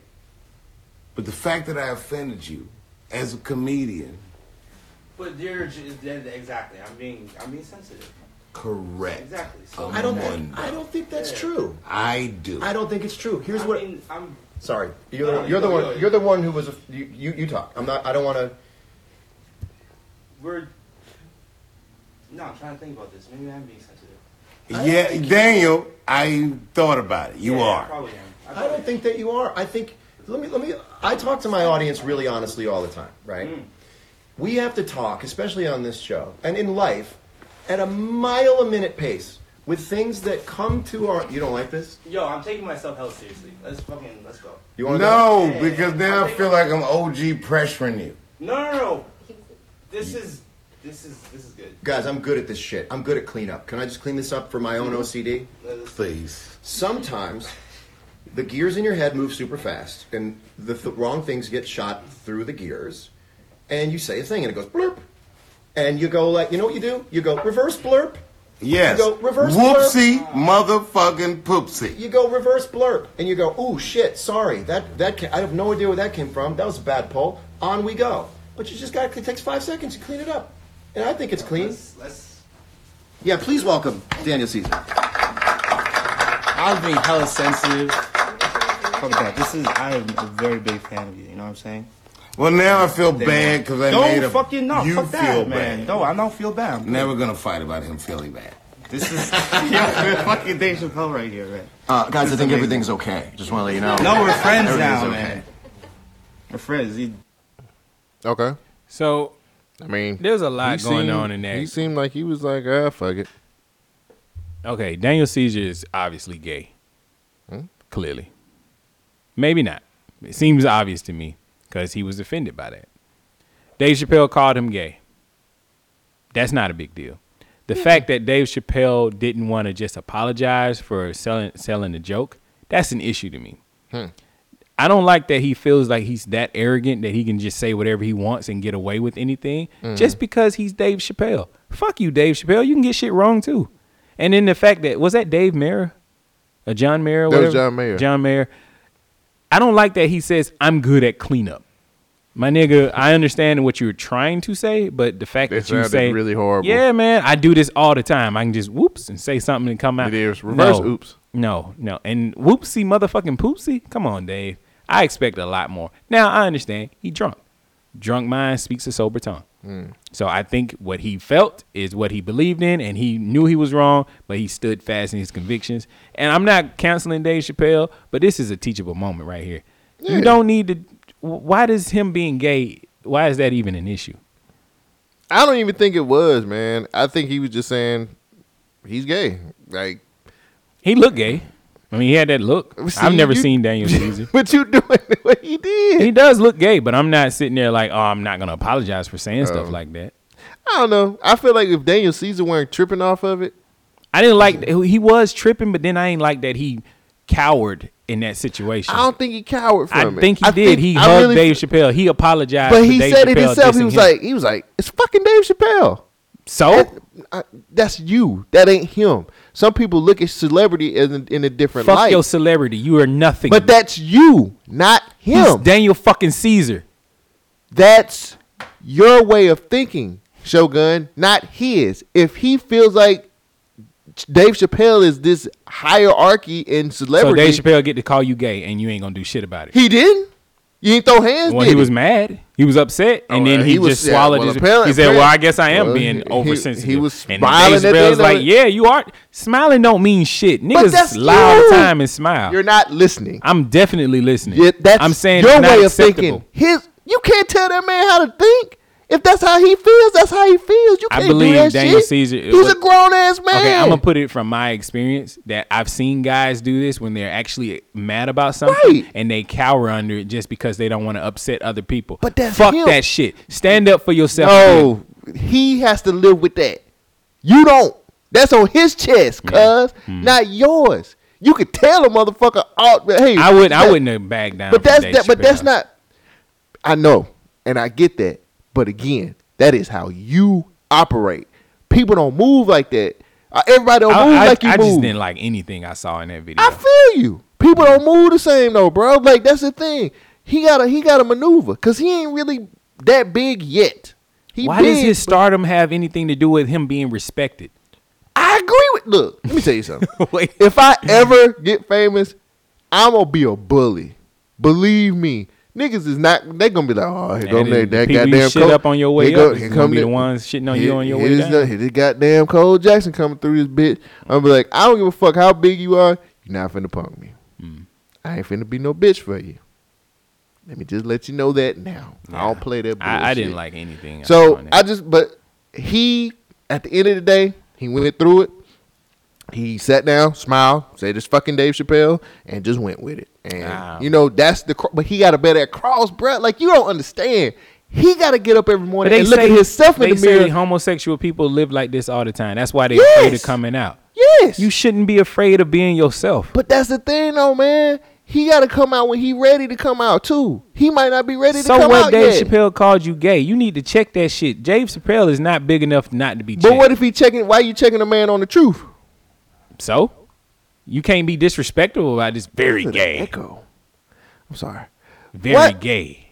[SPEAKER 6] But the fact that I offended you as a comedian,
[SPEAKER 8] But you're j- then- exactly. I'm being. I'm being sensitive.
[SPEAKER 6] correct.
[SPEAKER 8] Exactly. So
[SPEAKER 6] Come
[SPEAKER 7] I don't
[SPEAKER 6] on,
[SPEAKER 7] think I don't think that's true.
[SPEAKER 6] I do.
[SPEAKER 7] I don't think it's true. Here's
[SPEAKER 8] I
[SPEAKER 7] what.
[SPEAKER 8] mean, I'm.
[SPEAKER 7] Sorry, you're the
[SPEAKER 8] No,
[SPEAKER 7] one, you're the
[SPEAKER 8] no,
[SPEAKER 7] one.
[SPEAKER 8] no, no.
[SPEAKER 7] You're the one who was. A, you, you you talk. I'm not. I don't want to.
[SPEAKER 8] We're. No, I'm trying to think about this. Maybe I'm being sensitive.
[SPEAKER 6] Yeah, Daniel, I thought about it. You
[SPEAKER 8] Yeah, I
[SPEAKER 6] are.
[SPEAKER 8] probably am. I,
[SPEAKER 7] I
[SPEAKER 8] probably
[SPEAKER 7] don't think that you are. I think. Let me. Let me. I talk to my audience really honestly all the time. Right. We have to talk, especially on this show and in life, at a mile a minute pace with things that come to our. You don't like this?
[SPEAKER 8] am. Yo, I'm taking myself hell seriously. Let's fucking let's go.
[SPEAKER 7] You want
[SPEAKER 6] No, because now I feel like I'm OG pressuring you.
[SPEAKER 8] No, no, no. This is. This is. This is good.
[SPEAKER 7] Guys, I'm good at this shit. I'm good at cleanup. Can I just clean this up for my own OCD?
[SPEAKER 8] Let's-
[SPEAKER 6] Please.
[SPEAKER 7] sometimes the gears in your head move super fast and the th- wrong things get shot through the gears and you say a thing and it goes blurp and you go like you know what you do you go reverse blurp
[SPEAKER 6] Yes.
[SPEAKER 7] You go reverse
[SPEAKER 6] Whoopsie, motherfucking poopsie.
[SPEAKER 7] you go reverse blurp and you go oh shit sorry that that ca- i have no idea where that came from that was a bad pull on we go but you just got it takes five seconds to clean it up and i think it's clean
[SPEAKER 8] Let's. let's
[SPEAKER 7] yeah please welcome daniel caesar
[SPEAKER 9] I was being hella sensitive. Fuck that. This is I am a very big fan of you. You know what I'm saying?
[SPEAKER 6] Well, now I feel bad because I
[SPEAKER 9] Don't
[SPEAKER 6] made a.
[SPEAKER 9] fucking no.
[SPEAKER 6] You
[SPEAKER 9] fuck that,
[SPEAKER 6] feel
[SPEAKER 9] man.
[SPEAKER 6] bad.
[SPEAKER 9] No, I don't feel bad. I'm-
[SPEAKER 6] Never gonna fight about him feeling bad. Uh,
[SPEAKER 9] This is yeah, fucking Dave Chappelle right here, man.
[SPEAKER 7] uh, guys i think everything's okay just want to let you know
[SPEAKER 9] No, we're friends now,
[SPEAKER 7] Everything's
[SPEAKER 9] man. We're friends. You-
[SPEAKER 1] Okay.
[SPEAKER 2] So
[SPEAKER 1] I mean,
[SPEAKER 2] There's a lot
[SPEAKER 1] he
[SPEAKER 2] going
[SPEAKER 1] seemed-
[SPEAKER 2] on in there.
[SPEAKER 1] He seemed like he was like, ah, fuck it.
[SPEAKER 2] okay, Daniel Caesar is obviously gay. Clearly, maybe not. It seems obvious to me because he was offended by that. Dave Chappelle called him gay. That's not a big deal. The fact that Dave Chappelle didn't want to just apologize for selling selling the joke, that's an issue to me. I don't like that he feels like he's that arrogant that he can just say whatever he wants and get away with anything just because he's Dave Chappelle. Fuck you, Dave Chappelle. You can get shit wrong too. And then the fact that was that Dave Mayer, or John Mayer,
[SPEAKER 1] That was
[SPEAKER 2] whatever?
[SPEAKER 1] John Mayer.
[SPEAKER 2] John Mayer. I don't like that he says I'm good at cleanup. My nigga, I understand what you're trying to say, but the fact
[SPEAKER 1] That
[SPEAKER 2] that you
[SPEAKER 1] sounded
[SPEAKER 2] say
[SPEAKER 1] really horrible.
[SPEAKER 2] Yeah, man, I do this all the time. I can just whoops and say something and come out.
[SPEAKER 1] It is reverse
[SPEAKER 2] No.
[SPEAKER 1] oops.
[SPEAKER 2] No, no, and whoopsie motherfucking poopsie. Come on, Dave. I expect a lot more. Now I understand he drunk. Drunk mind speaks a sober tongue.
[SPEAKER 1] Hmm.
[SPEAKER 2] So I think what he felt is what he believed in, and he knew he was wrong, but he stood fast in his convictions. And I'm not counseling Dave Chappelle, but this is a teachable moment right here. You don't need to. Why does him being gay? Why is that even an issue?
[SPEAKER 1] I don't even think it was, man. I think he was just saying he's gay. Like,
[SPEAKER 2] He looked gay. I mean, he had that look.
[SPEAKER 1] See,
[SPEAKER 2] I've never
[SPEAKER 1] you-
[SPEAKER 2] seen Daniel Caesar.
[SPEAKER 1] but you doing what he did.
[SPEAKER 2] he does look gay, but I'm not sitting there like, oh, I'm not gonna apologize for saying stuff
[SPEAKER 1] Oh.
[SPEAKER 2] like that.
[SPEAKER 1] I don't know. I feel like if Daniel Caesar weren't tripping off of it,
[SPEAKER 2] I didn't like he was tripping, but then I ain't like that he cowered in that situation.
[SPEAKER 1] I don't think he cowered
[SPEAKER 2] I
[SPEAKER 1] from it.
[SPEAKER 2] think he did. he
[SPEAKER 1] I
[SPEAKER 2] hugged
[SPEAKER 1] really-
[SPEAKER 2] Dave Chappelle. He apologized,
[SPEAKER 1] but
[SPEAKER 2] for
[SPEAKER 1] he
[SPEAKER 2] Dave
[SPEAKER 1] said it
[SPEAKER 2] Chappelle
[SPEAKER 1] himself. He
[SPEAKER 2] dissing
[SPEAKER 1] was
[SPEAKER 2] him.
[SPEAKER 1] like, he was like, it's fucking Dave Chappelle.
[SPEAKER 2] so
[SPEAKER 1] I, that's you. That ain't him. Some people look at celebrity in, a- in a different
[SPEAKER 2] fuck
[SPEAKER 1] light,
[SPEAKER 2] your celebrity. You are nothing.
[SPEAKER 1] but that's you, not
[SPEAKER 2] He's
[SPEAKER 1] him.
[SPEAKER 2] Daniel fucking Caesar.
[SPEAKER 1] That's your way of thinking, Shogun, not his. If he feels like Dave Chappelle is this hierarchy in
[SPEAKER 2] So
[SPEAKER 1] celebrity,
[SPEAKER 2] Dave Chappelle get to call you gay, and you ain't gonna do shit about it.
[SPEAKER 1] he didn't. You ain't throw hands.
[SPEAKER 2] Well,
[SPEAKER 1] did
[SPEAKER 2] he was mad. He was upset, and
[SPEAKER 1] Oh,
[SPEAKER 2] then
[SPEAKER 1] uh,
[SPEAKER 2] he,
[SPEAKER 1] he was-
[SPEAKER 2] just
[SPEAKER 1] yeah,
[SPEAKER 2] swallowed
[SPEAKER 1] well,
[SPEAKER 2] his.
[SPEAKER 1] apparently-
[SPEAKER 2] he said, "Well, I guess I am
[SPEAKER 1] well,
[SPEAKER 2] being
[SPEAKER 1] he-
[SPEAKER 2] oversensitive."
[SPEAKER 1] he was
[SPEAKER 2] and
[SPEAKER 1] smiling
[SPEAKER 2] Dave
[SPEAKER 1] at the
[SPEAKER 2] Chappelle's
[SPEAKER 1] end of
[SPEAKER 2] like,
[SPEAKER 1] it.
[SPEAKER 2] "Yeah, you are smiling. Don't mean shit. Niggas
[SPEAKER 1] that's
[SPEAKER 2] lie all
[SPEAKER 1] you.
[SPEAKER 2] the time and smile.
[SPEAKER 1] You're not listening.
[SPEAKER 2] I'm definitely listening.
[SPEAKER 1] Yeah, that's
[SPEAKER 2] I'm saying
[SPEAKER 1] your
[SPEAKER 2] it's not
[SPEAKER 1] way of
[SPEAKER 2] acceptable.
[SPEAKER 1] thinking. His, you can't tell that man how to think. If that's how he feels, that's how he feels. You
[SPEAKER 2] I
[SPEAKER 1] can't
[SPEAKER 2] believe
[SPEAKER 1] do that
[SPEAKER 2] Daniel
[SPEAKER 1] shit.
[SPEAKER 2] Caesar-
[SPEAKER 1] He's
[SPEAKER 2] was-
[SPEAKER 1] a grown ass man.
[SPEAKER 2] Okay, I'm gonna put it from my experience that I've seen guys do this when they're actually mad about something
[SPEAKER 1] Right.
[SPEAKER 2] and they cower under it just because they don't want to upset other people.
[SPEAKER 1] But that's
[SPEAKER 2] fuck
[SPEAKER 1] him.
[SPEAKER 2] that shit. Stand up for yourself. man.
[SPEAKER 1] No, Oh, he has to live with that. You don't. That's on his chest, cuz,
[SPEAKER 2] Hmm.
[SPEAKER 1] not yours. You could tell a motherfucker, all, hey,
[SPEAKER 2] I would. I
[SPEAKER 1] that-
[SPEAKER 2] wouldn't have backed down.
[SPEAKER 1] But
[SPEAKER 2] from
[SPEAKER 1] that's
[SPEAKER 2] Dave
[SPEAKER 1] that, but that's
[SPEAKER 2] Chappelle.
[SPEAKER 1] not. I know, and I get that. But again, that is how you operate. People don't move like that. Uh, Everybody don't move
[SPEAKER 2] I, I-
[SPEAKER 1] like you
[SPEAKER 2] I
[SPEAKER 1] move.
[SPEAKER 2] just didn't like anything I saw in that video.
[SPEAKER 1] I feel you. People don't move the same though, bro. Like that's the thing. He got to he got to maneuver because he ain't really that big yet. He
[SPEAKER 2] Why does
[SPEAKER 1] big,
[SPEAKER 2] his
[SPEAKER 1] but-
[SPEAKER 2] stardom have anything to do with him being respected?
[SPEAKER 1] I agree with. Look, let me tell you something.
[SPEAKER 2] Wait.
[SPEAKER 1] If I ever get famous, I'm gonna be a bully. Believe me, niggas is not. They gonna be like, oh, here come
[SPEAKER 2] And then
[SPEAKER 1] that, that
[SPEAKER 2] the people you
[SPEAKER 1] goddamn
[SPEAKER 2] shit
[SPEAKER 1] coach.
[SPEAKER 2] up on your way
[SPEAKER 1] Here go-
[SPEAKER 2] up is
[SPEAKER 1] here
[SPEAKER 2] gonna
[SPEAKER 1] come
[SPEAKER 2] be the
[SPEAKER 1] that-
[SPEAKER 2] ones shitting on
[SPEAKER 1] here-
[SPEAKER 2] you on your
[SPEAKER 1] here
[SPEAKER 2] way
[SPEAKER 1] this-
[SPEAKER 2] down.
[SPEAKER 1] Here this goddamn Cole Jackson coming through this bitch. I'm be like, I don't give a fuck how big you are. You're not finna punk me.
[SPEAKER 2] Mm.
[SPEAKER 1] I ain't finna be no bitch for you. Let me just let you know that now. I don't play that. Bullshit.
[SPEAKER 2] I, I didn't like anything. saw
[SPEAKER 1] So
[SPEAKER 2] in that.
[SPEAKER 1] I just, but he, at the end of the day, he went through it. He sat down, smiled, said it's fucking Dave Chappelle, and just went with it. And
[SPEAKER 2] Ah.
[SPEAKER 1] you know that's the. cro- But he got a better at cross, bruh. Like you don't understand. He got to get up every
[SPEAKER 2] But
[SPEAKER 1] morning
[SPEAKER 2] they
[SPEAKER 1] and look
[SPEAKER 2] say,
[SPEAKER 1] at himself
[SPEAKER 2] they
[SPEAKER 1] in the
[SPEAKER 2] say
[SPEAKER 1] mirror.
[SPEAKER 2] homosexual people live like this all the time. That's why they afraid of
[SPEAKER 1] Yes.
[SPEAKER 2] coming out.
[SPEAKER 1] yes,
[SPEAKER 2] You shouldn't be afraid of being yourself.
[SPEAKER 1] but that's the thing, though, man. He got to come out when he ready to come out too. He might not be ready to
[SPEAKER 2] So
[SPEAKER 1] come
[SPEAKER 2] what?
[SPEAKER 1] out
[SPEAKER 2] Dave
[SPEAKER 1] yet.
[SPEAKER 2] Chappelle called you gay. You need to check that shit. Dave Chappelle is not big enough not to be.
[SPEAKER 1] but
[SPEAKER 2] checked.
[SPEAKER 1] what if he checking? Why you checking a man on the truth?
[SPEAKER 2] So you can't be disrespectful about this. Very
[SPEAKER 1] Look at that
[SPEAKER 2] gay.
[SPEAKER 1] Echo. I'm sorry.
[SPEAKER 2] Very
[SPEAKER 1] What?
[SPEAKER 2] gay.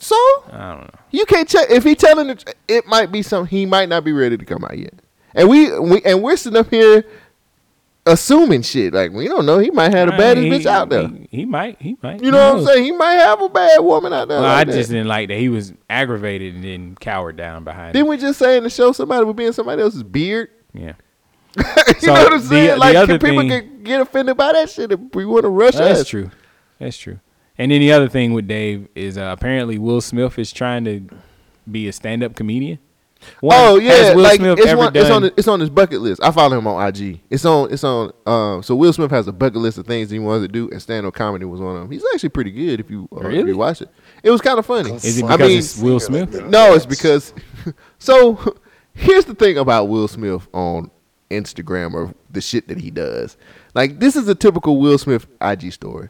[SPEAKER 1] So
[SPEAKER 2] I don't know.
[SPEAKER 1] You can't check if he telling the tr- it might be something he might not be ready to come out yet. And we, we and we're sitting up here assuming shit like we don't know he might have the
[SPEAKER 2] I
[SPEAKER 1] baddest
[SPEAKER 2] mean,
[SPEAKER 1] bitch
[SPEAKER 2] he-
[SPEAKER 1] out there.
[SPEAKER 2] He, he might. He might.
[SPEAKER 1] you know what
[SPEAKER 2] Who
[SPEAKER 1] I'm
[SPEAKER 2] knows?
[SPEAKER 1] saying? He might have a bad woman out there.
[SPEAKER 2] Well, I
[SPEAKER 1] like that.
[SPEAKER 2] just didn't like that he was aggravated and then cowered down behind.
[SPEAKER 1] Didn't
[SPEAKER 2] it.
[SPEAKER 1] we just say in the show somebody would be in somebody else's beard?
[SPEAKER 2] Yeah.
[SPEAKER 1] you
[SPEAKER 2] So,
[SPEAKER 1] know what I'm
[SPEAKER 2] the-
[SPEAKER 1] saying?
[SPEAKER 2] the
[SPEAKER 1] like
[SPEAKER 2] other
[SPEAKER 1] can people
[SPEAKER 2] thing-
[SPEAKER 1] get, get offended by that shit if we want to rush
[SPEAKER 2] Well,
[SPEAKER 1] us.
[SPEAKER 2] that's true. That's true. And then the other thing with Dave is uh, apparently Will Smith is trying to be a stand-up comedian. One,
[SPEAKER 1] Oh yeah,
[SPEAKER 2] has Will
[SPEAKER 1] like
[SPEAKER 2] Smith
[SPEAKER 1] it's,
[SPEAKER 2] ever
[SPEAKER 1] one,
[SPEAKER 2] done?
[SPEAKER 1] it's on it's on his bucket list. I follow him on IG. It's on it's on. Um, so Will Smith has a bucket list of things he wants to do, and stand up comedy was one of them. He's actually pretty good if you uh, if you
[SPEAKER 2] Really?
[SPEAKER 1] watch it. It was kind of funny.
[SPEAKER 2] is it
[SPEAKER 1] I
[SPEAKER 2] because
[SPEAKER 1] mean,
[SPEAKER 2] it's Will Smith?
[SPEAKER 1] no, it's because. so here's the thing about Will Smith on Instagram or the shit that he does. Like this is a typical Will Smith IG story.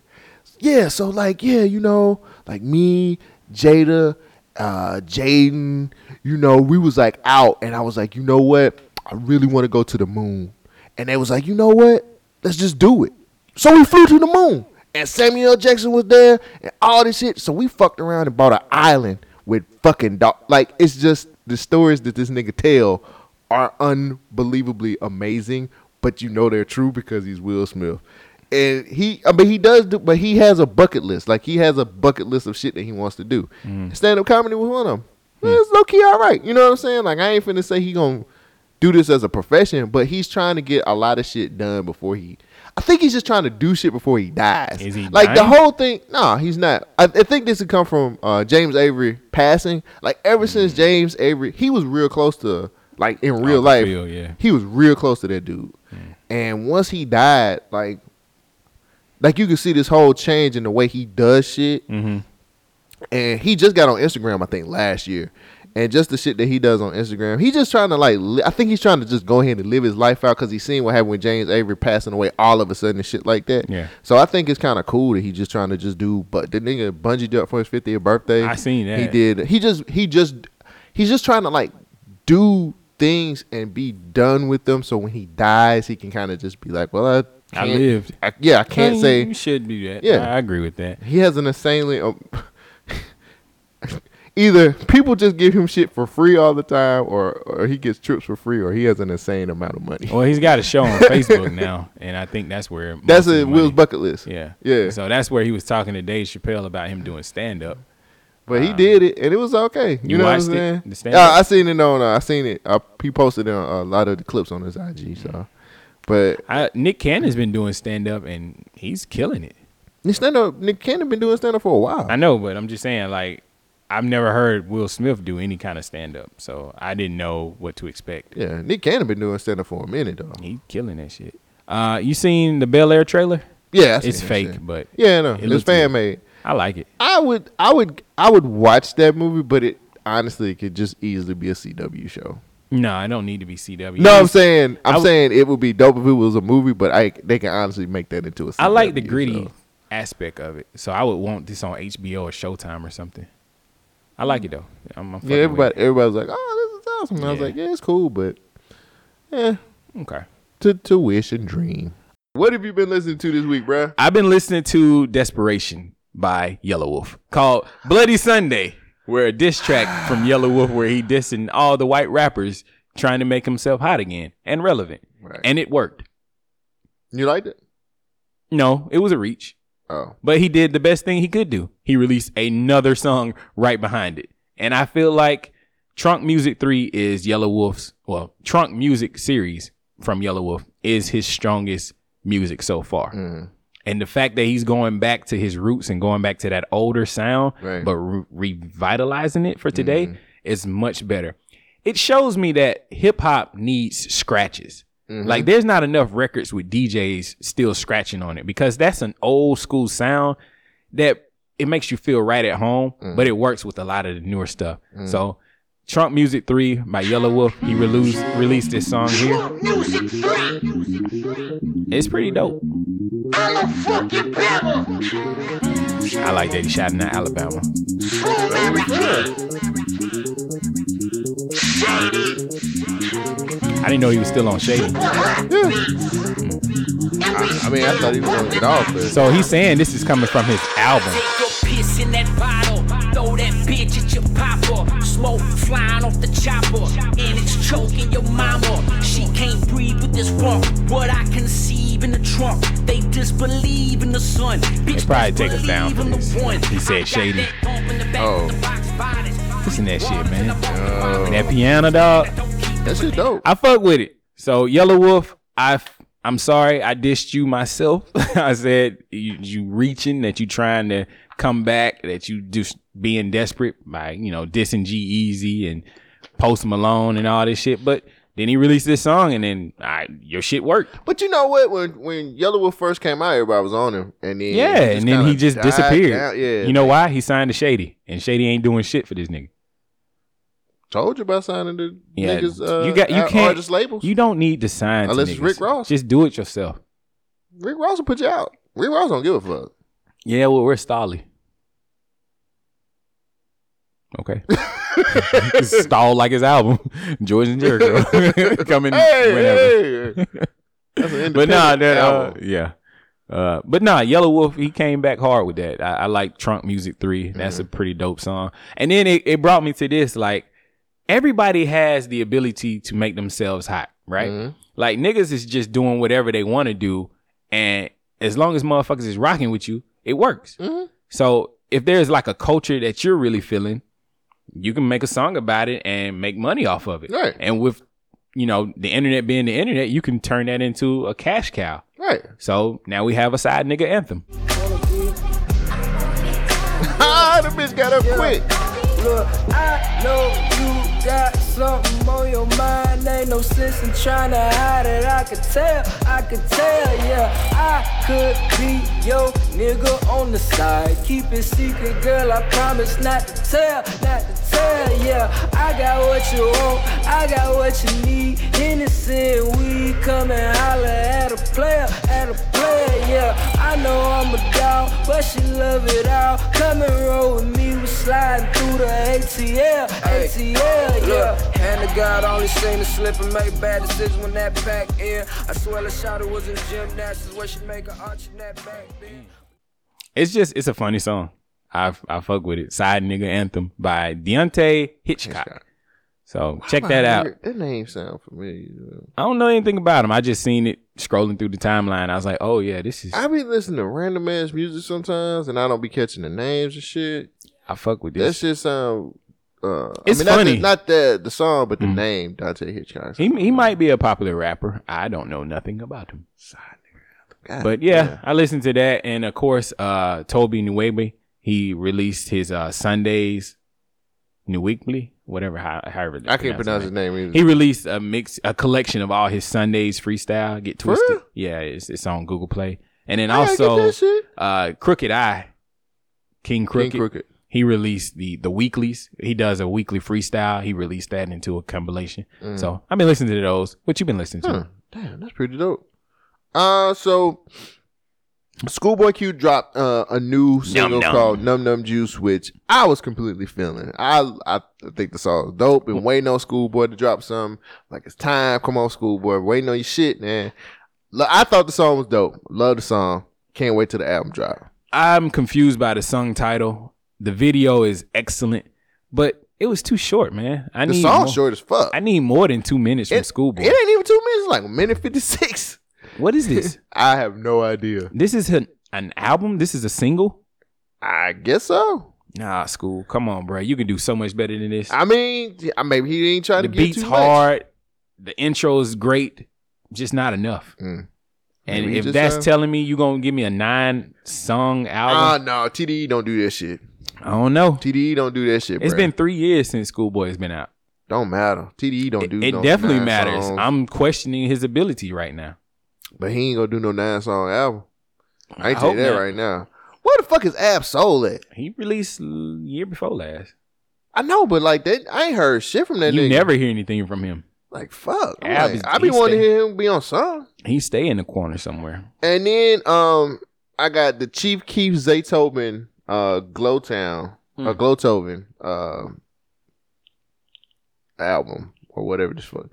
[SPEAKER 1] Yeah, so like yeah, you know, like me, Jada, uh, Jaden, you know, we was like out, and I was like, you know what, I really want to go to the moon, and they was like, you know what, let's just do it. So we flew to the moon. and Samuel L. Jackson was there and all this shit. So we fucked around and bought an island with fucking dog. Like it's just the stories that this nigga tell are unbelievably amazing, but you know they're true because he's Will Smith. And he, I mean, he does, do, but he has a bucket list. Like he has a bucket list of shit that he wants to do. Stand up comedy was one of them. It's low key all right. You know what I'm saying? Like I ain't finna say he gonna do this as a profession, but he's trying to get a lot of shit done before he. I think he's just trying to do shit before he dies.
[SPEAKER 2] Is he
[SPEAKER 1] like the
[SPEAKER 2] dying?
[SPEAKER 1] whole thing? No, he's not. I, I think this could come from uh, James Avery passing. Like ever since James Avery, he was real close to like in real
[SPEAKER 2] Mm. the
[SPEAKER 1] life.
[SPEAKER 2] field, yeah. Mm.
[SPEAKER 1] he was real close to that dude. And once he died, like like you can see this whole change in the way he does shit. And he just got on Instagram, I think, last year. And just the shit that he does on Instagram, he just trying to like. Li- I think he's trying to just go ahead and live his life out because he's seen what happened with James Avery passing away all of a sudden and shit like that.
[SPEAKER 2] Yeah.
[SPEAKER 1] So I think it's kind of cool that he just trying to just do. But the nigga bungee jumped for his 50th birthday.
[SPEAKER 2] I seen
[SPEAKER 1] He
[SPEAKER 2] that.
[SPEAKER 1] did. He just. He just. He's just trying to like do things and be done with them. So when he dies, he can kind of just be like, "Well, I,
[SPEAKER 2] I
[SPEAKER 1] can't-
[SPEAKER 2] lived.
[SPEAKER 1] I- yeah, I can't
[SPEAKER 2] You-
[SPEAKER 1] say
[SPEAKER 2] you should do that.
[SPEAKER 1] Yeah.
[SPEAKER 2] I, I agree with that.
[SPEAKER 1] he has an insanely. Um, either people just give him shit for free all the time, or or he gets trips for free, or he has an insane amount of money.
[SPEAKER 2] Well, he's got a show on Facebook now, and I think that's where most
[SPEAKER 1] That's
[SPEAKER 2] of the
[SPEAKER 1] a
[SPEAKER 2] money-
[SPEAKER 1] Will's bucket list.
[SPEAKER 2] Yeah,
[SPEAKER 1] yeah.
[SPEAKER 2] So that's where he was talking to Dave Chappelle about him doing stand up.
[SPEAKER 1] but he did it, and it was okay. You,
[SPEAKER 2] uh, you
[SPEAKER 1] know what I'm
[SPEAKER 2] watched it?
[SPEAKER 1] saying?
[SPEAKER 2] The
[SPEAKER 1] Yeah,
[SPEAKER 2] stand-up?
[SPEAKER 1] I seen it on. Uh, I seen it. Uh, he posted on a lot of the clips on his IG. So, but
[SPEAKER 2] I, Nick Cannon's been doing stand up, and he's killing it.
[SPEAKER 1] stand up. Nick Cannon been doing stand up for a while.
[SPEAKER 2] I know, but I'm just saying, like, I've never heard Will Smith do any kind of stand up, so I didn't know what to expect.
[SPEAKER 1] yeah, Nick Cannon been doing stand up for a minute though.
[SPEAKER 2] He killing that shit. Uh, you seen the Bel Air trailer?
[SPEAKER 1] Yeah, I seen
[SPEAKER 2] it's
[SPEAKER 1] that
[SPEAKER 2] fake,
[SPEAKER 1] shit.
[SPEAKER 2] but
[SPEAKER 1] Yeah, no,
[SPEAKER 2] it
[SPEAKER 1] it was
[SPEAKER 2] looks
[SPEAKER 1] fan
[SPEAKER 2] good.
[SPEAKER 1] made.
[SPEAKER 2] I like it.
[SPEAKER 1] I would, I would, I would watch that movie, but it honestly could just easily be a CW show.
[SPEAKER 2] No, I don't need to be CW.
[SPEAKER 1] No, I'm saying,
[SPEAKER 2] I
[SPEAKER 1] I'm
[SPEAKER 2] w-
[SPEAKER 1] saying it would be dope if it was a movie, but I they can honestly make that into a CW
[SPEAKER 2] I like the
[SPEAKER 1] show.
[SPEAKER 2] gritty aspect of it, so I would want this on HBO or Showtime or something. I like it though. I'm, I'm fucking
[SPEAKER 1] Yeah,
[SPEAKER 2] with
[SPEAKER 1] everybody, everybody was like, "Oh, this is awesome." And I was
[SPEAKER 2] Yeah.
[SPEAKER 1] like, "Yeah, it's cool," but eh,
[SPEAKER 2] it. Okay.
[SPEAKER 1] to to wish and dream. What have you been listening to this week, bruh?
[SPEAKER 2] I've been listening to Desperation by Yellow Wolf called Bloody Sunday, where a diss track from Yellow Wolf where he dissing all the white rappers trying to make himself hot again and relevant.
[SPEAKER 1] Right.
[SPEAKER 2] And it worked.
[SPEAKER 1] You liked it?
[SPEAKER 2] No, it was a reach.
[SPEAKER 1] Oh,
[SPEAKER 2] But he did the best thing he could do. He released another song right behind it. And I feel like Trunk Music 3 is Yellow Wolf's, well, Trunk Music series from Yellow Wolf is his strongest music so far. And the fact that he's going back to his roots and going back to that older sound,
[SPEAKER 1] Right.
[SPEAKER 2] but re- revitalizing it for today is much better. It shows me that hip hop needs scratches. Like there's not enough records with DJs still scratching on it because that's an old school sound that it makes you feel right at home, but it works with a lot of the newer stuff. So Trump Music 3 by Yellow Wolf, he released released this song here. It's pretty dope. I like that he shot in Alabama. I didn't know he was still on Shady.
[SPEAKER 1] I, I mean, I thought he was gonna get off, but
[SPEAKER 2] So he's saying this is coming from his album.
[SPEAKER 10] Take your piss in that bottle. Throw that bitch at your papa. Smoke flying off the chopper. And it's choking your mama. She can't breathe with this rump. What I conceive in the trunk. They disbelieve in the sun. Bitch,
[SPEAKER 2] They probably take us
[SPEAKER 10] disbelieve
[SPEAKER 2] down for
[SPEAKER 10] in the
[SPEAKER 2] this.
[SPEAKER 10] one.
[SPEAKER 2] He said
[SPEAKER 10] I got
[SPEAKER 2] shady.
[SPEAKER 10] that bump in the back
[SPEAKER 1] Oh.
[SPEAKER 10] of the box bodies.
[SPEAKER 2] Listen to that shit, man.
[SPEAKER 10] Oh.
[SPEAKER 2] That piano, dog.
[SPEAKER 1] that shit dope.
[SPEAKER 2] I fuck with it. So Yellow Wolf, I f- I'm sorry I dissed you myself. I said you, you reaching that you trying to come back that you just being desperate by you know dissing G Easy and Post Malone and all this shit. But then he released this song and then I, your shit worked.
[SPEAKER 1] But you know what? When when Yellow Wolf first came out, everybody was on him, and then
[SPEAKER 2] Yeah,
[SPEAKER 1] he just
[SPEAKER 2] and then he
[SPEAKER 1] kinda
[SPEAKER 2] just
[SPEAKER 1] died
[SPEAKER 2] disappeared.
[SPEAKER 1] down. Yeah,
[SPEAKER 2] you know why? He signed to Shady and Shady ain't doing shit for this nigga.
[SPEAKER 1] told you about signing the
[SPEAKER 2] Yeah,
[SPEAKER 1] niggas. Uh,
[SPEAKER 2] you got you
[SPEAKER 1] ar-
[SPEAKER 2] can't
[SPEAKER 1] artist labels.
[SPEAKER 2] You don't need to sign to
[SPEAKER 1] Unless it's
[SPEAKER 2] niggas.
[SPEAKER 1] Rick Ross.
[SPEAKER 2] Just do it yourself.
[SPEAKER 1] Rick Ross will put you out. Rick Ross don't give a fuck.
[SPEAKER 2] Yeah, well, we're Stolly. Okay. Stall like his album, George and Jericho, coming
[SPEAKER 1] Hey,
[SPEAKER 2] whenever.
[SPEAKER 1] hey. That's an
[SPEAKER 2] But nah,
[SPEAKER 1] independent
[SPEAKER 2] that, uh,
[SPEAKER 1] album.
[SPEAKER 2] yeah. Uh, but nah, Yellow Wolf, he came back hard with that. I, I like Trunk Music 3. That's
[SPEAKER 1] Mm-hmm.
[SPEAKER 2] a pretty dope song. And then it, it brought me to this like, everybody has the ability to make themselves hot, right?
[SPEAKER 1] Mm-hmm.
[SPEAKER 2] Like, niggas is just doing whatever they want to do. And as long as motherfuckers is rocking with you, it works.
[SPEAKER 1] Mm-hmm.
[SPEAKER 2] So if there's like a culture that you're really feeling, you can make a song about it and make money off of it.
[SPEAKER 1] Right.
[SPEAKER 2] And with you know the internet being the internet, you can turn that into a cash cow.
[SPEAKER 1] Right.
[SPEAKER 2] So now we have a side nigga anthem.
[SPEAKER 1] Ah, the bitch got up quick.
[SPEAKER 11] Look, I know you got something on your mind. Ain't no sense in trying to hide it. I could tell, I could tell, yeah. I could be your nigga on the side. Keep it secret, girl. I promise not to tell, not to tell, yeah. I got what you want, I got what you need. Innocent, we come and holler at a player, at a player, yeah. I know I'm a dog, but she love it all. Come and roll with me, we sliding through the ATL, ATL, yeah.
[SPEAKER 12] Look, hand to God, only seen the slip and make bad decisions when that back in. I swear the shot was in gymnastics where she make an arch in that back then.
[SPEAKER 2] It's just it's a funny song. I I fuck with it. Side nigga anthem by Deontay Hitchcock. So check
[SPEAKER 1] Why
[SPEAKER 2] that
[SPEAKER 1] I
[SPEAKER 2] out.
[SPEAKER 1] heard- That name sound familiar.
[SPEAKER 2] I don't know anything about him. I just seen it scrolling through the timeline. I was like, oh yeah, this is.
[SPEAKER 1] I be listening to random ass music sometimes, and I don't be catching the names and shit.
[SPEAKER 2] I fuck with
[SPEAKER 1] this. That's just um, uh,
[SPEAKER 2] It's
[SPEAKER 1] not
[SPEAKER 2] funny. Mm.
[SPEAKER 1] the- Not the, the song, but the name Dante Hitchcock.
[SPEAKER 2] He he might be a popular rapper. I don't know nothing about him.
[SPEAKER 1] Ah,
[SPEAKER 2] but yeah, I listened to that, and of course, uh, Toby Nuebe he released his uh, Sundays New Weekly, whatever. How, however, they
[SPEAKER 1] I can't pronounce
[SPEAKER 2] his
[SPEAKER 1] his name either.
[SPEAKER 2] He released a mix, a collection of all his Sundays freestyle. Get
[SPEAKER 1] For
[SPEAKER 2] twisted. Yeah, it's it's on Google Play, and then
[SPEAKER 1] I gotta get
[SPEAKER 2] also
[SPEAKER 1] that shit.
[SPEAKER 2] uh, Crooked Eye, King Crooked.
[SPEAKER 1] Crooked.
[SPEAKER 2] He released the the weeklies. He does a weekly freestyle. He released that into a compilation.
[SPEAKER 1] Mm. Hmm.
[SPEAKER 2] So I've been listening to those. What you been listening to?
[SPEAKER 1] Damn, that's pretty dope. Uh, so Schoolboy Q dropped uh, a new single
[SPEAKER 2] Num.
[SPEAKER 1] called "Num Num Juice," which I was completely feeling. I I think the song is dope. Been waiting on Schoolboy to drop something. Like it's time. Come on, Schoolboy. Waiting on your shit, man. Lo- I thought the song was dope. Love the song. Can't wait till the album drop.
[SPEAKER 2] I'm confused by the song title. The video is excellent, but it was too short, man. I
[SPEAKER 1] The
[SPEAKER 2] need
[SPEAKER 1] song's
[SPEAKER 2] more-
[SPEAKER 1] short as fuck.
[SPEAKER 2] I need more than two minutes from Schoolboy.
[SPEAKER 1] It ain't even two minutes. It's Like a minute fifty six.
[SPEAKER 2] What is this?
[SPEAKER 1] I have no idea.
[SPEAKER 2] This is an, an album. This is a single.
[SPEAKER 1] I guess so.
[SPEAKER 2] Nah, school. Come on, bro. You can do so much better than this.
[SPEAKER 1] I mean, yeah, maybe he ain't trying
[SPEAKER 2] the
[SPEAKER 1] to get
[SPEAKER 2] beats
[SPEAKER 1] too
[SPEAKER 2] hard. The intro is great. Just not enough.
[SPEAKER 1] Mm.
[SPEAKER 2] And
[SPEAKER 1] Maybe he
[SPEAKER 2] if
[SPEAKER 1] just
[SPEAKER 2] that's
[SPEAKER 1] have-
[SPEAKER 2] telling me you gonna give me a nine song
[SPEAKER 1] Ah,
[SPEAKER 2] album,
[SPEAKER 1] no, TDE don't do that shit.
[SPEAKER 2] I don't know.
[SPEAKER 1] TDE don't do that Uh, shit.
[SPEAKER 2] It's
[SPEAKER 1] bruh.
[SPEAKER 2] been three years since Schoolboy's been out.
[SPEAKER 1] Don't matter. TDE don't do.
[SPEAKER 2] It
[SPEAKER 1] no
[SPEAKER 2] definitely
[SPEAKER 1] nine
[SPEAKER 2] matters.
[SPEAKER 1] songs.
[SPEAKER 2] I'm questioning his ability right now.
[SPEAKER 1] but he ain't gonna do no nine song album. I ain't
[SPEAKER 2] I
[SPEAKER 1] tell
[SPEAKER 2] hope
[SPEAKER 1] you that
[SPEAKER 2] not.
[SPEAKER 1] right now. Where the fuck is Ab Soul at?
[SPEAKER 2] He released l- year before last.
[SPEAKER 1] I know, but like that, I ain't heard shit from that
[SPEAKER 2] you
[SPEAKER 1] nigga.
[SPEAKER 2] never hear anything from him.
[SPEAKER 1] like fuck. I'm
[SPEAKER 2] Ab
[SPEAKER 1] like,
[SPEAKER 2] is-
[SPEAKER 1] I be
[SPEAKER 2] he
[SPEAKER 1] wanting to
[SPEAKER 2] stay-
[SPEAKER 1] hear him be on song.
[SPEAKER 2] He stay in the corner somewhere.
[SPEAKER 1] And then um, I got the Chief Keef Zaytoven, uh, Glowtown,
[SPEAKER 2] Hmm.
[SPEAKER 1] uh, Glowtoven, uh, album or whatever this fuck.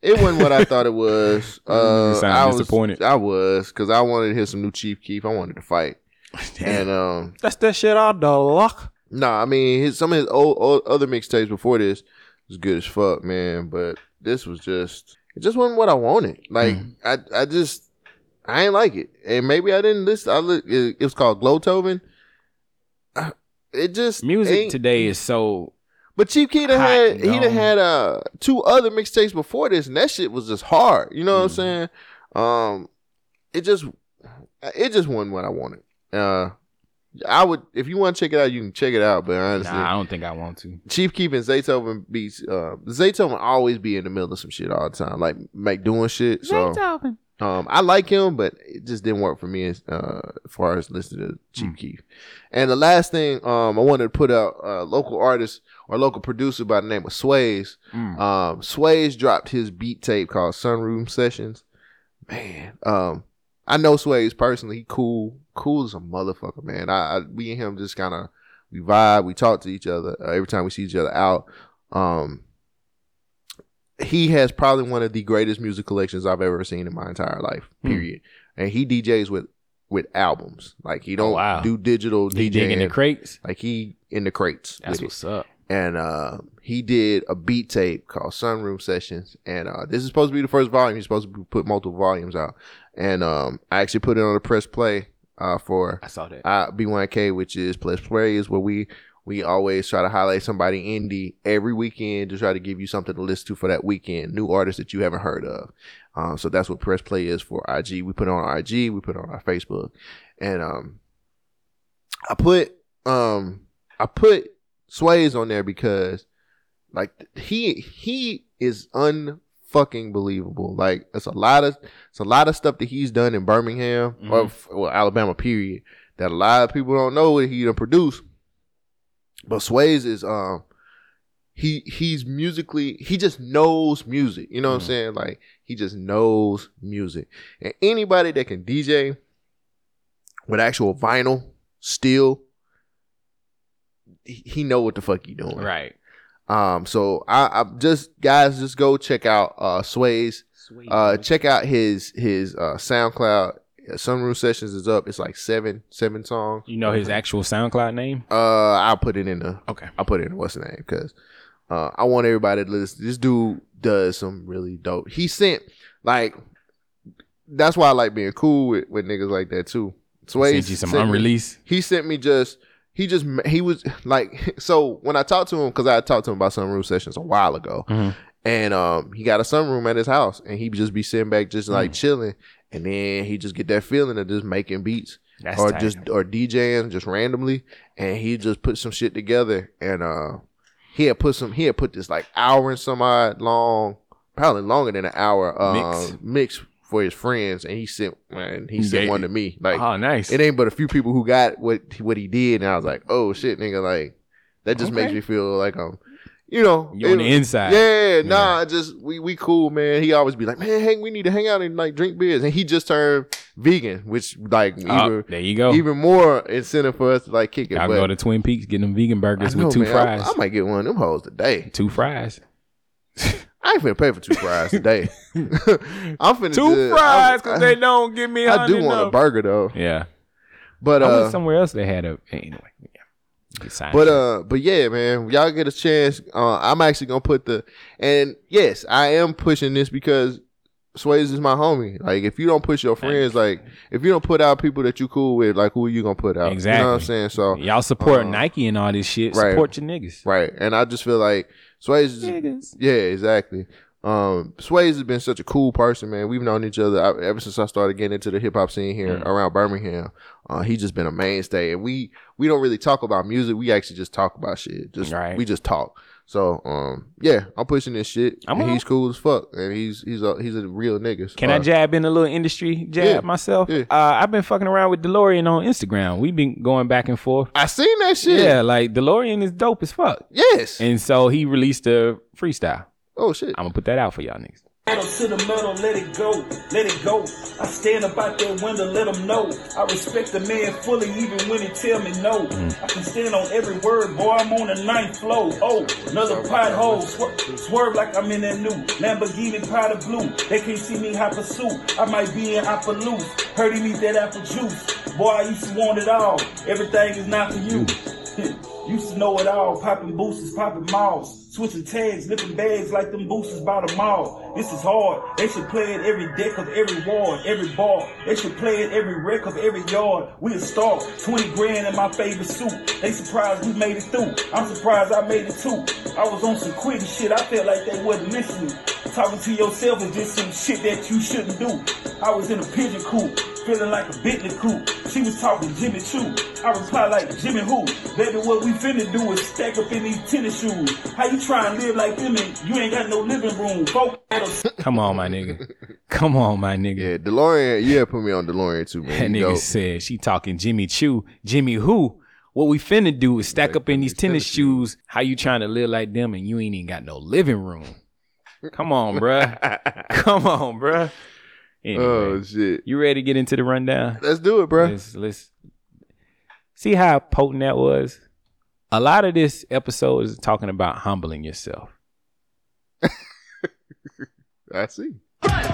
[SPEAKER 1] It wasn't what I thought it was.
[SPEAKER 2] Mm, you
[SPEAKER 1] Uh,
[SPEAKER 2] sound
[SPEAKER 1] I was
[SPEAKER 2] disappointed.
[SPEAKER 1] I was because I wanted to hear some new Chief Keef. I wanted to fight, and um,
[SPEAKER 2] That's that shit out the lock.
[SPEAKER 1] no, I mean his, some of his old, old other mixtapes before this was good as fuck, man. But this was just it just wasn't what I wanted. Like
[SPEAKER 2] Mm.
[SPEAKER 1] I I just I ain't like it, and maybe I didn't listen. I look it, it was called Glowtoven. I- It just
[SPEAKER 2] Music
[SPEAKER 1] ain't-
[SPEAKER 2] today is so
[SPEAKER 1] But Chief Keef done
[SPEAKER 2] hot
[SPEAKER 1] had
[SPEAKER 2] and
[SPEAKER 1] he done
[SPEAKER 2] gone.
[SPEAKER 1] had uh two other mixtapes before this, and that shit was just hard. You know what I'm
[SPEAKER 2] Mm-hmm.
[SPEAKER 1] saying? Um, it just it just wasn't what I wanted. Uh, I would if you want to check it out, you can check it out. But honestly,
[SPEAKER 2] Nah, I don't think I want to.
[SPEAKER 1] Chief Keef and Zaytoven beats uh Zaytoven always be in the middle of some shit all the time, like make doing shit. So um I like him, but it just didn't work for me as uh as far as listening to Chief Keef. And the last thing um I wanted to put out a local artist or local producer by the name of Sways.
[SPEAKER 2] Mm.
[SPEAKER 1] Um Sways dropped his beat tape called Sunroom Sessions. Man, um I know Sways personally, he cool, cool as a motherfucker, man. I, I we and him just kind of we vibe, we talk to each other uh, every time we see each other out. Um, he has
[SPEAKER 2] Hmm.
[SPEAKER 1] probably one of the greatest music collections I've ever seen in my entire life. Period. And he DJs with with albums. Like he don't do digital
[SPEAKER 2] Oh, He
[SPEAKER 1] DJing.
[SPEAKER 2] dig in the crates?
[SPEAKER 1] Like he in the crates.
[SPEAKER 2] That's
[SPEAKER 1] with
[SPEAKER 2] what's up.
[SPEAKER 1] And uh, he did a beat tape called Sunroom Sessions, and uh, this is supposed to be the first volume. He's supposed to put multiple volumes out, and um, I actually put it on the press play uh, for I
[SPEAKER 2] saw that
[SPEAKER 1] uh, B1K, which is press play is where we we always try to highlight somebody indie every weekend to try to give you something to listen to for that weekend, new artists that you haven't heard of. Um, so that's what press play is for IG. We put it on IG, we put it on our Facebook, and um, I put um I put Sways on there because like he he is unfucking believable. Like it's a lot of it's a lot of stuff that he's done in Birmingham or f- well, Alabama period that a lot of people don't know what he done produced. But Sways is um he he's musically he just knows music. You know what I'm saying? Like he just knows music. And anybody that can DJ with actual vinyl still he he know what the fuck you doing
[SPEAKER 2] right
[SPEAKER 1] um so i i just guys just go check out uh sways uh check out his his uh soundcloud sunroom sessions is up it's like seven seven songs
[SPEAKER 2] You know his actual SoundCloud name?
[SPEAKER 1] uh i'll put it in the
[SPEAKER 2] okay
[SPEAKER 1] i'll put it in what's the name because uh i want everybody to listen this dude does some really dope he sent like that's why i like being cool with, with niggas like that too Sway
[SPEAKER 2] Sent you some
[SPEAKER 1] sent me-
[SPEAKER 2] unreleased?
[SPEAKER 1] he sent me just he just he was like so when I talked to him because I had talked to him about sunroom sessions a while ago,
[SPEAKER 2] Mhm.
[SPEAKER 1] and um he got a sunroom at his house and he just be sitting back just
[SPEAKER 2] Mm.
[SPEAKER 1] like chilling, and then he just get that feeling of just making beats
[SPEAKER 2] That's
[SPEAKER 1] or
[SPEAKER 2] tight.
[SPEAKER 1] just or DJing just randomly, and he just put some shit together and uh he had put some he had put this like hour and some odd long probably longer than an hour uh,
[SPEAKER 2] Mix.
[SPEAKER 1] mix. for his friends and he sent and he
[SPEAKER 2] You
[SPEAKER 1] sent
[SPEAKER 2] gave-
[SPEAKER 1] one to me like
[SPEAKER 2] Oh, nice.
[SPEAKER 1] it ain't but a few people who got what what he did and I was like oh shit nigga like that just makes
[SPEAKER 2] Okay.
[SPEAKER 1] me feel like I'm you know
[SPEAKER 2] You on the inside.
[SPEAKER 1] yeah nah I just we we cool man he always be like man hang we need to hang out and like drink beers and he just turned vegan which like
[SPEAKER 2] Oh,
[SPEAKER 1] even,
[SPEAKER 2] there you go.
[SPEAKER 1] even more incentive for us to like kick it
[SPEAKER 2] Y'all
[SPEAKER 1] but
[SPEAKER 2] go to Twin Peaks, get them vegan burgers
[SPEAKER 1] I know,
[SPEAKER 2] with two
[SPEAKER 1] man. I-
[SPEAKER 2] fries.
[SPEAKER 1] I might get one of them hoes today
[SPEAKER 2] Two fries.
[SPEAKER 1] I ain't finna pay for two fries today. I'm finna
[SPEAKER 2] Two
[SPEAKER 1] just-
[SPEAKER 2] fries
[SPEAKER 1] I- I-
[SPEAKER 2] because they don't give me.
[SPEAKER 1] I do
[SPEAKER 2] honey
[SPEAKER 1] want a
[SPEAKER 2] enough.
[SPEAKER 1] burger though.
[SPEAKER 2] Yeah,
[SPEAKER 1] but
[SPEAKER 2] I went
[SPEAKER 1] uh,
[SPEAKER 2] somewhere else they had a anyway. Yeah, Get sidetracked.
[SPEAKER 1] But uh, but yeah, man, y'all get a chance. Uh, I'm actually gonna put the and yes, I am pushing this because Swayze is my homie. Like, if you don't push your friends, like if you don't put out people that you cool with, like who are you gonna put out?
[SPEAKER 2] exactly.
[SPEAKER 1] You know what I'm saying? So
[SPEAKER 2] y'all support
[SPEAKER 1] uh,
[SPEAKER 2] Nike and all this shit.
[SPEAKER 1] right.
[SPEAKER 2] Support your niggas.
[SPEAKER 1] Right. And I just feel like Swayze.
[SPEAKER 2] Niggas.
[SPEAKER 1] Yeah, exactly. Um, Swayze has been such a cool person, man. We've known each other uh, ever since I started getting into the hip hop scene here
[SPEAKER 2] Mm.
[SPEAKER 1] around Birmingham. Uh, he's just been a mainstay, and we we don't really talk about music. We actually just talk about shit. Just we just talk. So um, yeah, I'm pushing this shit.
[SPEAKER 2] I'm
[SPEAKER 1] and
[SPEAKER 2] on.
[SPEAKER 1] he's cool as fuck, and he's he's a he's a real nigga. So,
[SPEAKER 2] Can I jab in a little industry jab
[SPEAKER 1] Yeah,
[SPEAKER 2] myself? Uh, I've been fucking around with DeLorean on Instagram. We've been going back and forth.
[SPEAKER 1] I seen that shit.
[SPEAKER 2] Yeah, like DeLorean is dope as fuck.
[SPEAKER 1] Yes.
[SPEAKER 2] And so he released a freestyle.
[SPEAKER 1] Oh shit.
[SPEAKER 2] I'm gonna put that out for y'all niggas.
[SPEAKER 13] Pedal to the metal, let it go, let it go. I stand about that window, let them know. I respect the man fully, even when he tell me no. I can stand on every word, boy, I'm on the ninth floor. Oh, another pothole, swer- swerve like I'm in that new Lamborghini powder blue. They can't see me hot pursuit, I might be in Appaloosa. Heard he need that apple juice. Boy, I used to want it all, everything is not for you. Used to know it all, popping boosters, popping malls, switching tags, lifting bags like them boosters by the mall. This is hard. They should play it every deck of every ward, every bar. They should play it every wreck of every yard. We a star. 20 grand in my favorite suit. They surprised we made it through. I'm surprised I made it too. I was on some quitting shit. I felt like they wasn't listening. Talking to yourself is just some shit that you shouldn't do. I was in a pigeon coop, feeling like a Bentley coupe. She was talking Jimmy Choo. I replied like Jimmy who? Baby, what we finna do is stack up in these tennis shoes. How you try and live like them and you ain't got no living room? Folk
[SPEAKER 2] Come on, my nigga. Come on, my nigga.
[SPEAKER 1] Yeah, DeLorean. You had put me on DeLorean too, man.
[SPEAKER 2] That
[SPEAKER 1] He
[SPEAKER 2] nigga
[SPEAKER 1] dope.
[SPEAKER 2] said she talking Jimmy Choo. Jimmy who? What we finna do is stack up in these tennis shoes. How you trying to live like them and you ain't even got no living room? Come on, bruh. Come on, bruh.
[SPEAKER 1] Oh, shit.
[SPEAKER 2] You ready to get into the rundown?
[SPEAKER 1] Let's do it, bruh.
[SPEAKER 2] Let's, let's see how potent that was. A lot of this episode is talking about humbling yourself.
[SPEAKER 1] I see.
[SPEAKER 13] Run,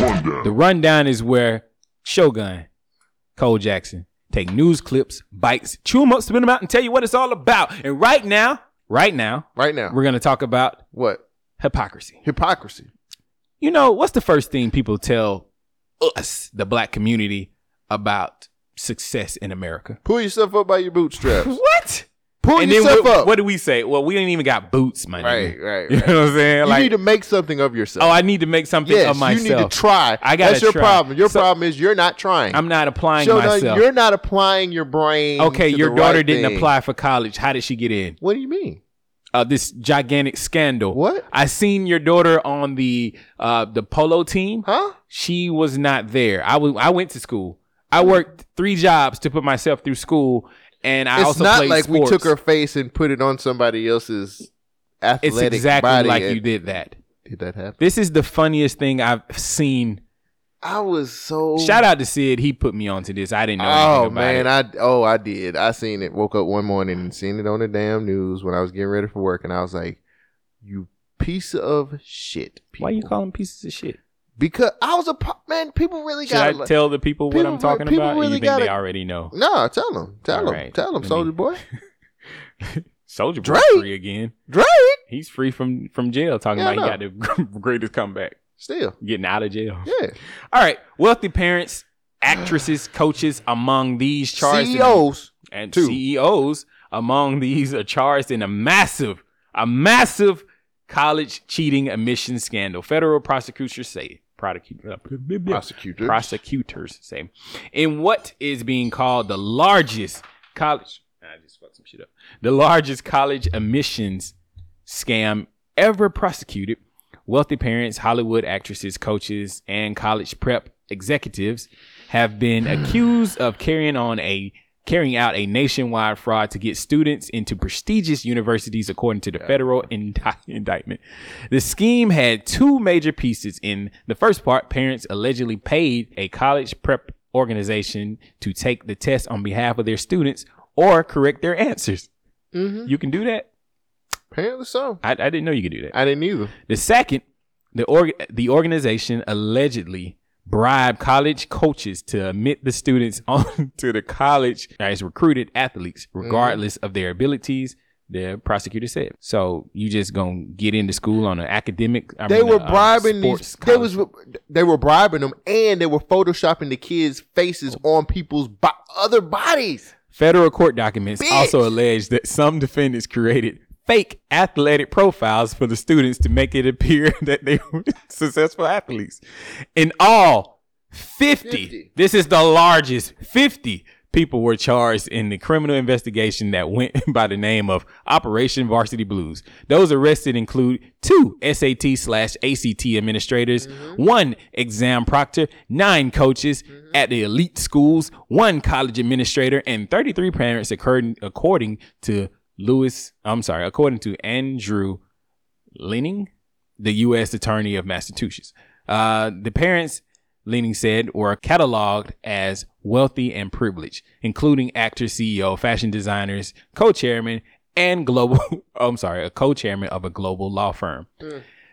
[SPEAKER 2] rundown. The rundown is where Shogun, Cole Jackson, take news clips, bites, chew them up, spin them out, and tell you what it's all about. And right now, right now,
[SPEAKER 1] right now,
[SPEAKER 2] we're gonna talk about
[SPEAKER 1] what
[SPEAKER 2] hypocrisy.
[SPEAKER 1] Hypocrisy.
[SPEAKER 2] You know what's the first thing people tell us, the black community, about success in America?
[SPEAKER 1] Pull yourself up by your bootstraps.
[SPEAKER 2] what?
[SPEAKER 1] Pull
[SPEAKER 2] and
[SPEAKER 1] yourself
[SPEAKER 2] then what,
[SPEAKER 1] up.
[SPEAKER 2] what do we say? Well, we ain't even got boots, my
[SPEAKER 1] Right,
[SPEAKER 2] nigga.
[SPEAKER 1] right,
[SPEAKER 2] You
[SPEAKER 1] right.
[SPEAKER 2] know what I'm saying?
[SPEAKER 1] you need to make something of yourself.
[SPEAKER 2] Oh, I need to make something
[SPEAKER 1] yes,
[SPEAKER 2] of myself.
[SPEAKER 1] you need to try.
[SPEAKER 2] I got
[SPEAKER 1] That's your problem. Your problem is you're not trying.
[SPEAKER 2] I'm not applying
[SPEAKER 1] Shodan,
[SPEAKER 2] myself.
[SPEAKER 1] You're not applying your brain.
[SPEAKER 2] okay,
[SPEAKER 1] to
[SPEAKER 2] your
[SPEAKER 1] the
[SPEAKER 2] daughter
[SPEAKER 1] right
[SPEAKER 2] didn't
[SPEAKER 1] thing.
[SPEAKER 2] apply for college. How did she get in?
[SPEAKER 1] What do you mean?
[SPEAKER 2] Uh, this gigantic scandal.
[SPEAKER 1] What?
[SPEAKER 2] I seen your daughter on the uh the polo team.
[SPEAKER 1] Huh?
[SPEAKER 2] She was not there. I was. I went to school. I worked three jobs to put myself through school, and I
[SPEAKER 1] it's
[SPEAKER 2] also
[SPEAKER 1] not
[SPEAKER 2] played
[SPEAKER 1] like we
[SPEAKER 2] sports.
[SPEAKER 1] took her face and put it on somebody else's athletic
[SPEAKER 2] It's exactly
[SPEAKER 1] body.
[SPEAKER 2] like
[SPEAKER 1] and-
[SPEAKER 2] you did that.
[SPEAKER 1] Did that happen?
[SPEAKER 2] This is the funniest thing I've seen.
[SPEAKER 1] I was so
[SPEAKER 2] Shout out to Sid. He put me onto this. I didn't know. anything
[SPEAKER 1] Oh
[SPEAKER 2] about
[SPEAKER 1] man,
[SPEAKER 2] it.
[SPEAKER 1] I oh I did. I seen it. Woke up one morning and seen it on the damn news when I was getting ready for work, and I was like, "You piece of shit." People.
[SPEAKER 2] Why you calling pieces of shit?
[SPEAKER 1] Because I was a po- man. People really
[SPEAKER 2] Should I
[SPEAKER 1] got.
[SPEAKER 2] tell the people what I'm talking about? Or you think they already know?
[SPEAKER 1] No, tell them. Tell
[SPEAKER 2] All
[SPEAKER 1] them.
[SPEAKER 2] right.
[SPEAKER 1] Tell them,
[SPEAKER 2] Let
[SPEAKER 1] soldier boy.
[SPEAKER 2] Soldier Boy's
[SPEAKER 1] Drake?
[SPEAKER 2] free again.
[SPEAKER 1] Drake.
[SPEAKER 2] He's free from from jail. Talking
[SPEAKER 1] Yeah, I
[SPEAKER 2] about he got the greatest comeback.
[SPEAKER 1] Still.
[SPEAKER 2] Getting out of jail.
[SPEAKER 1] Yeah.
[SPEAKER 2] All right. Wealthy parents, actresses, coaches among these charged in-
[SPEAKER 1] E CEOs,
[SPEAKER 2] and
[SPEAKER 1] too.
[SPEAKER 2] CEOs among these are charged in a massive, a massive college cheating admission scandal. Federal prosecutors say prosecutors prosecutors say in what is being called the largest college. I just fucked some shit up. The largest college admissions scam ever prosecuted. Wealthy parents, Hollywood actresses, coaches, and college prep executives have been accused of carrying on a carrying out a nationwide fraud to get students into prestigious universities according to the federal indi- indictment. The scheme had two major pieces in the first part, parents allegedly paid a college prep organization to take the test on behalf of their students or correct their answers.
[SPEAKER 1] Mhm.
[SPEAKER 2] You can do that?
[SPEAKER 1] Apparently so.
[SPEAKER 2] I, I didn't know you could do that.
[SPEAKER 1] I didn't either.
[SPEAKER 2] The second, the org- the organization allegedly bribed college coaches to admit the students onto the college as recruited athletes,
[SPEAKER 1] Mm-hmm.
[SPEAKER 2] regardless of their abilities. The prosecutor said. So you just gonna get into school on an academic? I
[SPEAKER 1] they
[SPEAKER 2] mean,
[SPEAKER 1] were
[SPEAKER 2] uh,
[SPEAKER 1] bribing
[SPEAKER 2] sports
[SPEAKER 1] these. They was they were bribing them, and they were photoshopping the kids' faces
[SPEAKER 2] Oh.
[SPEAKER 1] on people's bo- other bodies.
[SPEAKER 2] Federal court documents also allege that some defendants created fake athletic profiles for the students to make it appear that they were successful athletes. In all, 50, this is the largest, 50 people were charged in the criminal investigation that went by the name of Operation Varsity Blues. Those arrested include two SAT slash ACT administrators, one exam proctor, nine coaches at the elite schools, one college administrator, and 33 parents according, according to Lewis, I'm sorry, according to Andrew Leaning, the U.S. Attorney of Massachusetts. Uh, the parents, Leaning said, were cataloged as wealthy and privileged, including actor, CEO, fashion designers, co-chairman, and global. I'm sorry, a co-chairman of a global law firm.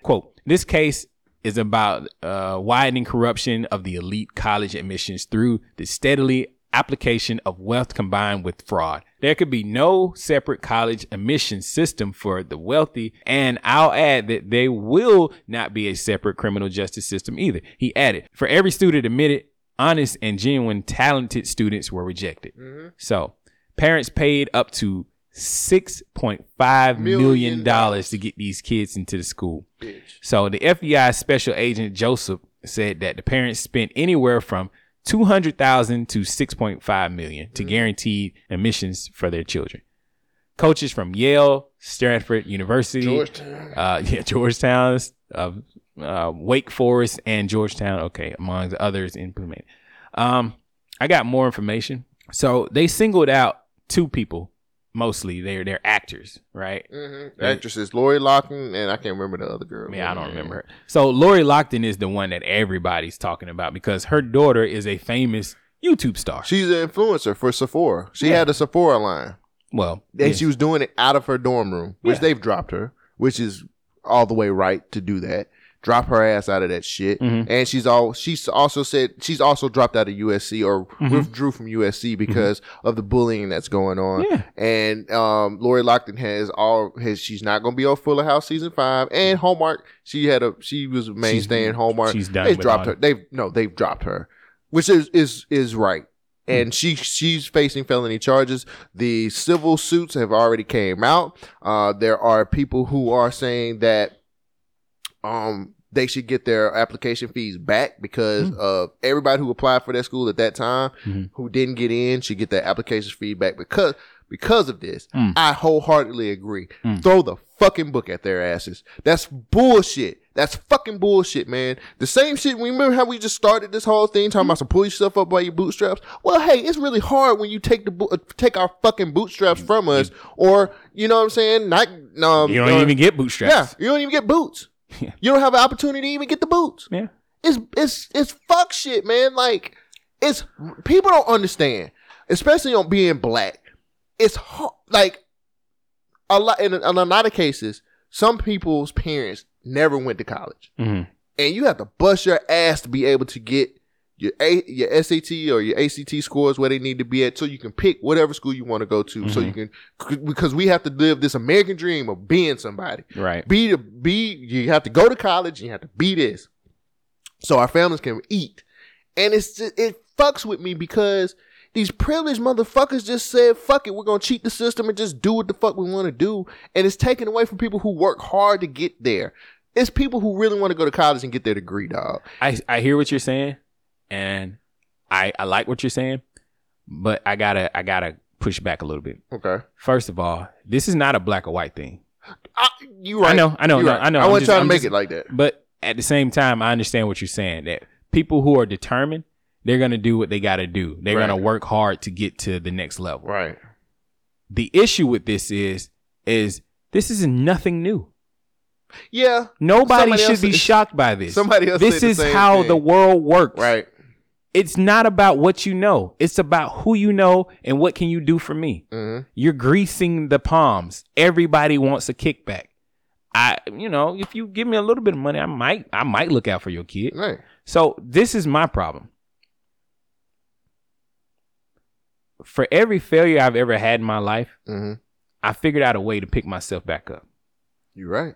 [SPEAKER 2] Quote, this case is about uh, widening corruption of the elite college admissions through the steadily application of wealth combined with fraud. There could be no separate college admission system for the wealthy, and I'll add that there will not be a separate criminal justice system either. He added, for every student admitted, honest and genuine talented students were rejected. So, parents paid up to $6.5 million dollars to get these kids into the school. So the FBI special agent Joseph said that the parents spent anywhere from 200,000 to 6.5 million to guarantee admissions for their children. Coaches from Yale, Stanford University,
[SPEAKER 1] Georgetown.
[SPEAKER 2] uh, yeah, Georgetown, uh, uh, Wake Forest, and Georgetown. Okay, among the others implemented. Um, I got more information. So they singled out two people mostly. They're they're actors, right?
[SPEAKER 1] Mhm.
[SPEAKER 2] They-
[SPEAKER 1] Actresses Lori Locken and I can't remember the other girl.
[SPEAKER 2] yeah, I don't remember her. So Lori Lockton is the one that everybody's talking about because her daughter is a famous YouTube star.
[SPEAKER 1] She's an influencer for Sephora. She had a Sephora line.
[SPEAKER 2] Well,
[SPEAKER 1] and
[SPEAKER 2] yes.
[SPEAKER 1] she was doing it out of her dorm room, which
[SPEAKER 2] Yeah.
[SPEAKER 1] they've dropped her, which is all the way right to do that. Drop her ass out of that shit.
[SPEAKER 2] Mhm.
[SPEAKER 1] And she's all she's also said she's also dropped out of USC or
[SPEAKER 2] Mhm.
[SPEAKER 1] withdrew from USC because of the bullying that's going on.
[SPEAKER 2] Mm-hmm. Yeah.
[SPEAKER 1] And um Lori Lockton has all has she's not gonna be on Fuller House season five. And Hallmark, she had a she was a mainstay in Hallmark.
[SPEAKER 2] Mm-hmm. she's done
[SPEAKER 1] They
[SPEAKER 2] with
[SPEAKER 1] dropped her.
[SPEAKER 2] Hallmark.
[SPEAKER 1] They've no, they've dropped her. Which is is is right
[SPEAKER 2] Mm-hmm.
[SPEAKER 1] and she she's facing felony charges. The civil suits have already came out. Uh, there are people who are saying that um they should get their application fees back because
[SPEAKER 2] Hmm.
[SPEAKER 1] of everybody who applied for that school at that time
[SPEAKER 2] Mhm.
[SPEAKER 1] who didn't get in should get their application fee back because because of this.
[SPEAKER 2] Mm.
[SPEAKER 1] I wholeheartedly agree. Throw the fucking book at their asses. That's bullshit. That's fucking bullshit, man. The same shit. Remember how we just started this whole thing talking about to pull yourself up by your bootstraps? Well, hey, it's really hard when you take the bo- uh, take our fucking bootstraps from us, or you know what I'm saying? Not um,
[SPEAKER 2] You don't
[SPEAKER 1] or-
[SPEAKER 2] even get bootstraps.
[SPEAKER 1] Yeah, you don't even get boots. You don't have an opportunity to even get the boots.
[SPEAKER 2] Yeah,
[SPEAKER 1] it's it's it's fuck shit, man. Like it's people don't understand, especially on being black. It's hard, like a lot in, in a lot of cases, some people's parents never went to college,
[SPEAKER 2] Mhm.
[SPEAKER 1] and you have to bust your ass to be able to get your a, your SAT or your ACT scores where they need to be at, so you can pick whatever school you want to go to,
[SPEAKER 2] Mm-hmm.
[SPEAKER 1] so you can c- because we have to live this American dream of being somebody.
[SPEAKER 2] Right.
[SPEAKER 1] Be the be you have to go to college, and you have to be this, so our families can eat, and it's just, it fucks with me because. These privileged motherfuckers just said, fuck it, we're gonna cheat the system and just do what the fuck we wanna do. And it's taken away from people who work hard to get there. It's people who really wanna go to college and get their degree, dog.
[SPEAKER 2] I I hear what you're saying, and I I like what you're saying, but I gotta I gotta push back a little bit.
[SPEAKER 1] Okay.
[SPEAKER 2] First of all, this is not a black or white thing.
[SPEAKER 1] You right.
[SPEAKER 2] I know, I know,
[SPEAKER 1] You
[SPEAKER 2] no,
[SPEAKER 1] right.
[SPEAKER 2] I know.
[SPEAKER 1] I
[SPEAKER 2] I'm
[SPEAKER 1] wasn't
[SPEAKER 2] just-
[SPEAKER 1] trying
[SPEAKER 2] I'm
[SPEAKER 1] to make
[SPEAKER 2] just-
[SPEAKER 1] it like that.
[SPEAKER 2] But at the same time, I understand what you're saying. That people who are determined, they're gonna do what they gotta do. They're
[SPEAKER 1] Right.
[SPEAKER 2] gonna work hard to get to the next level.
[SPEAKER 1] Right.
[SPEAKER 2] The issue with this is, is this is nothing new.
[SPEAKER 1] Yeah.
[SPEAKER 2] Nobody
[SPEAKER 1] Somebody else-
[SPEAKER 2] should be shocked by this.
[SPEAKER 1] Somebody else
[SPEAKER 2] This
[SPEAKER 1] said the
[SPEAKER 2] is
[SPEAKER 1] same
[SPEAKER 2] how
[SPEAKER 1] thing.
[SPEAKER 2] the world works.
[SPEAKER 1] Right.
[SPEAKER 2] It's not about what you know. It's about who you know and what can you do for me.
[SPEAKER 1] Mhm.
[SPEAKER 2] You're greasing the palms. Everybody wants a kickback. I, you know, if you give me a little bit of money, I might, I might look out for your kid.
[SPEAKER 1] Right.
[SPEAKER 2] So this is my problem. For every failure I've ever had in my life, I figured out a way to pick myself back up
[SPEAKER 1] You're right.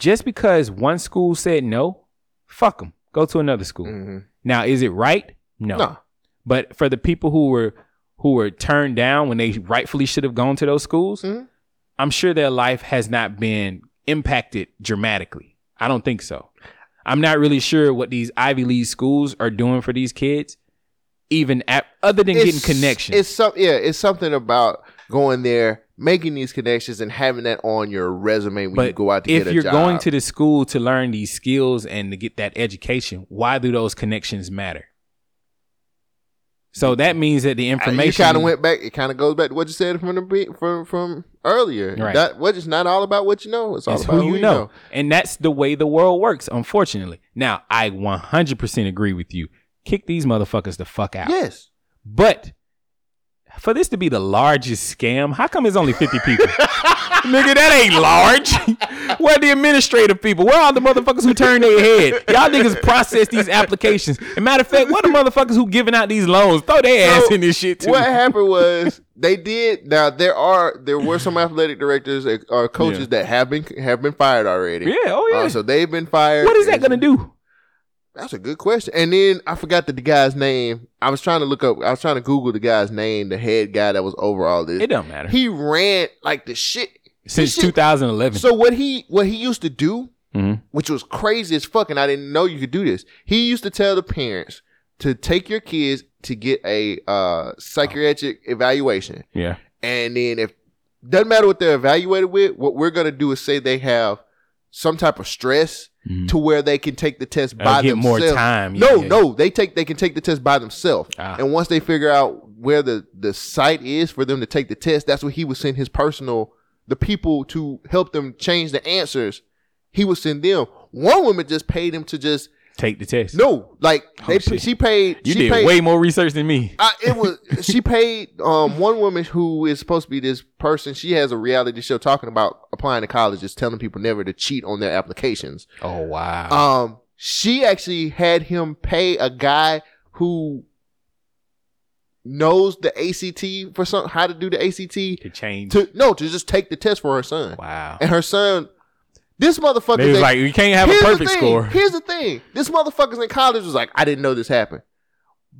[SPEAKER 2] just because one school said no, fuck them. Go to another school. Now, is it right? No.
[SPEAKER 1] No.
[SPEAKER 2] But for the people who were who were turned down when they rightfully should have gone to those schools,
[SPEAKER 1] Mm-hmm.
[SPEAKER 2] I'm sure their life has not been impacted dramatically. I don't think so. I'm not really sure what these Ivy League schools are doing for these kids, even at, other than
[SPEAKER 1] It's-
[SPEAKER 2] getting connections.
[SPEAKER 1] It's some yeah, it's something about going there, making these connections and having that on your resume when you go out to
[SPEAKER 2] if
[SPEAKER 1] get a
[SPEAKER 2] you're
[SPEAKER 1] job.
[SPEAKER 2] going to the school to learn these skills and to get that education, why do those connections matter? So that means that the information
[SPEAKER 1] You kind of went back. It kind of goes back to what you said from the be- from from earlier.
[SPEAKER 2] Right.
[SPEAKER 1] That what it's not all about what you know. It's all
[SPEAKER 2] is
[SPEAKER 1] about
[SPEAKER 2] who you know. and that's the way the world works. Unfortunately, now I 100% agree with you. Kick these motherfuckers the fuck out.
[SPEAKER 1] Yes,
[SPEAKER 2] but for this to be the largest scam, how come it's only 50 people? Nigga, that ain't large. Where the administrative people? Where are the motherfuckers who turn their head? Y'all niggas process these applications. And matter of fact, where the motherfuckers who giving out these loans? Throw their ass in this shit too.
[SPEAKER 1] What happened was they did. Now there are there were some athletic directors uh, or coaches
[SPEAKER 2] Yeah.
[SPEAKER 1] that have been have been fired already.
[SPEAKER 2] Yeah, oh, yeah.
[SPEAKER 1] Uh, so they've been fired.
[SPEAKER 2] What is that gonna do?
[SPEAKER 1] That's a good question. And then I forgot that the guy's name. I was trying to look up. I was trying to Google the guy's name, the head guy that was over all this.
[SPEAKER 2] It don't matter.
[SPEAKER 1] He ran like the shit
[SPEAKER 2] Since
[SPEAKER 1] the shit-
[SPEAKER 2] 2011.
[SPEAKER 1] So what he what he used to do
[SPEAKER 2] hmm
[SPEAKER 1] which was crazy as fuck, and I didn't know you could do this. He used to tell the parents to take your kids to get a uh, psychiatric evaluation,
[SPEAKER 2] Yeah.
[SPEAKER 1] and then if doesn't matter what they're evaluated with, what we're gonna do is say they have some type of stress to where they can take the test
[SPEAKER 2] Mm-hmm. That'll
[SPEAKER 1] by
[SPEAKER 2] get more
[SPEAKER 1] themselves.
[SPEAKER 2] time, yeah, Ah.
[SPEAKER 1] No,
[SPEAKER 2] yeah.
[SPEAKER 1] no, they take they can take the test by themselves, and once they figure out where the the site is for them to take the test, that's where he would send his personal the people to help them change the answers he would send them. One woman just paid him to just
[SPEAKER 2] Take the test.
[SPEAKER 1] No, like they, she paid.
[SPEAKER 2] Oh, You
[SPEAKER 1] she
[SPEAKER 2] did
[SPEAKER 1] paid,
[SPEAKER 2] way more research than me.
[SPEAKER 1] I, it was she paid um, one woman who is supposed to be this person. She has a reality show talking about applying to colleges, telling people never to cheat on their applications.
[SPEAKER 2] Oh wow!
[SPEAKER 1] Um, she actually had him pay a guy who knows the ACT for some how to do the ACT to
[SPEAKER 2] change
[SPEAKER 1] to no to just take the test for her son.
[SPEAKER 2] Wow!
[SPEAKER 1] And her son, this motherfucker
[SPEAKER 2] They was
[SPEAKER 1] that-
[SPEAKER 2] like, "You can't have a
[SPEAKER 1] Here's the
[SPEAKER 2] perfect
[SPEAKER 1] thing,
[SPEAKER 2] score."
[SPEAKER 1] Here's the thing: this motherfucker's in college was like, "I didn't know this happened."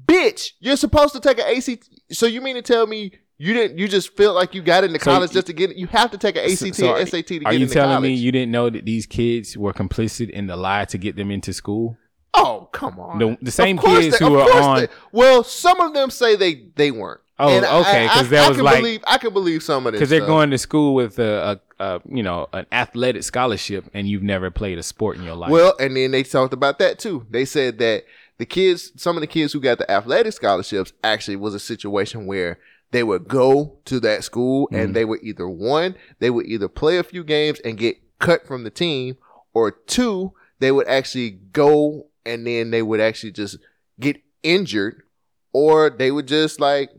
[SPEAKER 1] Bitch, you're supposed to take an ACT. So you mean to tell me you didn't? You just felt like you got into
[SPEAKER 2] So
[SPEAKER 1] college just to get? You have to take an ACT
[SPEAKER 2] So
[SPEAKER 1] and SAT to
[SPEAKER 2] are
[SPEAKER 1] get
[SPEAKER 2] you
[SPEAKER 1] into
[SPEAKER 2] telling
[SPEAKER 1] college.
[SPEAKER 2] me you didn't know that these kids were complicit in the lie to get them into school?
[SPEAKER 1] Oh come on!
[SPEAKER 2] The, the same
[SPEAKER 1] Of course
[SPEAKER 2] kids
[SPEAKER 1] they-
[SPEAKER 2] who
[SPEAKER 1] of
[SPEAKER 2] were
[SPEAKER 1] course
[SPEAKER 2] on.
[SPEAKER 1] they- well, some of them say they they weren't.
[SPEAKER 2] Oh,
[SPEAKER 1] And I-
[SPEAKER 2] okay,
[SPEAKER 1] I-
[SPEAKER 2] 'cause that
[SPEAKER 1] I
[SPEAKER 2] was
[SPEAKER 1] can
[SPEAKER 2] like-
[SPEAKER 1] believe, I can believe some of this
[SPEAKER 2] because they're
[SPEAKER 1] stuff.
[SPEAKER 2] going to school with a, a, a you know an athletic scholarship and you've never played a sport in your life.
[SPEAKER 1] Well, and then they talked about that too. They said that the kids, some of the kids who got the athletic scholarships, actually was a situation where they would go to that school and they would either one, they would either play a few games and get cut from the team, or two, they would actually go and then they would actually just get injured, or they would just like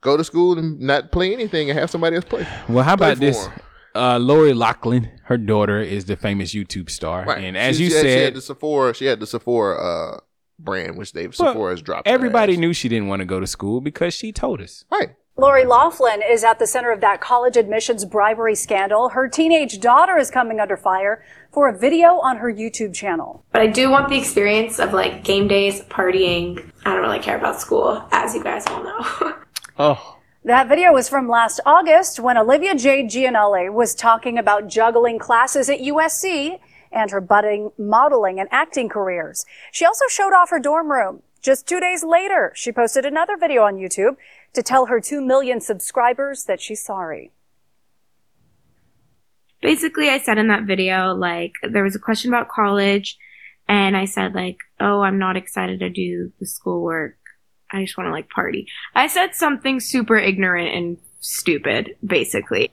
[SPEAKER 1] go to school and not play anything and have somebody else play.
[SPEAKER 2] Well, how
[SPEAKER 1] play
[SPEAKER 2] about
[SPEAKER 1] for
[SPEAKER 2] this?
[SPEAKER 1] 'em.
[SPEAKER 2] Uh, Lori Lachlan, her daughter, is the famous YouTube star,
[SPEAKER 1] Right.
[SPEAKER 2] and as
[SPEAKER 1] She-
[SPEAKER 2] you
[SPEAKER 1] she had- she had
[SPEAKER 2] said,
[SPEAKER 1] the Sephora, she had the Sephora uh, brand, which they've
[SPEAKER 2] Well,
[SPEAKER 1] Sephora has dropped.
[SPEAKER 2] everybody knew she didn't want to go to school because she told us.
[SPEAKER 1] Right.
[SPEAKER 14] Lori Laughlin is at the center of that college admissions bribery scandal. Her teenage daughter is coming under fire for a video on her YouTube channel.
[SPEAKER 15] But I do want the experience of like game days, partying. I don't really care about school, as you guys all know.
[SPEAKER 2] Oh.
[SPEAKER 14] That video was from last August when Olivia J. Gianale was talking about juggling classes at USC and her budding modeling and acting careers. She also showed off her dorm room. Just two days later, she posted another video on YouTube to tell her 2 million subscribers that she's sorry.
[SPEAKER 15] Basically, I said in that video, like, there was a question about college, and I said, like, oh, I'm not excited to do the schoolwork. I just want to, like, party. I said something super ignorant and stupid, basically.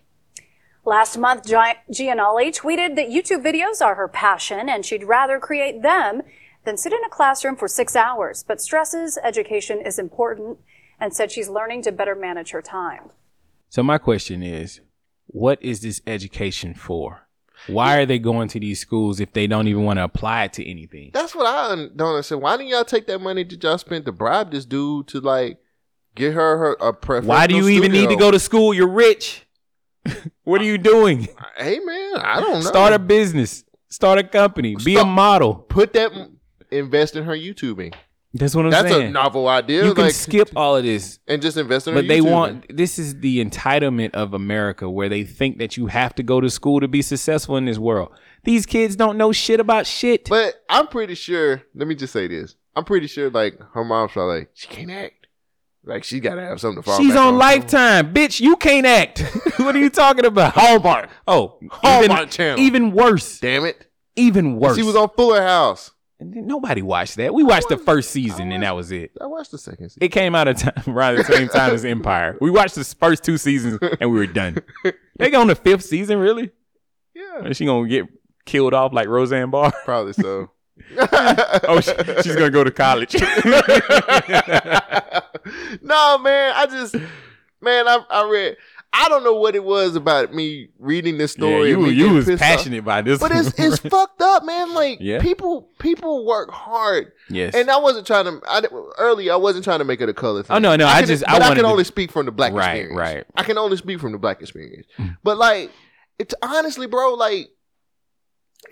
[SPEAKER 14] Last month, Gi- Gianelli tweeted that YouTube videos are her passion and she'd rather create them than sit in a classroom for six hours, but stresses education is important and said she's learning to better manage her time.
[SPEAKER 2] So my question is, what is this education for? Why are they going to these schools if they don't even want to apply it to anything?
[SPEAKER 1] That's what I un- don't understand. Why didn't y'all take that money that y'all spent to bribe this dude to like get her her a preference?
[SPEAKER 2] Why do you even need to go to school? You're rich. what are you doing?
[SPEAKER 1] Hey man, I don't know.
[SPEAKER 2] Start a business. Start a company. Be a model.
[SPEAKER 1] Put that invest in her YouTubing.
[SPEAKER 2] That's what I'm
[SPEAKER 1] That's
[SPEAKER 2] saying.
[SPEAKER 1] a novel idea.
[SPEAKER 2] You can
[SPEAKER 1] like
[SPEAKER 2] skip all of this
[SPEAKER 1] and just invest in her.
[SPEAKER 2] But they
[SPEAKER 1] YouTubing.
[SPEAKER 2] want this is the entitlement of America where they think that you have to go to school to be successful in this world. These kids don't know shit about shit.
[SPEAKER 1] But I'm pretty sure. Let me just say this. I'm pretty sure like her mom's probably like she can't act. Like she gotta have something to fall.
[SPEAKER 2] She's
[SPEAKER 1] back
[SPEAKER 2] on lifetime. Bitch, you can't act. what are you talking about? Hallmark. Oh,
[SPEAKER 1] Hallmark
[SPEAKER 2] even,
[SPEAKER 1] Channel.
[SPEAKER 2] Even worse.
[SPEAKER 1] Damn it.
[SPEAKER 2] Even worse.
[SPEAKER 1] She was on Fuller House.
[SPEAKER 2] Nobody watched that. We watched the first season and that was it.
[SPEAKER 1] I watched the second season.
[SPEAKER 2] It came out of time around the same time as Empire. We watched the first two seasons and we were done. they go on the fifth season, really?
[SPEAKER 1] Yeah.
[SPEAKER 2] Is she gonna get killed off like Roseanne Barr?
[SPEAKER 1] Probably so.
[SPEAKER 2] oh, she, she's gonna go to college.
[SPEAKER 1] no, man, I just man, I, I read. I don't know what it was about me reading this story.
[SPEAKER 2] Yeah,
[SPEAKER 1] and
[SPEAKER 2] you
[SPEAKER 1] me
[SPEAKER 2] you
[SPEAKER 1] getting
[SPEAKER 2] was
[SPEAKER 1] pissed off.
[SPEAKER 2] passionate by this,
[SPEAKER 1] but it's
[SPEAKER 2] one.
[SPEAKER 1] it's fucked up, man. Like
[SPEAKER 2] Yeah.
[SPEAKER 1] people people work hard.
[SPEAKER 2] Yes.
[SPEAKER 1] and I wasn't trying to. I, didn't- earlier, I wasn't trying to make it a color thing.
[SPEAKER 2] Oh, no, no, I
[SPEAKER 1] can-
[SPEAKER 2] just- I
[SPEAKER 1] but I
[SPEAKER 2] wanted
[SPEAKER 1] can
[SPEAKER 2] to-
[SPEAKER 1] only speak from the black
[SPEAKER 2] Right,
[SPEAKER 1] experience.
[SPEAKER 2] right. Mm.
[SPEAKER 1] I can only speak from the black experience. but like, it's honestly, bro, like.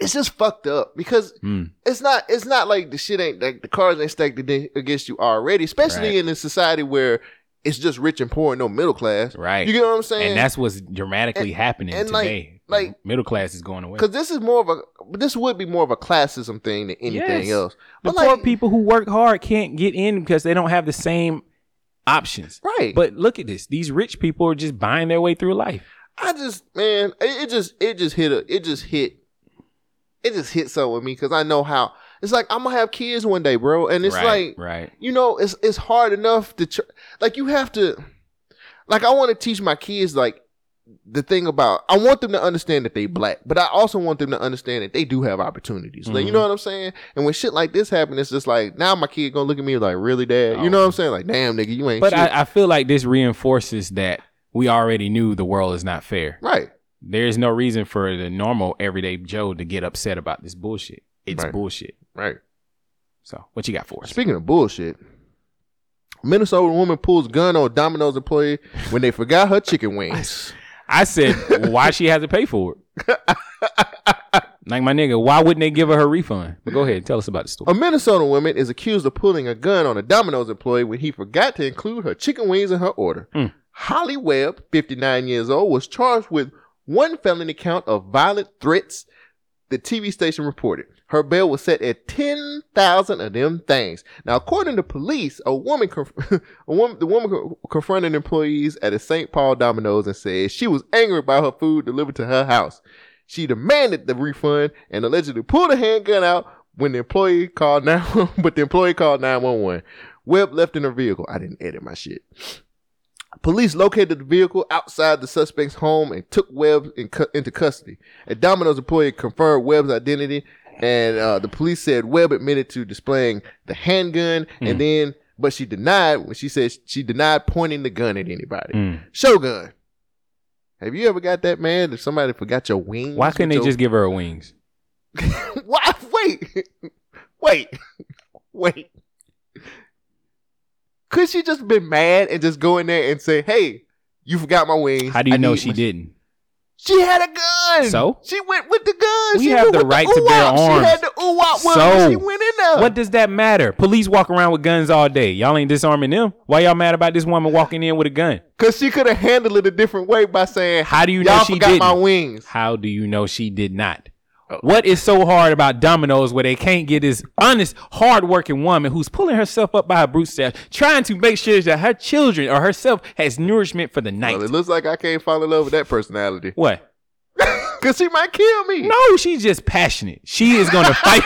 [SPEAKER 1] It's just fucked up because
[SPEAKER 2] Mm.
[SPEAKER 1] it's not it's not like the shit ain't like the cards ain't stacked ag- against you already, especially
[SPEAKER 2] Right.
[SPEAKER 1] in a society where it's just rich and poor and no middle class.
[SPEAKER 2] right?
[SPEAKER 1] You get what I'm saying?
[SPEAKER 2] And that's what's dramatically
[SPEAKER 1] And-
[SPEAKER 2] happening
[SPEAKER 1] and, like-
[SPEAKER 2] today.
[SPEAKER 1] like-
[SPEAKER 2] middle class is going away.
[SPEAKER 1] because this is more of a this would be more of a classism thing than anything
[SPEAKER 2] Yes.
[SPEAKER 1] else.
[SPEAKER 2] The
[SPEAKER 1] But
[SPEAKER 2] poor
[SPEAKER 1] like,
[SPEAKER 2] people who work hard can't get in because they don't have the same options.
[SPEAKER 1] Right.
[SPEAKER 2] But look at this. These rich people are just buying their way through life.
[SPEAKER 1] I just man, it, it just it just hit a it just hit it just hit so with me because I know how it's like I'm gonna have kids one day, bro, and it's
[SPEAKER 2] Right,
[SPEAKER 1] like
[SPEAKER 2] right.
[SPEAKER 1] you know it's it's hard enough to tr- like you have to like I want to teach my kids like the thing about I want them to understand that they black, but I also want them to understand that they do have opportunities. Like you
[SPEAKER 2] Mm-hmm.
[SPEAKER 1] know what I'm saying? And when shit like this happen, it's just like now my kid gonna look at me like, really, dad? You know what I'm saying? Like, damn, nigga, you ain't.
[SPEAKER 2] Oh. But
[SPEAKER 1] shit.
[SPEAKER 2] I, I feel like this reinforces that we already knew the world is not fair.
[SPEAKER 1] Right.
[SPEAKER 2] There is no reason for the normal everyday Joe to get upset about this bullshit. It's
[SPEAKER 1] Right.
[SPEAKER 2] bullshit.
[SPEAKER 1] Right.
[SPEAKER 2] So what you got for us?
[SPEAKER 1] Speaking of bullshit, Minnesota woman pulls gun on Domino's employee when they forgot her chicken wings.
[SPEAKER 2] I said, why she has to pay for it? like my nigga, why wouldn't they give her her refund? But go ahead, tell us about the story.
[SPEAKER 1] A Minnesota woman is accused of pulling a gun on a Domino's employee when he forgot to include her chicken wings in her order. Holly Webb, 59 years old, was charged with one felony count of violent threats. The TV station reported her bail was set at ten thousand of them things. Now, according to police, a woman, conf- a woman, the woman co- confronted employees at a St. Paul Domino's and said she was angry by her food delivered to her house. She demanded the refund and allegedly pulled a handgun out when the employee called nine, but the employee called nine one one. Webb left in her vehicle. I didn't edit my shit. Police located the vehicle outside the suspect's home and took Webb in cu- into custody. A Domino's employee confirmed Webb's identity, and uh, the police said Webb admitted to displaying the handgun, and then but she denied when she said she denied pointing the gun at anybody.
[SPEAKER 2] Mm.
[SPEAKER 1] Shogun, have you ever got that man if somebody forgot your wings?
[SPEAKER 2] Why
[SPEAKER 1] with
[SPEAKER 2] couldn't they
[SPEAKER 1] your-
[SPEAKER 2] just give her her wings?
[SPEAKER 1] Why? Wait, wait, wait. Could she just been mad and just go in there and say, "Hey, you forgot my wings"?
[SPEAKER 2] How do you
[SPEAKER 1] I
[SPEAKER 2] know
[SPEAKER 1] need
[SPEAKER 2] she
[SPEAKER 1] my-"
[SPEAKER 2] didn't?
[SPEAKER 1] She had a gun.
[SPEAKER 2] So?
[SPEAKER 1] she went with the gun.
[SPEAKER 2] We
[SPEAKER 1] She
[SPEAKER 2] have
[SPEAKER 1] went
[SPEAKER 2] the
[SPEAKER 1] with
[SPEAKER 2] right to bear
[SPEAKER 1] oo-wop.
[SPEAKER 2] arms.
[SPEAKER 1] She had the ooh wop so, she went in there.
[SPEAKER 2] What does that matter? Police walk around with guns all day. Y'all ain't disarming them. Why y'all mad about this woman walking in with a gun?
[SPEAKER 1] Because she could have handled it a different way by saying,
[SPEAKER 2] How do you
[SPEAKER 1] all
[SPEAKER 2] know she
[SPEAKER 1] forgot
[SPEAKER 2] didn't?
[SPEAKER 1] my wings?" Oh.
[SPEAKER 2] How do you know she did not? What is so hard about dominoes where they can't get this honest, hardworking woman who's pulling herself up by her bootstraps, trying to make sure that her children or herself has nourishment for the night?
[SPEAKER 1] Well, it looks like I can't fall in love with that personality.
[SPEAKER 2] What?
[SPEAKER 1] Cause she might kill me.
[SPEAKER 2] No, she's just passionate. She is gonna fight.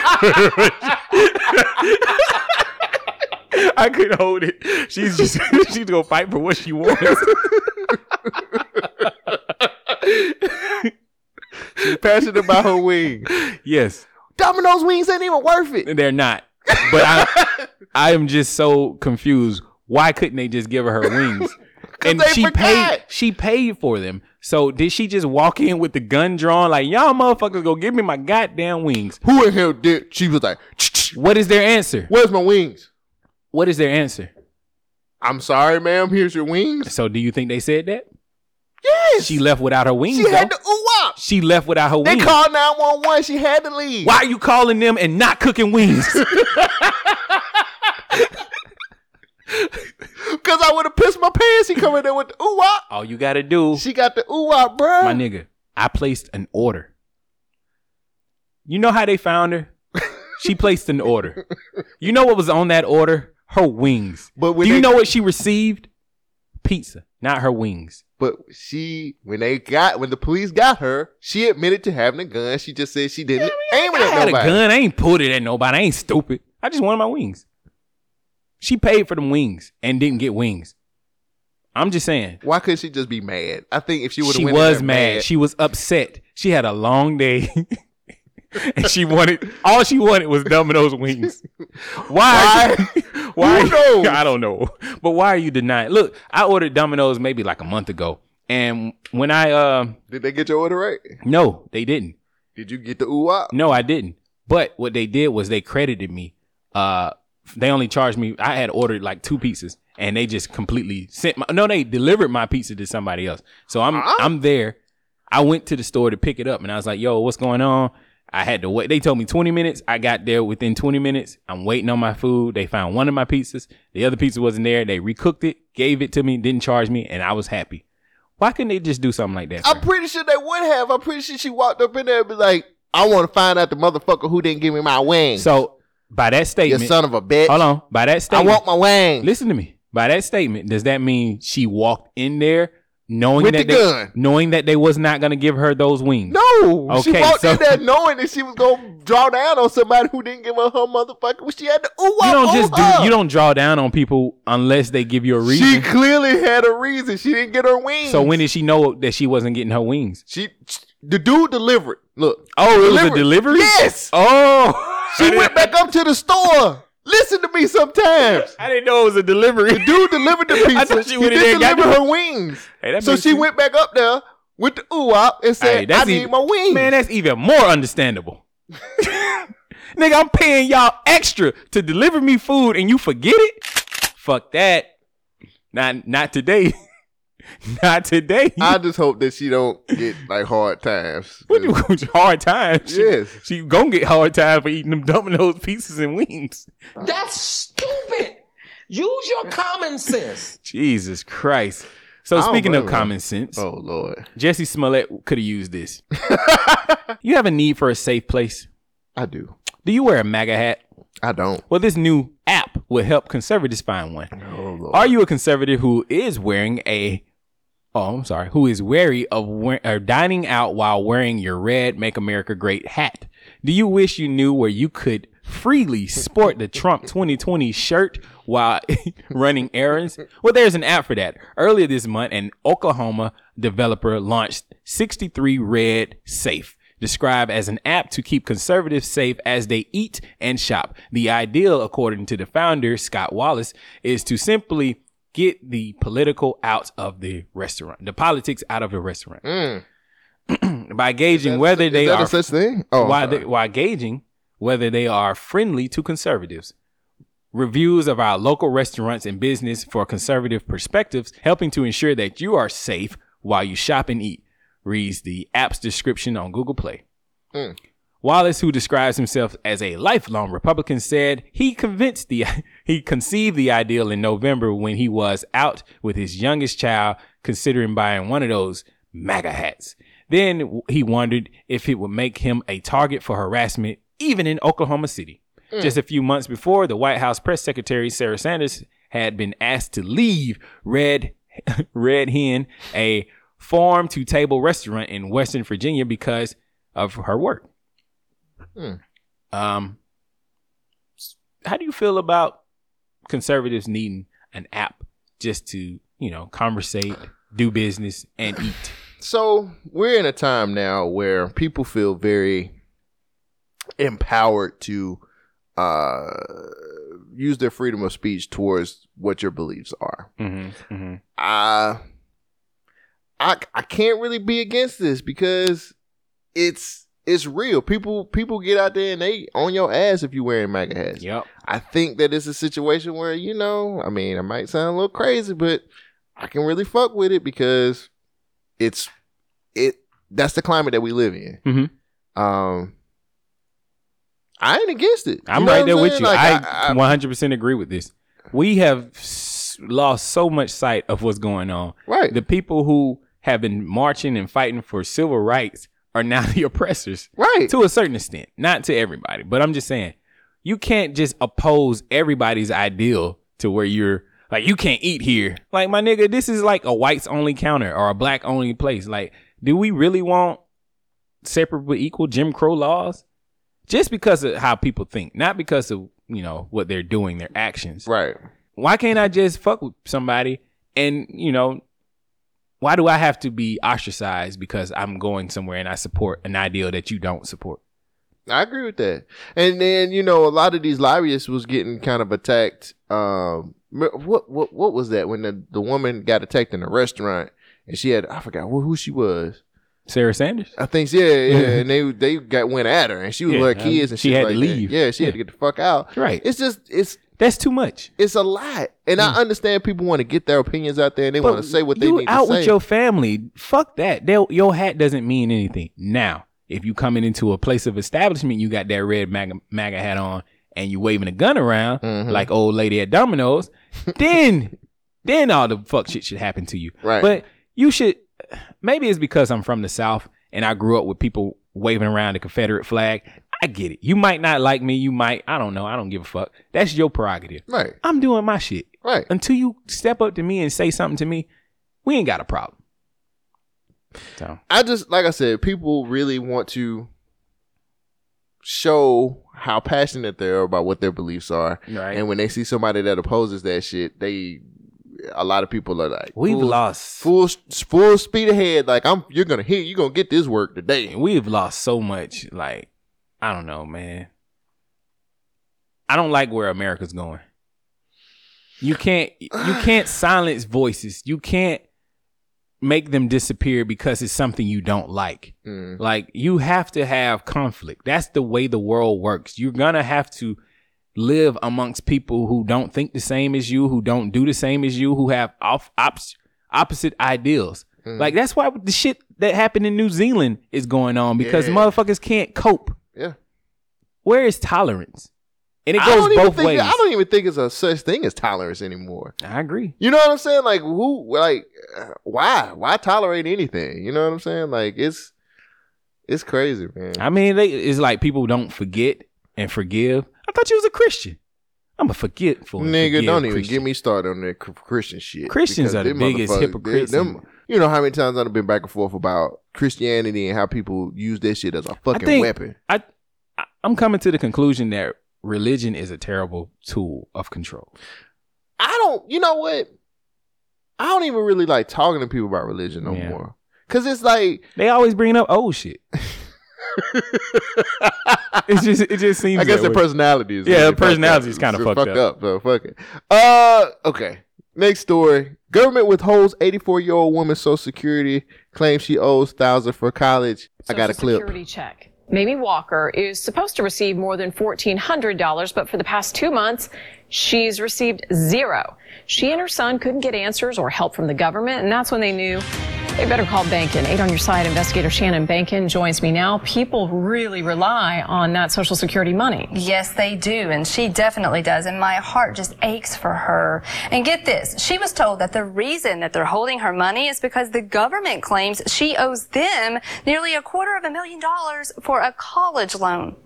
[SPEAKER 2] I couldn't hold it. She's just she's gonna fight for what she wants.
[SPEAKER 1] She's passionate about her wings.
[SPEAKER 2] Yes,
[SPEAKER 1] Domino's wings ain't even worth it.
[SPEAKER 2] they're not. But I, I am just so confused. Why couldn't they just give her her wings? And
[SPEAKER 1] they
[SPEAKER 2] she paid.
[SPEAKER 1] forgot.
[SPEAKER 2] She paid for them. So did she just walk in with the gun drawn, like y'all motherfuckers go give me my goddamn wings?
[SPEAKER 1] Who in hell did? She was like,
[SPEAKER 2] What is their answer?
[SPEAKER 1] "Where's my wings?"
[SPEAKER 2] What is their answer?
[SPEAKER 1] I'm sorry, ma'am. Here's your wings.
[SPEAKER 2] So do you think they said that?
[SPEAKER 1] Yes.
[SPEAKER 2] She left without her wings.
[SPEAKER 1] She
[SPEAKER 2] though.
[SPEAKER 1] had the ooh wop.
[SPEAKER 2] She left without her
[SPEAKER 1] They
[SPEAKER 2] wings.
[SPEAKER 1] called nine one one. She had to leave.
[SPEAKER 2] Why are you calling them and not cooking wings?
[SPEAKER 1] Because I would have pissed my pants. He come in there with the ooh wop.
[SPEAKER 2] All you gotta do,
[SPEAKER 1] She got the ooh wop, bro.
[SPEAKER 2] my nigga, I placed an order. You know how they found her? She placed an order. You know what was on that order? Her wings.
[SPEAKER 1] But
[SPEAKER 2] Do
[SPEAKER 1] when
[SPEAKER 2] you
[SPEAKER 1] they-
[SPEAKER 2] know what she received? Pizza, not her wings.
[SPEAKER 1] But she, when they got, when the police got her, she admitted to having a gun. She just said she didn't aim it
[SPEAKER 2] I
[SPEAKER 1] at
[SPEAKER 2] had
[SPEAKER 1] nobody.
[SPEAKER 2] a gun. I ain't pulled it at nobody. I ain't stupid. I just wanted my wings. She paid for them wings and didn't get wings. I'm just saying.
[SPEAKER 1] Why couldn't she just be mad? I think if she would have,
[SPEAKER 2] she was mad. She was upset. She had a long day. and she wanted all she wanted was Domino's wings. Why? Why?
[SPEAKER 1] Who knows?
[SPEAKER 2] I don't know. But why are you denying? Look, I ordered Domino's maybe like a month ago, and when I um
[SPEAKER 1] Did they get your order right?
[SPEAKER 2] no, they didn't.
[SPEAKER 1] Did you get the ooh wop?
[SPEAKER 2] No, I didn't. But what they did was they credited me. Uh, they only charged me. I had ordered like two pizzas, and they just completely sent my. No, they delivered my pizza to somebody else. So I'm I'm there. I went to the store to pick it up, and I was like, "Yo, what's going on?" I had to wait. They told me 20 minutes. I got there within 20 minutes. I'm waiting on my food. They found one of my pizzas. The other pizza wasn't there. They recooked it, gave it to me, didn't charge me, and I was happy. Why couldn't they just do something like that?
[SPEAKER 1] I'm pretty sure they would have. I'm pretty sure she walked up in there and be like, "I want to find out the motherfucker who didn't give me my wings."
[SPEAKER 2] So by that statement,
[SPEAKER 1] son of a bitch.
[SPEAKER 2] Hold on. By that
[SPEAKER 1] I
[SPEAKER 2] statement,
[SPEAKER 1] want my wings.
[SPEAKER 2] Listen to me. By that statement, does that mean she walked in there knowing
[SPEAKER 1] With
[SPEAKER 2] that
[SPEAKER 1] the
[SPEAKER 2] they,
[SPEAKER 1] gun.
[SPEAKER 2] knowing that they was not gonna give her those wings.
[SPEAKER 1] No, she
[SPEAKER 2] Okay,
[SPEAKER 1] walked
[SPEAKER 2] so-
[SPEAKER 1] in there knowing that she was gonna draw down on somebody who didn't give her her motherfucker. Well, she had to ooh,
[SPEAKER 2] You
[SPEAKER 1] ooh,
[SPEAKER 2] don't just do,
[SPEAKER 1] her.
[SPEAKER 2] you don't draw down on people unless they give you a reason.
[SPEAKER 1] She clearly had a reason. She didn't get her wings.
[SPEAKER 2] So when did she know that she wasn't getting her wings?
[SPEAKER 1] She the dude delivered. Look.
[SPEAKER 2] Oh, it was a
[SPEAKER 1] Delivered.
[SPEAKER 2] delivery?
[SPEAKER 1] Yes.
[SPEAKER 2] Oh.
[SPEAKER 1] She went back up to the store. Listen to me sometimes.
[SPEAKER 2] I didn't know it was a delivery.
[SPEAKER 1] The dude delivered the
[SPEAKER 2] I
[SPEAKER 1] pizza.
[SPEAKER 2] thought she
[SPEAKER 1] she
[SPEAKER 2] went in there
[SPEAKER 1] did
[SPEAKER 2] and got
[SPEAKER 1] deliver
[SPEAKER 2] the-
[SPEAKER 1] her wings.
[SPEAKER 2] Hey, that
[SPEAKER 1] so
[SPEAKER 2] makes
[SPEAKER 1] she
[SPEAKER 2] sense.
[SPEAKER 1] went back up there with the ooh wop and
[SPEAKER 2] Hey,
[SPEAKER 1] said, I need
[SPEAKER 2] even-
[SPEAKER 1] my wings.
[SPEAKER 2] Man, that's even more understandable. Nigga, I'm paying y'all extra to deliver me food and you forget it? Fuck that. Not not today. not today.
[SPEAKER 1] I just hope that she don't get like hard times.
[SPEAKER 2] What you hard times? She,
[SPEAKER 1] Yes.
[SPEAKER 2] She gonna get hard time for eating them Domino's pizzas and wings.
[SPEAKER 16] That's stupid. Use your common sense.
[SPEAKER 2] Jesus Christ. So
[SPEAKER 16] I don't
[SPEAKER 2] speaking of
[SPEAKER 16] blame her.
[SPEAKER 2] common sense.
[SPEAKER 1] Oh Lord.
[SPEAKER 2] Jesse Smollett could have used this. you have a need for a safe place?
[SPEAKER 1] I do.
[SPEAKER 2] Do you wear a MAGA hat?
[SPEAKER 1] I don't.
[SPEAKER 2] Well, this new app will help conservatives find one. Are you a conservative who is wearing a Oh, I'm sorry. Who is wary of wear, or dining out while wearing your red Make America Great hat? Do you wish you knew where you could freely sport the Trump 2020 shirt while running errands? Well, there's an app for that. Earlier this month, an Oklahoma developer launched 63 Red Safe. Described as an app to keep conservatives safe as they eat and shop. The ideal, according to the founder, Scott Wallace, is to simply get the political out of the restaurant, the politics out of the restaurant by gauging whether they
[SPEAKER 1] Mm. that a
[SPEAKER 2] are
[SPEAKER 1] such thing? Oh, I'm
[SPEAKER 2] why
[SPEAKER 1] sorry.
[SPEAKER 2] they, why gauging whether they are friendly to conservatives. Reviews of our local restaurants and business for conservative perspectives, helping to ensure that you are safe while you shop and eat. Reads the app's description on Google Play.
[SPEAKER 1] Mm.
[SPEAKER 2] Wallace, who describes himself as a lifelong Republican, said he convinced the he conceived the ideal in November when he was out with his youngest child considering buying one of those MAGA hats. Then w- he wondered if it would make him a target for harassment, even in Oklahoma City.
[SPEAKER 17] Mm.
[SPEAKER 2] Just a few months before, the White House press secretary Sarah Sanders had been asked to leave Red Red Hen, a farm to table restaurant in Western Virginia, because of her work.
[SPEAKER 1] Mm.
[SPEAKER 2] Um, how do you feel about conservatives needing an app just to you know conversate, do business, and eat?
[SPEAKER 1] so we're in a time now where people feel very empowered to uh, use their freedom of speech towards what your beliefs are.
[SPEAKER 2] Mm-hmm,
[SPEAKER 1] I, I, I can't really be against this because it's it's real. People people get out there and they on your ass if you wearing MAGA hats.
[SPEAKER 2] Yep.
[SPEAKER 1] I think that it's a situation where you know, I mean, I might sound a little crazy, but I can really fuck with it because it's it that's the climate that we live in.
[SPEAKER 2] Mm-hmm.
[SPEAKER 1] Um, I ain't against it.
[SPEAKER 2] I'm
[SPEAKER 1] You know
[SPEAKER 2] right
[SPEAKER 1] what
[SPEAKER 2] there with
[SPEAKER 1] saying?
[SPEAKER 2] you.
[SPEAKER 1] Like,
[SPEAKER 2] I 100 percent agree with this. We have s- lost so much sight of what's going on.
[SPEAKER 1] Right.
[SPEAKER 2] The people who have been marching and fighting for civil rights are now the oppressors.
[SPEAKER 1] Right.
[SPEAKER 2] To a certain extent, not to everybody, but I'm just saying, you can't just oppose everybody's ideal to where you're like you can't eat here. Like my nigga, this is like a whites only counter or a black only place. Like, do we really want separate but equal Jim Crow laws? just because of how people think, not because of you know what they're doing, their actions.
[SPEAKER 1] Right.
[SPEAKER 2] Why can't I just fuck with somebody and you know? Why do I have to be ostracized because I'm going somewhere and I support an ideal that you don't support?
[SPEAKER 1] I agree with that. And then you know, a lot of these lobbyists was getting kind of attacked. Um, me- what what what was that when the the woman got attacked in a restaurant and she had I forgot who, who she was.
[SPEAKER 2] Sarah Sanders.
[SPEAKER 1] I think yeah, yeah, and they they got went at her, and she was
[SPEAKER 2] Yeah,
[SPEAKER 1] like
[SPEAKER 2] um,
[SPEAKER 1] kids, and
[SPEAKER 2] she
[SPEAKER 1] shit
[SPEAKER 2] had
[SPEAKER 1] like
[SPEAKER 2] to
[SPEAKER 1] that.
[SPEAKER 2] leave.
[SPEAKER 1] Yeah, she had to get the fuck out.
[SPEAKER 2] Right.
[SPEAKER 1] It's just it's
[SPEAKER 2] that's too much.
[SPEAKER 1] It's a lot, and I understand people want to get their opinions out there and they want to say what they
[SPEAKER 2] you
[SPEAKER 1] need to
[SPEAKER 2] out
[SPEAKER 1] say.
[SPEAKER 2] with your family. Fuck that. They'll, your hat doesn't mean anything. Now, if you coming into a place of establishment, you got that red MAGA, MAGA hat on, and you waving a gun around
[SPEAKER 1] Mm-hmm.
[SPEAKER 2] like old lady at Domino's, then then all the fuck shit should happen to you.
[SPEAKER 1] Right.
[SPEAKER 2] But you should. Maybe it's because I'm from the South and I grew up with people waving around the Confederate flag. I get it. You might not like me. You might. I don't know. I don't give a fuck. That's your prerogative.
[SPEAKER 1] Right.
[SPEAKER 2] I'm doing my shit.
[SPEAKER 1] Right.
[SPEAKER 2] Until you step up to me and say something to me, we ain't got a problem. So
[SPEAKER 1] I just like I said, people really want to show how passionate they are about what their beliefs are,
[SPEAKER 2] Right.
[SPEAKER 1] and when they see somebody that opposes that shit, they a lot of people are like,
[SPEAKER 2] We've
[SPEAKER 1] "Fool-
[SPEAKER 2] lost."
[SPEAKER 1] full full speed ahead. Like I'm, you're gonna hit, you're gonna get this work today.
[SPEAKER 2] We've lost so much. Like I don't know, man. I don't like where America's going. You can't you can't silence voices. You can't make them disappear because it's something you don't like.
[SPEAKER 1] Mm.
[SPEAKER 2] Like you have to have conflict. That's the way the world works. You're gonna have to live amongst people who don't think the same as you, who don't do the same as you, who have off ops, opposite ideals.
[SPEAKER 1] Mm.
[SPEAKER 2] Like that's why the shit that happened in New Zealand is going on because
[SPEAKER 1] Yeah.
[SPEAKER 2] motherfuckers can't cope.
[SPEAKER 1] Yeah.
[SPEAKER 2] Where is tolerance? And it
[SPEAKER 1] I
[SPEAKER 2] goes
[SPEAKER 1] don't even
[SPEAKER 2] both
[SPEAKER 1] think-
[SPEAKER 2] ways.
[SPEAKER 1] I don't even think it's a such thing as tolerance anymore.
[SPEAKER 2] I agree.
[SPEAKER 1] You know what I'm saying? Like who? Like uh, why? Why tolerate anything? You know what I'm saying? Like it's it's crazy, man.
[SPEAKER 2] I mean, they, it's like people don't forget and forgive. I thought you was a Christian. I'm a forgetful and
[SPEAKER 1] Nigga,
[SPEAKER 2] forgive
[SPEAKER 1] don't even
[SPEAKER 2] Christian.
[SPEAKER 1] get me started on that Ch- Christian shit.
[SPEAKER 2] Christians
[SPEAKER 1] because
[SPEAKER 2] are the
[SPEAKER 1] them
[SPEAKER 2] biggest
[SPEAKER 1] motherfuckers,
[SPEAKER 2] hypocrites
[SPEAKER 1] they-
[SPEAKER 2] and-
[SPEAKER 1] them- you know how many times I've been back and forth about Christianity and how people use that shit as a fucking
[SPEAKER 2] think-
[SPEAKER 1] weapon.
[SPEAKER 2] I, I I'm coming to the conclusion that religion is a terrible tool of control.
[SPEAKER 1] I don't. You know what? I don't even really like talking to people about religion no more. Cause it's like
[SPEAKER 2] they always bringing up old shit. it just it just seems.
[SPEAKER 1] I guess
[SPEAKER 2] that
[SPEAKER 1] their
[SPEAKER 2] way.
[SPEAKER 1] personality is
[SPEAKER 2] Yeah,
[SPEAKER 1] really
[SPEAKER 2] the personality is
[SPEAKER 1] fucked up.
[SPEAKER 2] kind
[SPEAKER 1] So
[SPEAKER 2] of fucked, up.
[SPEAKER 1] So fuck it. Uh, okay. Next story. Government withholds 84 year old woman Social Security claims she owes thousand for college. I got a
[SPEAKER 17] Social
[SPEAKER 1] clip.
[SPEAKER 17] Security check. Mamie Walker is supposed to receive more than $1,400, but for the past two months, she's received zero. She and her son couldn't get answers or help from the government, and that's when they knew they better call Bankin. Eight on your side, investigator Shannon Bankin joins me now. People really rely on that Social Security money.
[SPEAKER 18] Yes, they do, and she definitely does, and my heart just aches for her. And get this, she was told that the reason that they're holding her money is because the government claims she owes them nearly a quarter of a million dollars for a college loan.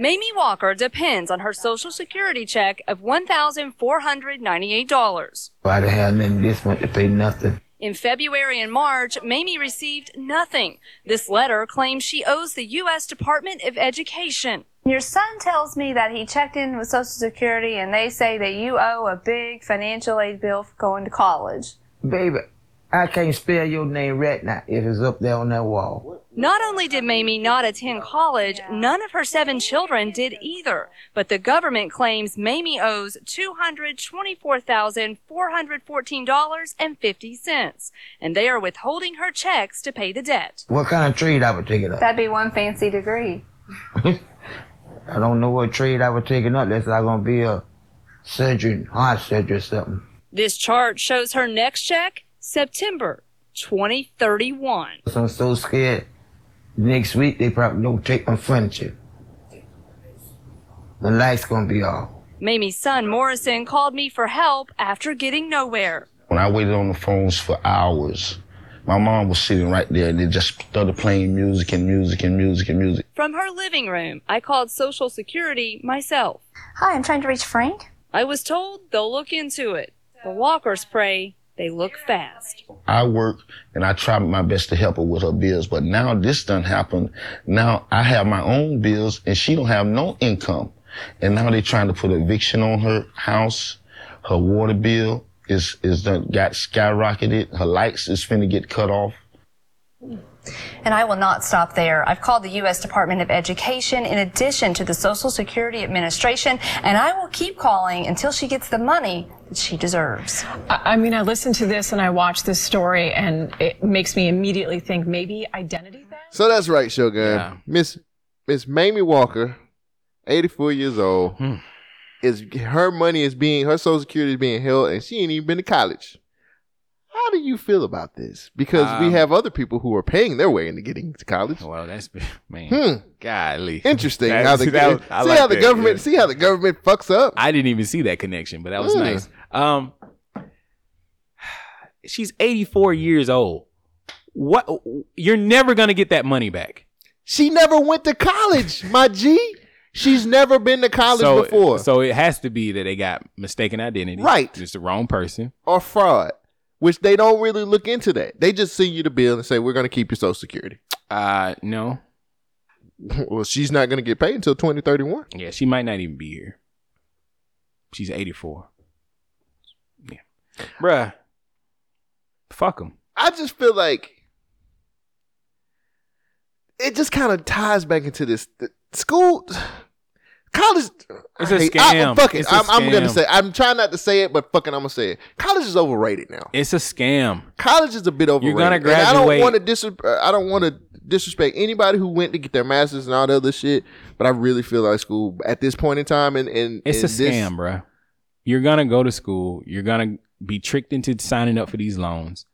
[SPEAKER 18] Mamie Walker depends on her Social Security check of $1,498.
[SPEAKER 16] Why the hell nigga this one if they nothing?
[SPEAKER 18] In February and March, Mamie received nothing. This letter claims she owes the U.S. Department of Education. Your son tells me that he checked in with Social Security and they say that you owe a big financial aid bill for going to college.
[SPEAKER 16] Baby, I can't spell your name right now if it's up there on that wall.
[SPEAKER 18] Not only did Mamie not attend college, none of her seven children did either. But the government claims Mamie owes $224,414.50, and they are withholding her checks to pay the debt.
[SPEAKER 16] What kind of trade I would take it up?
[SPEAKER 18] be one fancy degree.
[SPEAKER 16] I don't know what trade I would take it up unless I'm gonna be a surgeon, heart surgeon or something.
[SPEAKER 18] This chart shows her next check, September 2031.
[SPEAKER 16] So I'm so scared. Next week they probably don't take my furniture. The lights gonna be off.
[SPEAKER 18] Mamie's son Morrison called me for help after getting nowhere.
[SPEAKER 19] When I waited on the phones for hours, my mom was sitting right there and they just started playing music and music and music and music.
[SPEAKER 18] From her living room, I called Social Security myself. Hi, I'm trying to reach Frank. I was told they'll look into it. The walkers pray they look fast.
[SPEAKER 19] I work and I try my best to help her with her bills, but now this done happened. Now I have my own bills and she don't have no income. And now they trying to put eviction on her house. Her water bill is, is done, got skyrocketed. Her lights is finna get cut off.
[SPEAKER 18] And I will not stop there. I've called the U.S. Department of Education in addition to the Social Security Administration, and I will keep calling until she gets the money that she deserves.
[SPEAKER 17] I, I mean, I listened to this and I watched this story, and it makes me immediately think maybe identity
[SPEAKER 1] So that's right, Shogun. Miss Miss Mamie Walker, eighty four years old,
[SPEAKER 2] Hmm.
[SPEAKER 1] is her money is being her Social Security is being held, and she ain't even been to college. How do you feel about this? Because we
[SPEAKER 2] Um,
[SPEAKER 1] have other people who are paying their way into getting to college.
[SPEAKER 2] Well, that's man.
[SPEAKER 1] Hmm.
[SPEAKER 2] Godly.
[SPEAKER 1] Interesting
[SPEAKER 2] That-
[SPEAKER 1] how the,
[SPEAKER 2] see, that-
[SPEAKER 1] see
[SPEAKER 2] I
[SPEAKER 1] how
[SPEAKER 2] like
[SPEAKER 1] the
[SPEAKER 2] that,
[SPEAKER 1] government
[SPEAKER 2] yeah.
[SPEAKER 1] see how the government fucks up.
[SPEAKER 2] I didn't even see that connection, but that was
[SPEAKER 1] Yeah.
[SPEAKER 2] nice. Um, she's 84 years old. What? You're never gonna get that money back.
[SPEAKER 1] She never went to college, my G. She's never been to college
[SPEAKER 2] so,
[SPEAKER 1] before.
[SPEAKER 2] So it has to be that they got mistaken identity.
[SPEAKER 1] Right.
[SPEAKER 2] Just the wrong person.
[SPEAKER 1] or fraud. which they don't really look into that. They just send you the bill and say we're going to keep your social security.
[SPEAKER 2] Uh no.
[SPEAKER 1] Well, she's not going to get paid until 2031.
[SPEAKER 2] Yeah, she might not even be here. She's 84. Yeah. Bruh. Fuck them.
[SPEAKER 1] I just feel like it just kind of ties back into this the school college
[SPEAKER 2] It's a
[SPEAKER 1] I hate- I,
[SPEAKER 2] scam.
[SPEAKER 1] fuck it.
[SPEAKER 2] It's a
[SPEAKER 1] I'm, I'm gonna
[SPEAKER 2] scam.
[SPEAKER 1] say I'm trying not to say it, but fucking I'm gonna say it. College is overrated now.
[SPEAKER 2] It's a scam.
[SPEAKER 1] College is a bit overrated.
[SPEAKER 2] You're gonna
[SPEAKER 1] And I don't
[SPEAKER 2] graduate-
[SPEAKER 1] want to dis- uh, I don't want to disrespect anybody who went to get their masters and all that other shit, but I really feel like school at this point in time and and
[SPEAKER 2] It's a
[SPEAKER 1] and this-
[SPEAKER 2] scam, bruh. You're gonna go to school. You're gonna be tricked into signing up for these loans,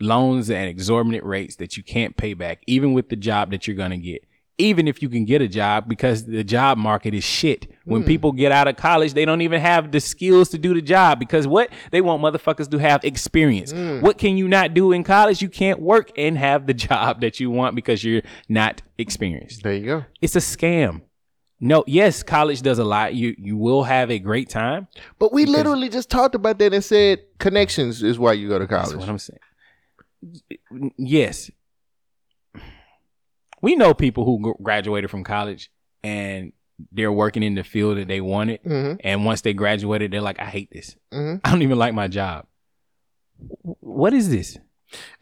[SPEAKER 2] loans at exorbitant rates that you can't pay back, even with the job that you're gonna get. Even if you can get a job, because the job market is shit. When
[SPEAKER 1] Hmm.
[SPEAKER 2] people get out of college, they don't even have the skills to do the job because what they want motherfuckers to have experience.
[SPEAKER 1] Hmm.
[SPEAKER 2] What can you not do in college? You can't work and have the job that you want because you're not experienced.
[SPEAKER 1] There you go.
[SPEAKER 2] It's a scam. No, yes, college does a lot. You you will have a great time.
[SPEAKER 1] But we literally just talked about that and said connections is why you go to college. That's what
[SPEAKER 2] I'm saying. Yes. We know people who gr- graduated from college and they're working in the field that they wanted.
[SPEAKER 1] Mhm.
[SPEAKER 2] And once they graduated, they're like, I hate this.
[SPEAKER 1] Mhm.
[SPEAKER 2] I don't even like my job. W- What is this?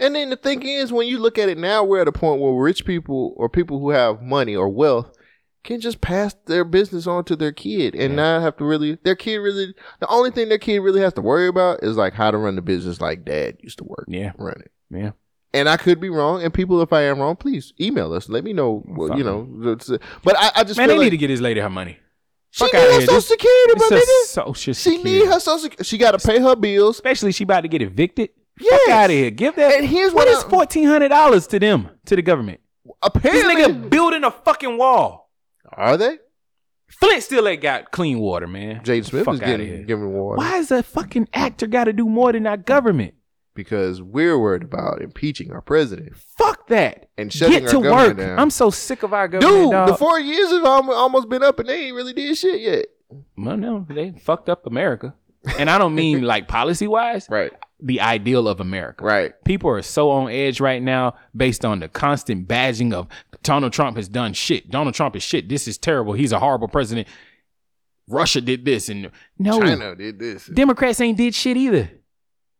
[SPEAKER 1] And then the thing is, when you look at it now, we're at a point where rich people or people who have money or wealth can just pass their business on to their kid and not have to really, their kid really, the only thing their kid really has to worry about is like how to run the business like dad used to work.
[SPEAKER 2] Yeah.
[SPEAKER 1] Run it.
[SPEAKER 2] Yeah.
[SPEAKER 1] And I could be wrong. And people, if I am wrong, please email us. Let me know, well, you know. that's it. But I, I just
[SPEAKER 2] Man,
[SPEAKER 1] feel
[SPEAKER 2] they
[SPEAKER 1] like
[SPEAKER 2] need to get this lady her money.
[SPEAKER 1] she
[SPEAKER 2] Fuck
[SPEAKER 1] need
[SPEAKER 2] outta
[SPEAKER 1] her
[SPEAKER 2] here.
[SPEAKER 1] social
[SPEAKER 2] This-
[SPEAKER 1] security,
[SPEAKER 2] this
[SPEAKER 1] my
[SPEAKER 2] is
[SPEAKER 1] nigga.
[SPEAKER 2] Social
[SPEAKER 1] She
[SPEAKER 2] security.
[SPEAKER 1] need her social security. She got to pay her bills.
[SPEAKER 2] Especially she about to get evicted. Fuck out of here. Give that.
[SPEAKER 1] And here's
[SPEAKER 2] what
[SPEAKER 1] what
[SPEAKER 2] is
[SPEAKER 1] I-
[SPEAKER 2] fourteen hundred dollars to them to the government.
[SPEAKER 1] Apparently,
[SPEAKER 2] this nigga building a fucking wall.
[SPEAKER 1] Are they?
[SPEAKER 2] Flint still ain't got clean water, man.
[SPEAKER 1] Jaden Smith
[SPEAKER 2] Fuck
[SPEAKER 1] is
[SPEAKER 2] outta here.
[SPEAKER 1] getting, giving water.
[SPEAKER 2] Why is a fucking actor got to do more than our government?
[SPEAKER 1] because we're worried about impeaching our president
[SPEAKER 2] Fuck that.
[SPEAKER 1] and shutting
[SPEAKER 2] Get to
[SPEAKER 1] our government
[SPEAKER 2] work.
[SPEAKER 1] down.
[SPEAKER 2] I'm so sick of our government.
[SPEAKER 1] Dude,
[SPEAKER 2] dog.
[SPEAKER 1] the four years have alm- almost been up and they ain't really did shit yet.
[SPEAKER 2] Well, no, they fucked up America, and I don't mean like policy wise.
[SPEAKER 1] Right.
[SPEAKER 2] The ideal of America.
[SPEAKER 1] Right.
[SPEAKER 2] People are so on edge right now based on the constant badging of Donald Trump has done shit. Donald Trump is shit. This is terrible. He's a horrible president. Russia did this and no
[SPEAKER 1] China did this.
[SPEAKER 2] Democrats ain't did shit either.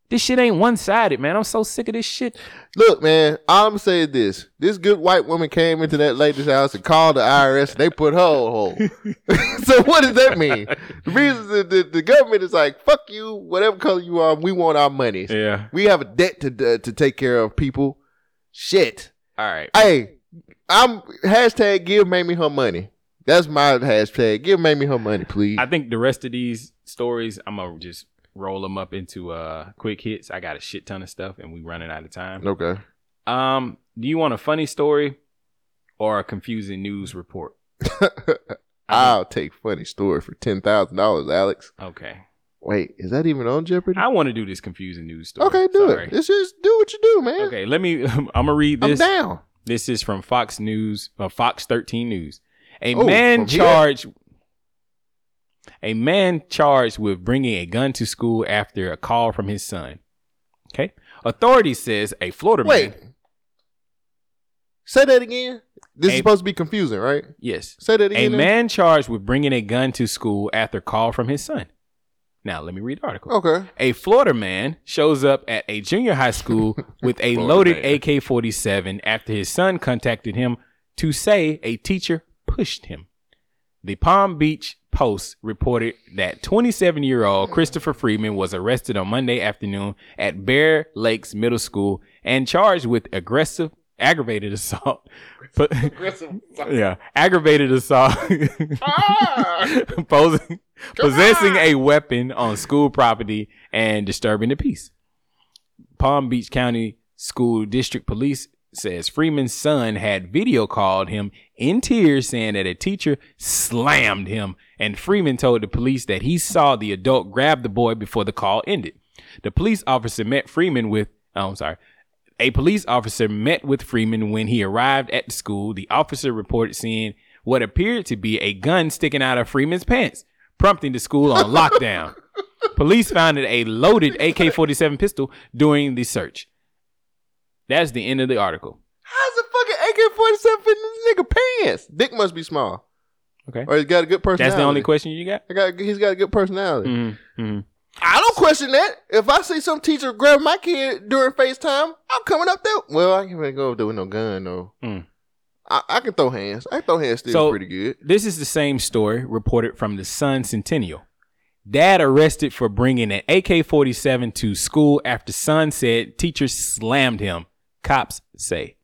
[SPEAKER 2] This shit ain't one sided, man. I'm so sick of this shit.
[SPEAKER 1] Look, man, all I'm saying is this. This good white woman came into that lady's house and called the IRS. They put her on hold. so what does that mean? The reason the, the, the government is like, fuck you, whatever color you are, we want our money.
[SPEAKER 2] Yeah.
[SPEAKER 1] We have a debt to uh, to take care of people. Shit.
[SPEAKER 2] All right.
[SPEAKER 1] Hey, I'm hashtag give Mamie her money. That's my hashtag. Give Mamie her money, please.
[SPEAKER 2] I think the rest of these stories, I'm gonna just roll them up into uh quick hits. I got a shit ton of stuff, and we running out of time.
[SPEAKER 1] Okay.
[SPEAKER 2] Um, do you want a funny story or a confusing news report?
[SPEAKER 1] I'll take funny story for ten thousand dollars, Alex.
[SPEAKER 2] Okay.
[SPEAKER 1] Wait, is that even on Jeopardy?
[SPEAKER 2] I want to do this confusing news story.
[SPEAKER 1] Okay, do
[SPEAKER 2] Sorry.
[SPEAKER 1] it. It's just do what you do, man.
[SPEAKER 2] Okay, let me. I'm gonna read
[SPEAKER 1] I'm
[SPEAKER 2] this.
[SPEAKER 1] down.
[SPEAKER 2] This is from Fox News, uh, Fox 13 News. A
[SPEAKER 1] Oh,
[SPEAKER 2] man
[SPEAKER 1] from here?
[SPEAKER 2] charged. A man charged with bringing a gun to school after a call from his son. Okay, authorities says a Florida
[SPEAKER 1] Wait.
[SPEAKER 2] man.
[SPEAKER 1] Say that again. This
[SPEAKER 2] A-
[SPEAKER 1] is supposed to be confusing, right?
[SPEAKER 2] Yes.
[SPEAKER 1] Say that again.
[SPEAKER 2] A
[SPEAKER 1] then.
[SPEAKER 2] man charged with bringing a gun to school after call from his son. Now let me read the article.
[SPEAKER 1] Okay.
[SPEAKER 2] A Florida man shows up at a junior high school with a
[SPEAKER 1] Florida
[SPEAKER 2] loaded
[SPEAKER 1] man.
[SPEAKER 2] AK 47 after his son contacted him to say a teacher pushed him. The Palm Beach Post reported that 27 year old Christopher Freeman was arrested on Monday afternoon at Bear Lakes Middle School and charged with aggressive, aggravated assault. But, yeah, aggravated assault. posing, possessing a weapon on school property and disturbing the peace. Palm Beach County School District Police says Freeman's son had video called him in tears saying that a teacher slammed him and Freeman told the police that he saw the adult grab the boy before the call ended. The police officer met Freeman with oh, I'm sorry. A police officer met with Freeman when he arrived at the school. The officer reported seeing what appeared to be a gun sticking out of Freeman's pants, prompting the school on lockdown. Police found a loaded AK 47 pistol during the search. That's the end of the article.
[SPEAKER 1] How's a fucking AK forty seven in this nigga pants? Dick must be small.
[SPEAKER 2] Okay.
[SPEAKER 1] Or he's got a good personality.
[SPEAKER 2] That's the only question you got?
[SPEAKER 1] I got he's got a good personality.
[SPEAKER 2] Mm-hmm.
[SPEAKER 1] I don't question that. If I see some teacher grab my kid during FaceTime, I'm coming up there. Well, I can't really go up there with no gun though. I, I can throw hands. I can throw hands still
[SPEAKER 2] Mm. So-
[SPEAKER 1] pretty good.
[SPEAKER 2] This is the same story reported from the Sun Centennial. Dad arrested for bringing an AK 47 to school after son said teacher slammed him, cops say.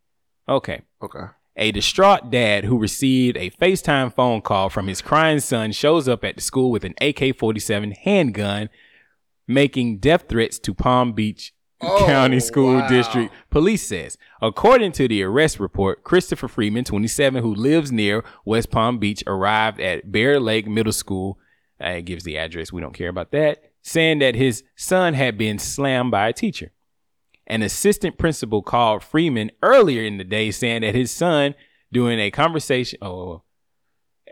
[SPEAKER 2] Okay.
[SPEAKER 1] Okay.
[SPEAKER 2] A distraught dad who received a FaceTime phone call from his crying son shows up at the school with an AK 47 handgun, making death threats to Palm Beach County School District Police says. According to the arrest report, Christopher Freeman, 27, who lives near West Palm Beach, arrived at Bear Lake Middle School. Uh, it gives the address. We don't care about that. Saying that his son had been slammed by a teacher. An assistant principal called Freeman earlier in the day saying that his son, during a conversation, oh,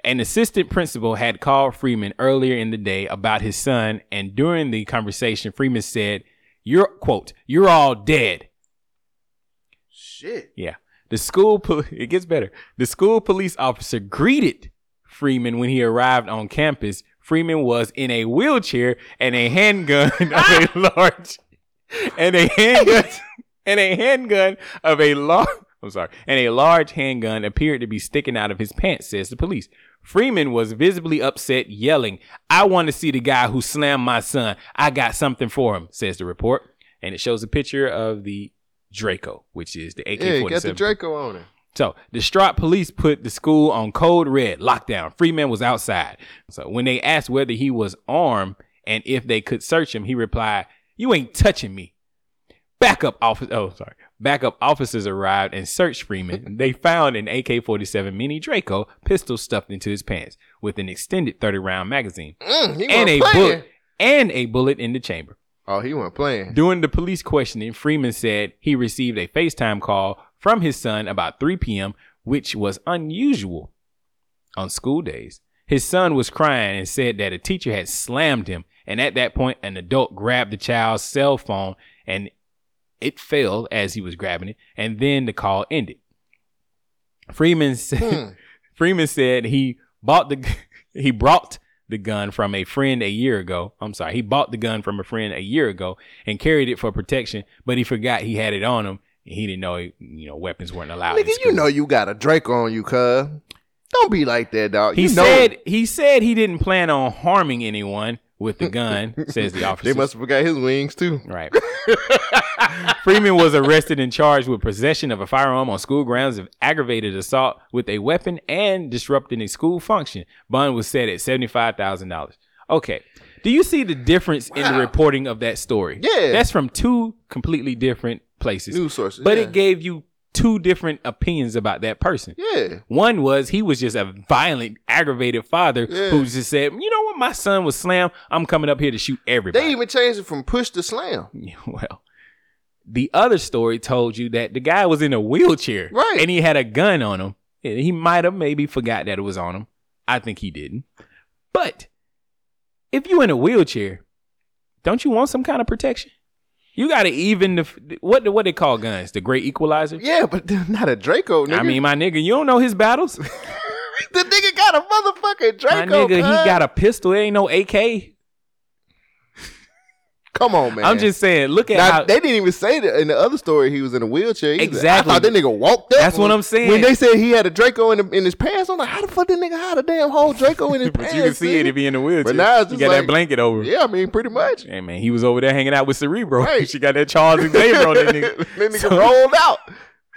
[SPEAKER 2] an assistant principal had called Freeman earlier in the day about his son, and during the conversation, Freeman said, "You're quote, you're all dead."
[SPEAKER 1] Shit.
[SPEAKER 2] Yeah. The school pol- it gets better. The school police officer greeted Freeman when he arrived on campus. Freeman was in a wheelchair and a handgun of a large and a handgun and a handgun of a large I'm sorry. And a large handgun appeared to be sticking out of his pants, says the police. Freeman was visibly upset, yelling, I want to see the guy who slammed my son. I got something for him, says the report. And it shows a picture of the Draco, which is the AK 47.
[SPEAKER 1] Yeah, he got the Draco on it.
[SPEAKER 2] So, distraught police put the school on code red lockdown. Freeman was outside. So, when they asked whether he was armed and if they could search him, he replied, "You ain't touching me." Backup officer, oh sorry, backup officers arrived and searched Freeman. they found an AK-47 Mini Draco pistol stuffed into his pants with an extended 30-round magazine
[SPEAKER 1] Mm, he
[SPEAKER 2] and a
[SPEAKER 1] wasn't playing.
[SPEAKER 2] bullet and a bullet in the chamber.
[SPEAKER 1] Oh, he wasn't playing.
[SPEAKER 2] During the police questioning, Freeman said he received a FaceTime call from his son about 3 p.m., which was unusual on school days. His son was crying and said that a teacher had slammed him, and at that point, an adult grabbed the child's cell phone and it fell as he was grabbing it, and then the call ended. Freeman said,
[SPEAKER 1] Hmm.
[SPEAKER 2] Freeman said he bought the he brought the gun from a friend a year ago. I'm sorry, he bought the gun from a friend a year ago and carried it for protection, but he forgot he had it on him. and He didn't know you know weapons weren't allowed. in
[SPEAKER 1] Nigga, you know you got a Draco on you, cuz. Don't be like that, dog.
[SPEAKER 2] He
[SPEAKER 1] you know
[SPEAKER 2] said
[SPEAKER 1] it.
[SPEAKER 2] he said he didn't plan on harming anyone with the gun, says the officer.
[SPEAKER 1] They must have forgot his wings too.
[SPEAKER 2] Right. Freeman was arrested and charged with possession of a firearm on school grounds of aggravated assault with a weapon and disrupting a school function. Bond was set at $75,000. Okay. Do you see the difference in the reporting of that story?
[SPEAKER 1] Yeah.
[SPEAKER 2] That's from two completely different places.
[SPEAKER 1] News sources,
[SPEAKER 2] But
[SPEAKER 1] yeah.
[SPEAKER 2] it gave you two different opinions about that person.
[SPEAKER 1] Yeah.
[SPEAKER 2] One was he was just a violent, aggravated father
[SPEAKER 1] Yeah.
[SPEAKER 2] who just said, "You know what? My son was slammed. I'm coming up here to shoot everybody."
[SPEAKER 1] They even changed it from push to slam.
[SPEAKER 2] well, the other story told you that the guy was in a wheelchair,
[SPEAKER 1] Right.
[SPEAKER 2] and he had a gun on him. And He might have maybe forgot that it was on him. I think he didn't. But if you in a wheelchair, don't you want some kind of protection? You got to even the f- what what they call guns, the great equalizer.
[SPEAKER 1] Yeah, but not a Draco.
[SPEAKER 2] I mean, my nigga, you don't know his battles.
[SPEAKER 1] The nigga got a motherfucking Draco.
[SPEAKER 2] My nigga, he
[SPEAKER 1] cuz.
[SPEAKER 2] got a pistol. It ain't no AK.
[SPEAKER 1] Come on, man.
[SPEAKER 2] I'm just saying. Look at
[SPEAKER 1] Now,
[SPEAKER 2] how
[SPEAKER 1] they didn't even say that in the other story he was in a wheelchair. either.
[SPEAKER 2] Exactly.
[SPEAKER 1] I thought that nigga walked up.
[SPEAKER 2] That's what
[SPEAKER 1] when-
[SPEAKER 2] I'm saying.
[SPEAKER 1] When they said he had a Draco in, the, in his pants, I'm like, how the fuck did nigga hide a damn whole Draco in his
[SPEAKER 2] But
[SPEAKER 1] pants?
[SPEAKER 2] you can see it
[SPEAKER 1] nigga?
[SPEAKER 2] if he in the wheelchair.
[SPEAKER 1] But now it's
[SPEAKER 2] you
[SPEAKER 1] just
[SPEAKER 2] got that
[SPEAKER 1] like-
[SPEAKER 2] blanket over. him.
[SPEAKER 1] Yeah, I mean, pretty much.
[SPEAKER 2] Hey man, he was over there hanging out with Cerebro.
[SPEAKER 1] Right.
[SPEAKER 2] she got that Charles Xavier on that nigga.
[SPEAKER 1] That nigga rolled out.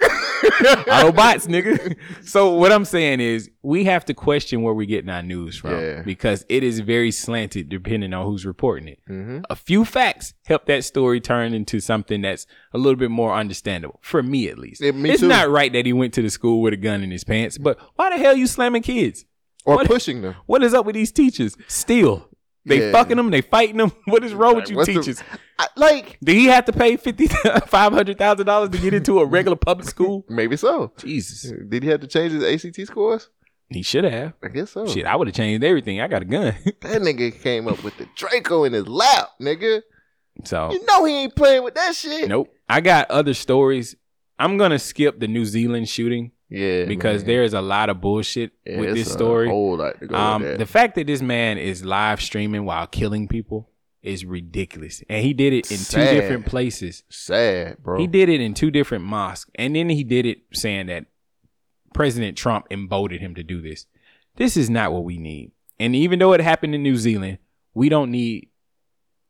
[SPEAKER 2] Autobots, nigga. So what I'm saying is we have to question where we're getting our news from because it is very slanted depending on who's reporting it.
[SPEAKER 1] Mm-hmm.
[SPEAKER 2] A few facts help that story turn into something that's a little bit more understandable for me at least.
[SPEAKER 1] Yeah, me
[SPEAKER 2] it's
[SPEAKER 1] too.
[SPEAKER 2] not right that he went to the school with a gun in his pants, but why the hell you slamming kids
[SPEAKER 1] Or
[SPEAKER 2] What-
[SPEAKER 1] pushing them.
[SPEAKER 2] What is up with these teachers? Still, they
[SPEAKER 1] Yeah.
[SPEAKER 2] fucking them. They fighting them. What is wrong with you
[SPEAKER 1] what's the-
[SPEAKER 2] teachers?
[SPEAKER 1] like,
[SPEAKER 2] do he have to pay fifty five hundred thousand dollars to get into a regular public school?
[SPEAKER 1] Maybe so.
[SPEAKER 2] Jesus.
[SPEAKER 1] Did he have to change his ACT scores?
[SPEAKER 2] He should have.
[SPEAKER 1] I guess so.
[SPEAKER 2] Shit, I would have changed everything. I got a gun.
[SPEAKER 1] That nigga came up with the Draco in his lap, nigga.
[SPEAKER 2] so
[SPEAKER 1] You know he ain't playing with that shit.
[SPEAKER 2] Oh. Nope. I got other stories. I'm gonna skip the New Zealand shooting.
[SPEAKER 1] Yeah.
[SPEAKER 2] Because there is a lot of bullshit
[SPEAKER 1] Yeah,
[SPEAKER 2] with
[SPEAKER 1] it's
[SPEAKER 2] this
[SPEAKER 1] a
[SPEAKER 2] story. um,
[SPEAKER 1] whole lot to go with that.
[SPEAKER 2] the fact that this man is live streaming while killing people is ridiculous. And he did it in
[SPEAKER 1] Sad.
[SPEAKER 2] two different places.
[SPEAKER 1] Sad, bro.
[SPEAKER 2] He did it in two different mosques. And then he did it saying that President Trump emboldened him to do this. This is not what we need. And even though it happened in New Zealand, we don't need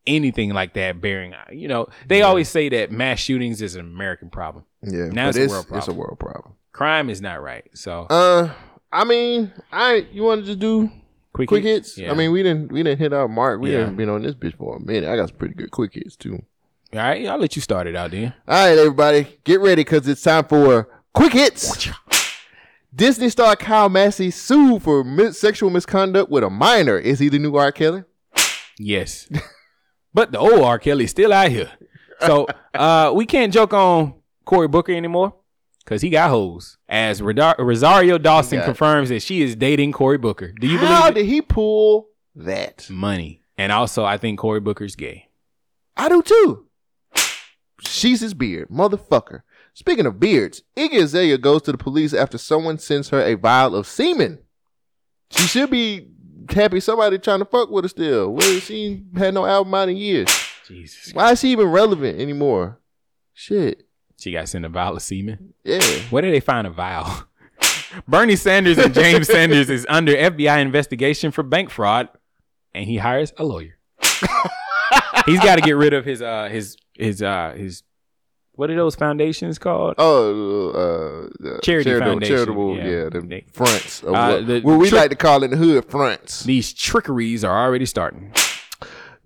[SPEAKER 2] anything like that bearing you know they always say that mass shootings is an american problem
[SPEAKER 1] Yeah,
[SPEAKER 2] now
[SPEAKER 1] but it's-
[SPEAKER 2] it's, a world problem
[SPEAKER 1] it's a world problem
[SPEAKER 2] crime is not right so
[SPEAKER 1] Uh, I mean, I you wanted to do
[SPEAKER 2] Quick
[SPEAKER 1] quick,
[SPEAKER 2] hits?
[SPEAKER 1] hits?
[SPEAKER 2] Yeah.
[SPEAKER 1] I mean, we didn't we didn't hit our mark. We
[SPEAKER 2] Yeah.
[SPEAKER 1] haven't been on this bitch for a minute. I got some pretty good quick hits too.
[SPEAKER 2] all right i'll let you start it out then
[SPEAKER 1] All right, everybody, get ready because it's time for quick hits. Disney star Kyle Massey sued for mis- sexual misconduct with a minor. Is he the new R. Kelly?
[SPEAKER 2] yes but the old r kelly's still out here so uh we can't joke on cory booker anymore because he got hoes as Rodar- rosario dawson
[SPEAKER 1] got-
[SPEAKER 2] confirms that she is dating cory booker do you
[SPEAKER 1] How
[SPEAKER 2] believe it?
[SPEAKER 1] did he pull that?
[SPEAKER 2] money and also i think cory booker's gay
[SPEAKER 1] I do too. She's his beard, motherfucker. Speaking of beards, Iggy Azalea goes to the police after someone sends her a vial of semen. She should be happy somebody trying to fuck with her still. Well, she ain't had no album out in years.
[SPEAKER 2] Jesus.
[SPEAKER 1] Why is she even relevant anymore? Shit.
[SPEAKER 2] she got sent a vial of semen
[SPEAKER 1] yeah
[SPEAKER 2] where did they find a vial bernie sanders and james sanders is under fbi investigation for bank fraud and he hires a lawyer he's got to get rid of his uh his his uh his what are those foundations called?
[SPEAKER 1] Oh, uh, uh,
[SPEAKER 2] charity
[SPEAKER 1] charitable,
[SPEAKER 2] foundation. Uh,
[SPEAKER 1] charitable, yeah, them fronts. or what-
[SPEAKER 2] the
[SPEAKER 1] what we
[SPEAKER 2] trick-
[SPEAKER 1] like to call in the hood fronts.
[SPEAKER 2] These trickeries are already starting.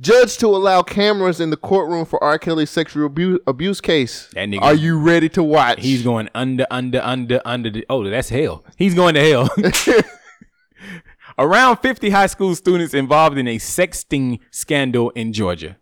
[SPEAKER 1] Judge to allow cameras in the courtroom for R. Kelly's sexual abuse, abuse case.
[SPEAKER 2] That nigga,
[SPEAKER 1] Are you ready to watch?
[SPEAKER 2] He's going under, under, under, under. The, oh, that's hell. He's going to hell. Around 50 high school students involved in a sexting scandal in Georgia.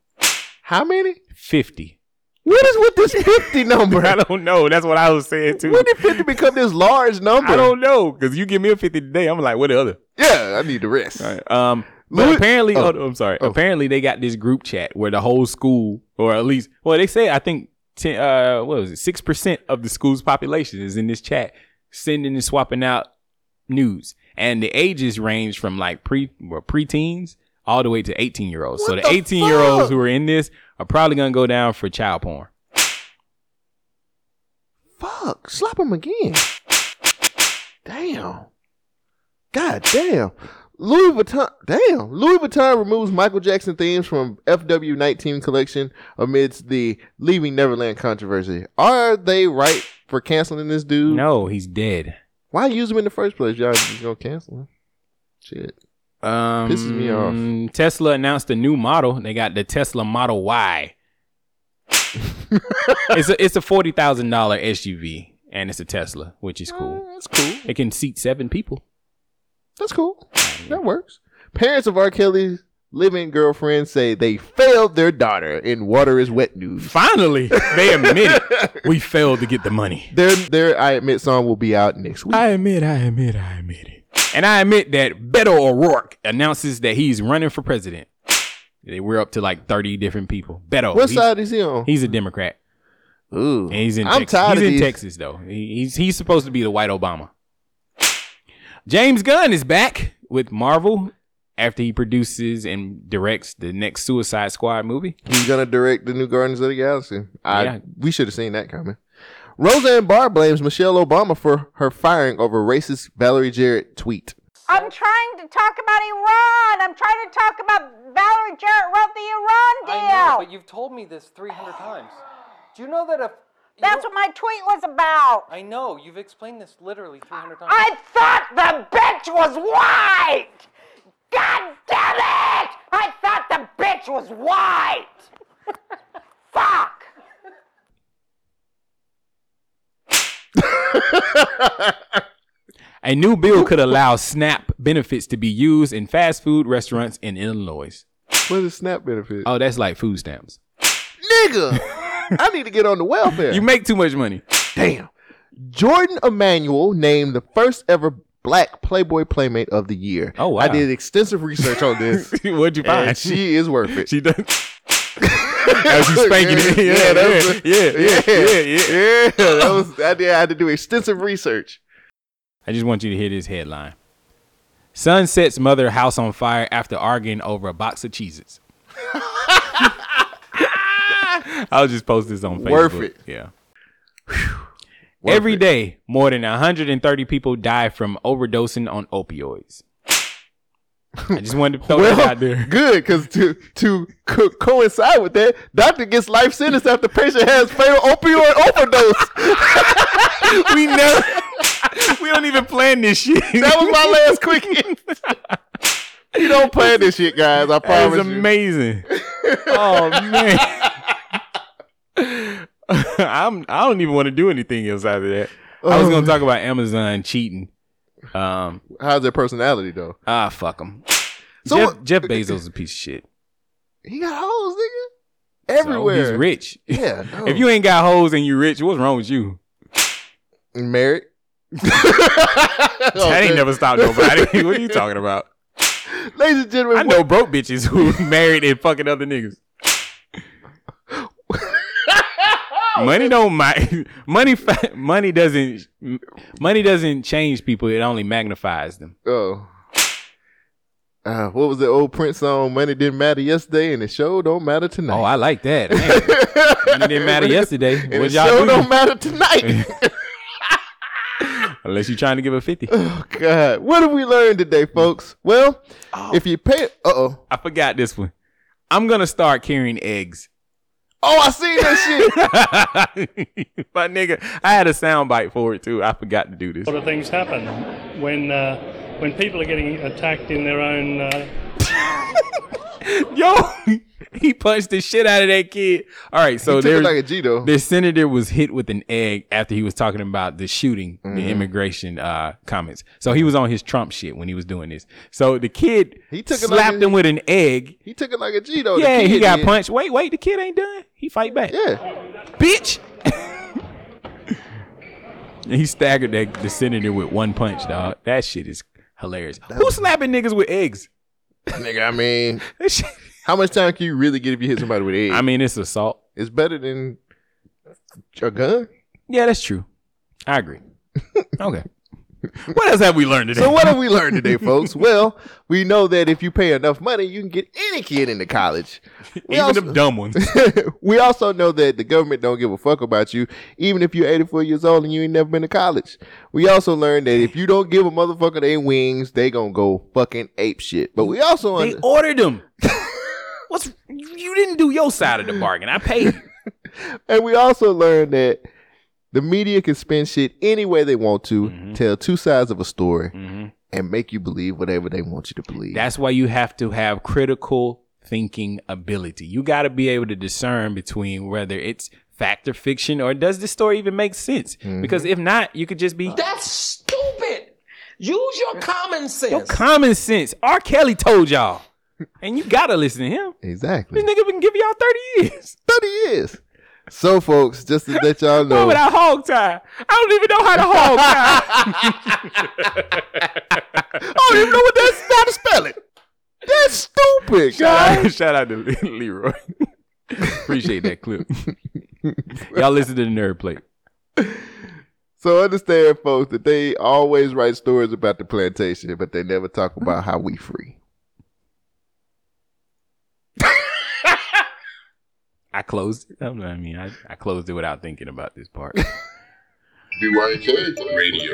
[SPEAKER 1] How many?
[SPEAKER 2] 50.
[SPEAKER 1] What is with this 50 number?
[SPEAKER 2] I don't know. That's what I was saying too.
[SPEAKER 1] When did 50 become this large number?
[SPEAKER 2] I don't know because you give me a 50 today, I'm like, what the other?
[SPEAKER 1] Yeah, I need the rest.
[SPEAKER 2] Um, but
[SPEAKER 1] Louis-
[SPEAKER 2] apparently,
[SPEAKER 1] Oh.
[SPEAKER 2] oh, I'm sorry. Apparently, they got this group chat where the whole school, or at least, well, they say I think ten, uh, what was it, six percent of the school's population is in this chat, sending and swapping out nudes, and the ages range from like pre well, preteens all the way to 18 year olds. So the 18 year olds who are in this are probably gonna go down for child porn.
[SPEAKER 1] Fuck, slap him again. Damn. God damn. Louis Vuitton, damn. Louis Vuitton removes Michael Jackson themes from FW19 collection amidst the Leaving Neverland controversy. Are they right for canceling this dude?
[SPEAKER 2] No, he's dead.
[SPEAKER 1] Why use him in the first place? Y'all just gonna cancel him? Shit.
[SPEAKER 2] Um,
[SPEAKER 1] Pisses me off.
[SPEAKER 2] Tesla announced a new model. They got the Tesla Model Y. it's a it's a forty thousand dollar SUV, and it's a Tesla, which is cool.
[SPEAKER 1] Mm, that's cool.
[SPEAKER 2] It can seat seven people.
[SPEAKER 1] That's cool. That works. Parents of R. Kelly's living girlfriend say they failed their daughter in Water is Wet News.
[SPEAKER 2] Finally, they admit it. We failed to get the money.
[SPEAKER 1] Their their I admit song will be out next week.
[SPEAKER 2] I admit, I admit, I admit it. And I admit that Beto O'Rourke announces that he's running for president. They- We're up to like thirty different people. Beto,
[SPEAKER 1] what
[SPEAKER 2] he's-
[SPEAKER 1] side is he on?
[SPEAKER 2] He's a Democrat.
[SPEAKER 1] Ooh,
[SPEAKER 2] and he's in.
[SPEAKER 1] I'm
[SPEAKER 2] Texas.
[SPEAKER 1] tired
[SPEAKER 2] he's
[SPEAKER 1] of
[SPEAKER 2] in
[SPEAKER 1] these-
[SPEAKER 2] Texas though. He- he's he's supposed to be the white Obama. James Gunn is back with Marvel after he produces and directs the next Suicide Squad movie.
[SPEAKER 1] He's gonna direct the new Guardians of the Galaxy. I
[SPEAKER 2] Yeah.
[SPEAKER 1] we should have seen that coming. Roseanne Barr blames Michelle Obama for her firing over racist Valerie Jarrett tweet.
[SPEAKER 20] I'm trying to talk about Iran. I'm trying to talk about Valerie Jarrett wrote the Iran deal.
[SPEAKER 21] I know, but you've told me this 300 times. Do you know that if
[SPEAKER 20] That's what my tweet was about.
[SPEAKER 21] I know you've explained this literally 300 times?
[SPEAKER 20] I thought the bitch was white. God damn it! I thought the bitch was white. Fuck.
[SPEAKER 2] A new bill could allow SNAP benefits to be used in fast food restaurants in Illinois.
[SPEAKER 1] What is SNAP benefit?
[SPEAKER 2] Oh, that's like food stamps.
[SPEAKER 1] Nigga, I need to get on the welfare.
[SPEAKER 2] You make too much money.
[SPEAKER 1] Damn. Jordan Emanuel named the first ever Black Playboy Playmate of the Year. Oh
[SPEAKER 2] wow.
[SPEAKER 1] I did extensive research on this.
[SPEAKER 2] What'd you
[SPEAKER 1] and
[SPEAKER 2] find?
[SPEAKER 1] she is worth it.
[SPEAKER 2] She does. As you spanking it. Yeah,
[SPEAKER 1] yeah, that's
[SPEAKER 2] yeah,
[SPEAKER 1] a-
[SPEAKER 2] yeah, yeah, yeah,
[SPEAKER 1] yeah, That was I did I had to do extensive research.
[SPEAKER 2] I just want you to hear this headline. Son sets mother house on fire after arguing over a box of Cheez-Its. I'll just post this on Facebook.
[SPEAKER 1] Worth it.
[SPEAKER 2] Yeah. Every day, more than 130 people die from overdosing on opioids. I just wanted to throw that out there.
[SPEAKER 1] Good, because to to co- coincide with that, doctor gets life sentence after patient has fatal opioid overdose.
[SPEAKER 2] we never, we don't even plan this shit.
[SPEAKER 1] That was my last quickie. you don't plan this shit, guys. I
[SPEAKER 2] That
[SPEAKER 1] promise.
[SPEAKER 2] is
[SPEAKER 1] you.
[SPEAKER 2] amazing. oh man. I'm I don't even want to do anything else after that. I was gonna talk about Amazon cheating. Um,
[SPEAKER 1] how's their personality though?
[SPEAKER 2] Ah, fuck them.
[SPEAKER 1] So
[SPEAKER 2] Jeff,
[SPEAKER 1] what-
[SPEAKER 2] Jeff Bezos is a piece of shit.
[SPEAKER 1] He got hoes, nigga,
[SPEAKER 2] So
[SPEAKER 1] everywhere.
[SPEAKER 2] he's rich.
[SPEAKER 1] Yeah. no.
[SPEAKER 2] If you ain't got hoes and you rich, what's wrong with you?
[SPEAKER 1] Married.
[SPEAKER 2] that ain't never stopped nobody. what are you talking about?
[SPEAKER 1] Ladies and gentlemen,
[SPEAKER 2] I know broke bitches who married and fucking other niggas. money don't mi- money fa- money doesn't money doesn't change people. It only magnifies them.
[SPEAKER 1] Oh. Uh, what was the old Prince song? Money didn't matter yesterday, and it sure don't matter tonight. Oh,
[SPEAKER 2] I like that. Money didn't matter yesterday.
[SPEAKER 1] and
[SPEAKER 2] What
[SPEAKER 1] it
[SPEAKER 2] y'all
[SPEAKER 1] sure
[SPEAKER 2] do?
[SPEAKER 1] don't matter tonight.
[SPEAKER 2] Unless you're trying to give a fifty.
[SPEAKER 1] oh God, what did we learn today, folks? Well, if you pay, uh oh,
[SPEAKER 2] I forgot this one. I'm gonna start carrying eggs.
[SPEAKER 1] oh, I seen that
[SPEAKER 2] shit. My nigga, I had a sound bite for it too. I forgot to do this.
[SPEAKER 4] lot of things happen when uh, when people are getting attacked in their own. Uh,
[SPEAKER 2] Yo, he punched the shit out of that kid. All right, so
[SPEAKER 1] He took it
[SPEAKER 2] there's
[SPEAKER 1] like a G, though.
[SPEAKER 2] This senator was hit with an egg after he was talking about the shooting, the
[SPEAKER 1] Mhm.
[SPEAKER 2] immigration uh, comments. So he was on his Trump shit when he was doing this. So the kid
[SPEAKER 1] He took it like
[SPEAKER 2] slapped
[SPEAKER 1] a-
[SPEAKER 2] him with an egg.
[SPEAKER 1] He took it like a G though. the
[SPEAKER 2] yeah, he
[SPEAKER 1] kid
[SPEAKER 2] got
[SPEAKER 1] did.
[SPEAKER 2] punched. Wait, wait, the kid ain't done. He fight back.
[SPEAKER 1] Yeah,
[SPEAKER 2] bitch. And he staggered that the senator with one punch, dog. That shit is hilarious. Who slapping niggas with eggs?
[SPEAKER 1] Nigga, I mean, how much time can you really get if you hit somebody with eggs? I
[SPEAKER 2] mean, it's assault.
[SPEAKER 1] It's better than a gun.
[SPEAKER 2] Yeah, that's true. I agree. okay. What else have we learned today?
[SPEAKER 1] So what have we learned today, folks? Well, we know that if you pay enough money, you can get any kid into college. We
[SPEAKER 2] Even them dumb ones.
[SPEAKER 1] we also know that the government don't give a fuck about you, even if you're 84 years old and you ain't never been to college. We also learned that if you don't give a motherfucker their wings, they gonna go fucking ape shit. But we also
[SPEAKER 2] They ordered them. What's you didn't do your side of the bargain? I paid.
[SPEAKER 1] and we also learned that the media can spin shit any way they want to,
[SPEAKER 2] Mm-hmm.
[SPEAKER 1] tell two sides of a story, and make you believe whatever they want you to believe.
[SPEAKER 2] That's why you have to have critical thinking ability. You got to be able to discern between whether it's fact or fiction, or does this story even make sense? Because if not, you could just be
[SPEAKER 22] That's stupid. Use your common sense.
[SPEAKER 2] your common sense. R. Kelly told y'all, and you gotta listen to him.
[SPEAKER 1] Exactly.
[SPEAKER 2] This nigga been giving y'all thirty years.
[SPEAKER 1] Thirty years. So, folks, just to let y'all
[SPEAKER 2] What
[SPEAKER 1] know,
[SPEAKER 2] would I hog tie? I don't even know how to hog tie.
[SPEAKER 1] I don't even know what that's how to spell it. That's stupid,
[SPEAKER 2] Shout
[SPEAKER 1] guys.
[SPEAKER 2] out, shout out to Le- Leroy. Appreciate that clip. Y'all listen to the nerd plate.
[SPEAKER 1] So understand, folks, that they always write stories about the plantation, but they never talk about how we free.
[SPEAKER 2] I closed it. I don't know, I mean, I, I closed it without thinking about this part.
[SPEAKER 23] BYK Radio.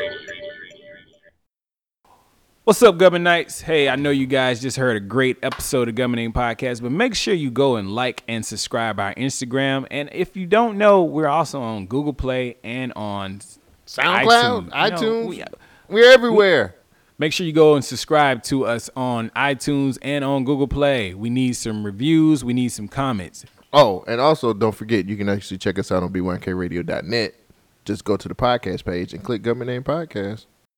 [SPEAKER 2] What's up, Gubbin Knights? Hey, I know you guys just heard a great episode of Gubbin Podcast, but make sure you go and like and subscribe our Instagram. And if you don't know, we're also on Google Play and on
[SPEAKER 1] SoundCloud,
[SPEAKER 2] iTunes. No,
[SPEAKER 1] iTunes.
[SPEAKER 2] we- uh,
[SPEAKER 1] We're everywhere.
[SPEAKER 2] Make sure you go and subscribe to us on iTunes and on Google Play. We need some reviews. We need some comments.
[SPEAKER 1] Oh, and also don't forget you can actually check us out on b1kradio.net. Just go to the podcast page and click government name podcast.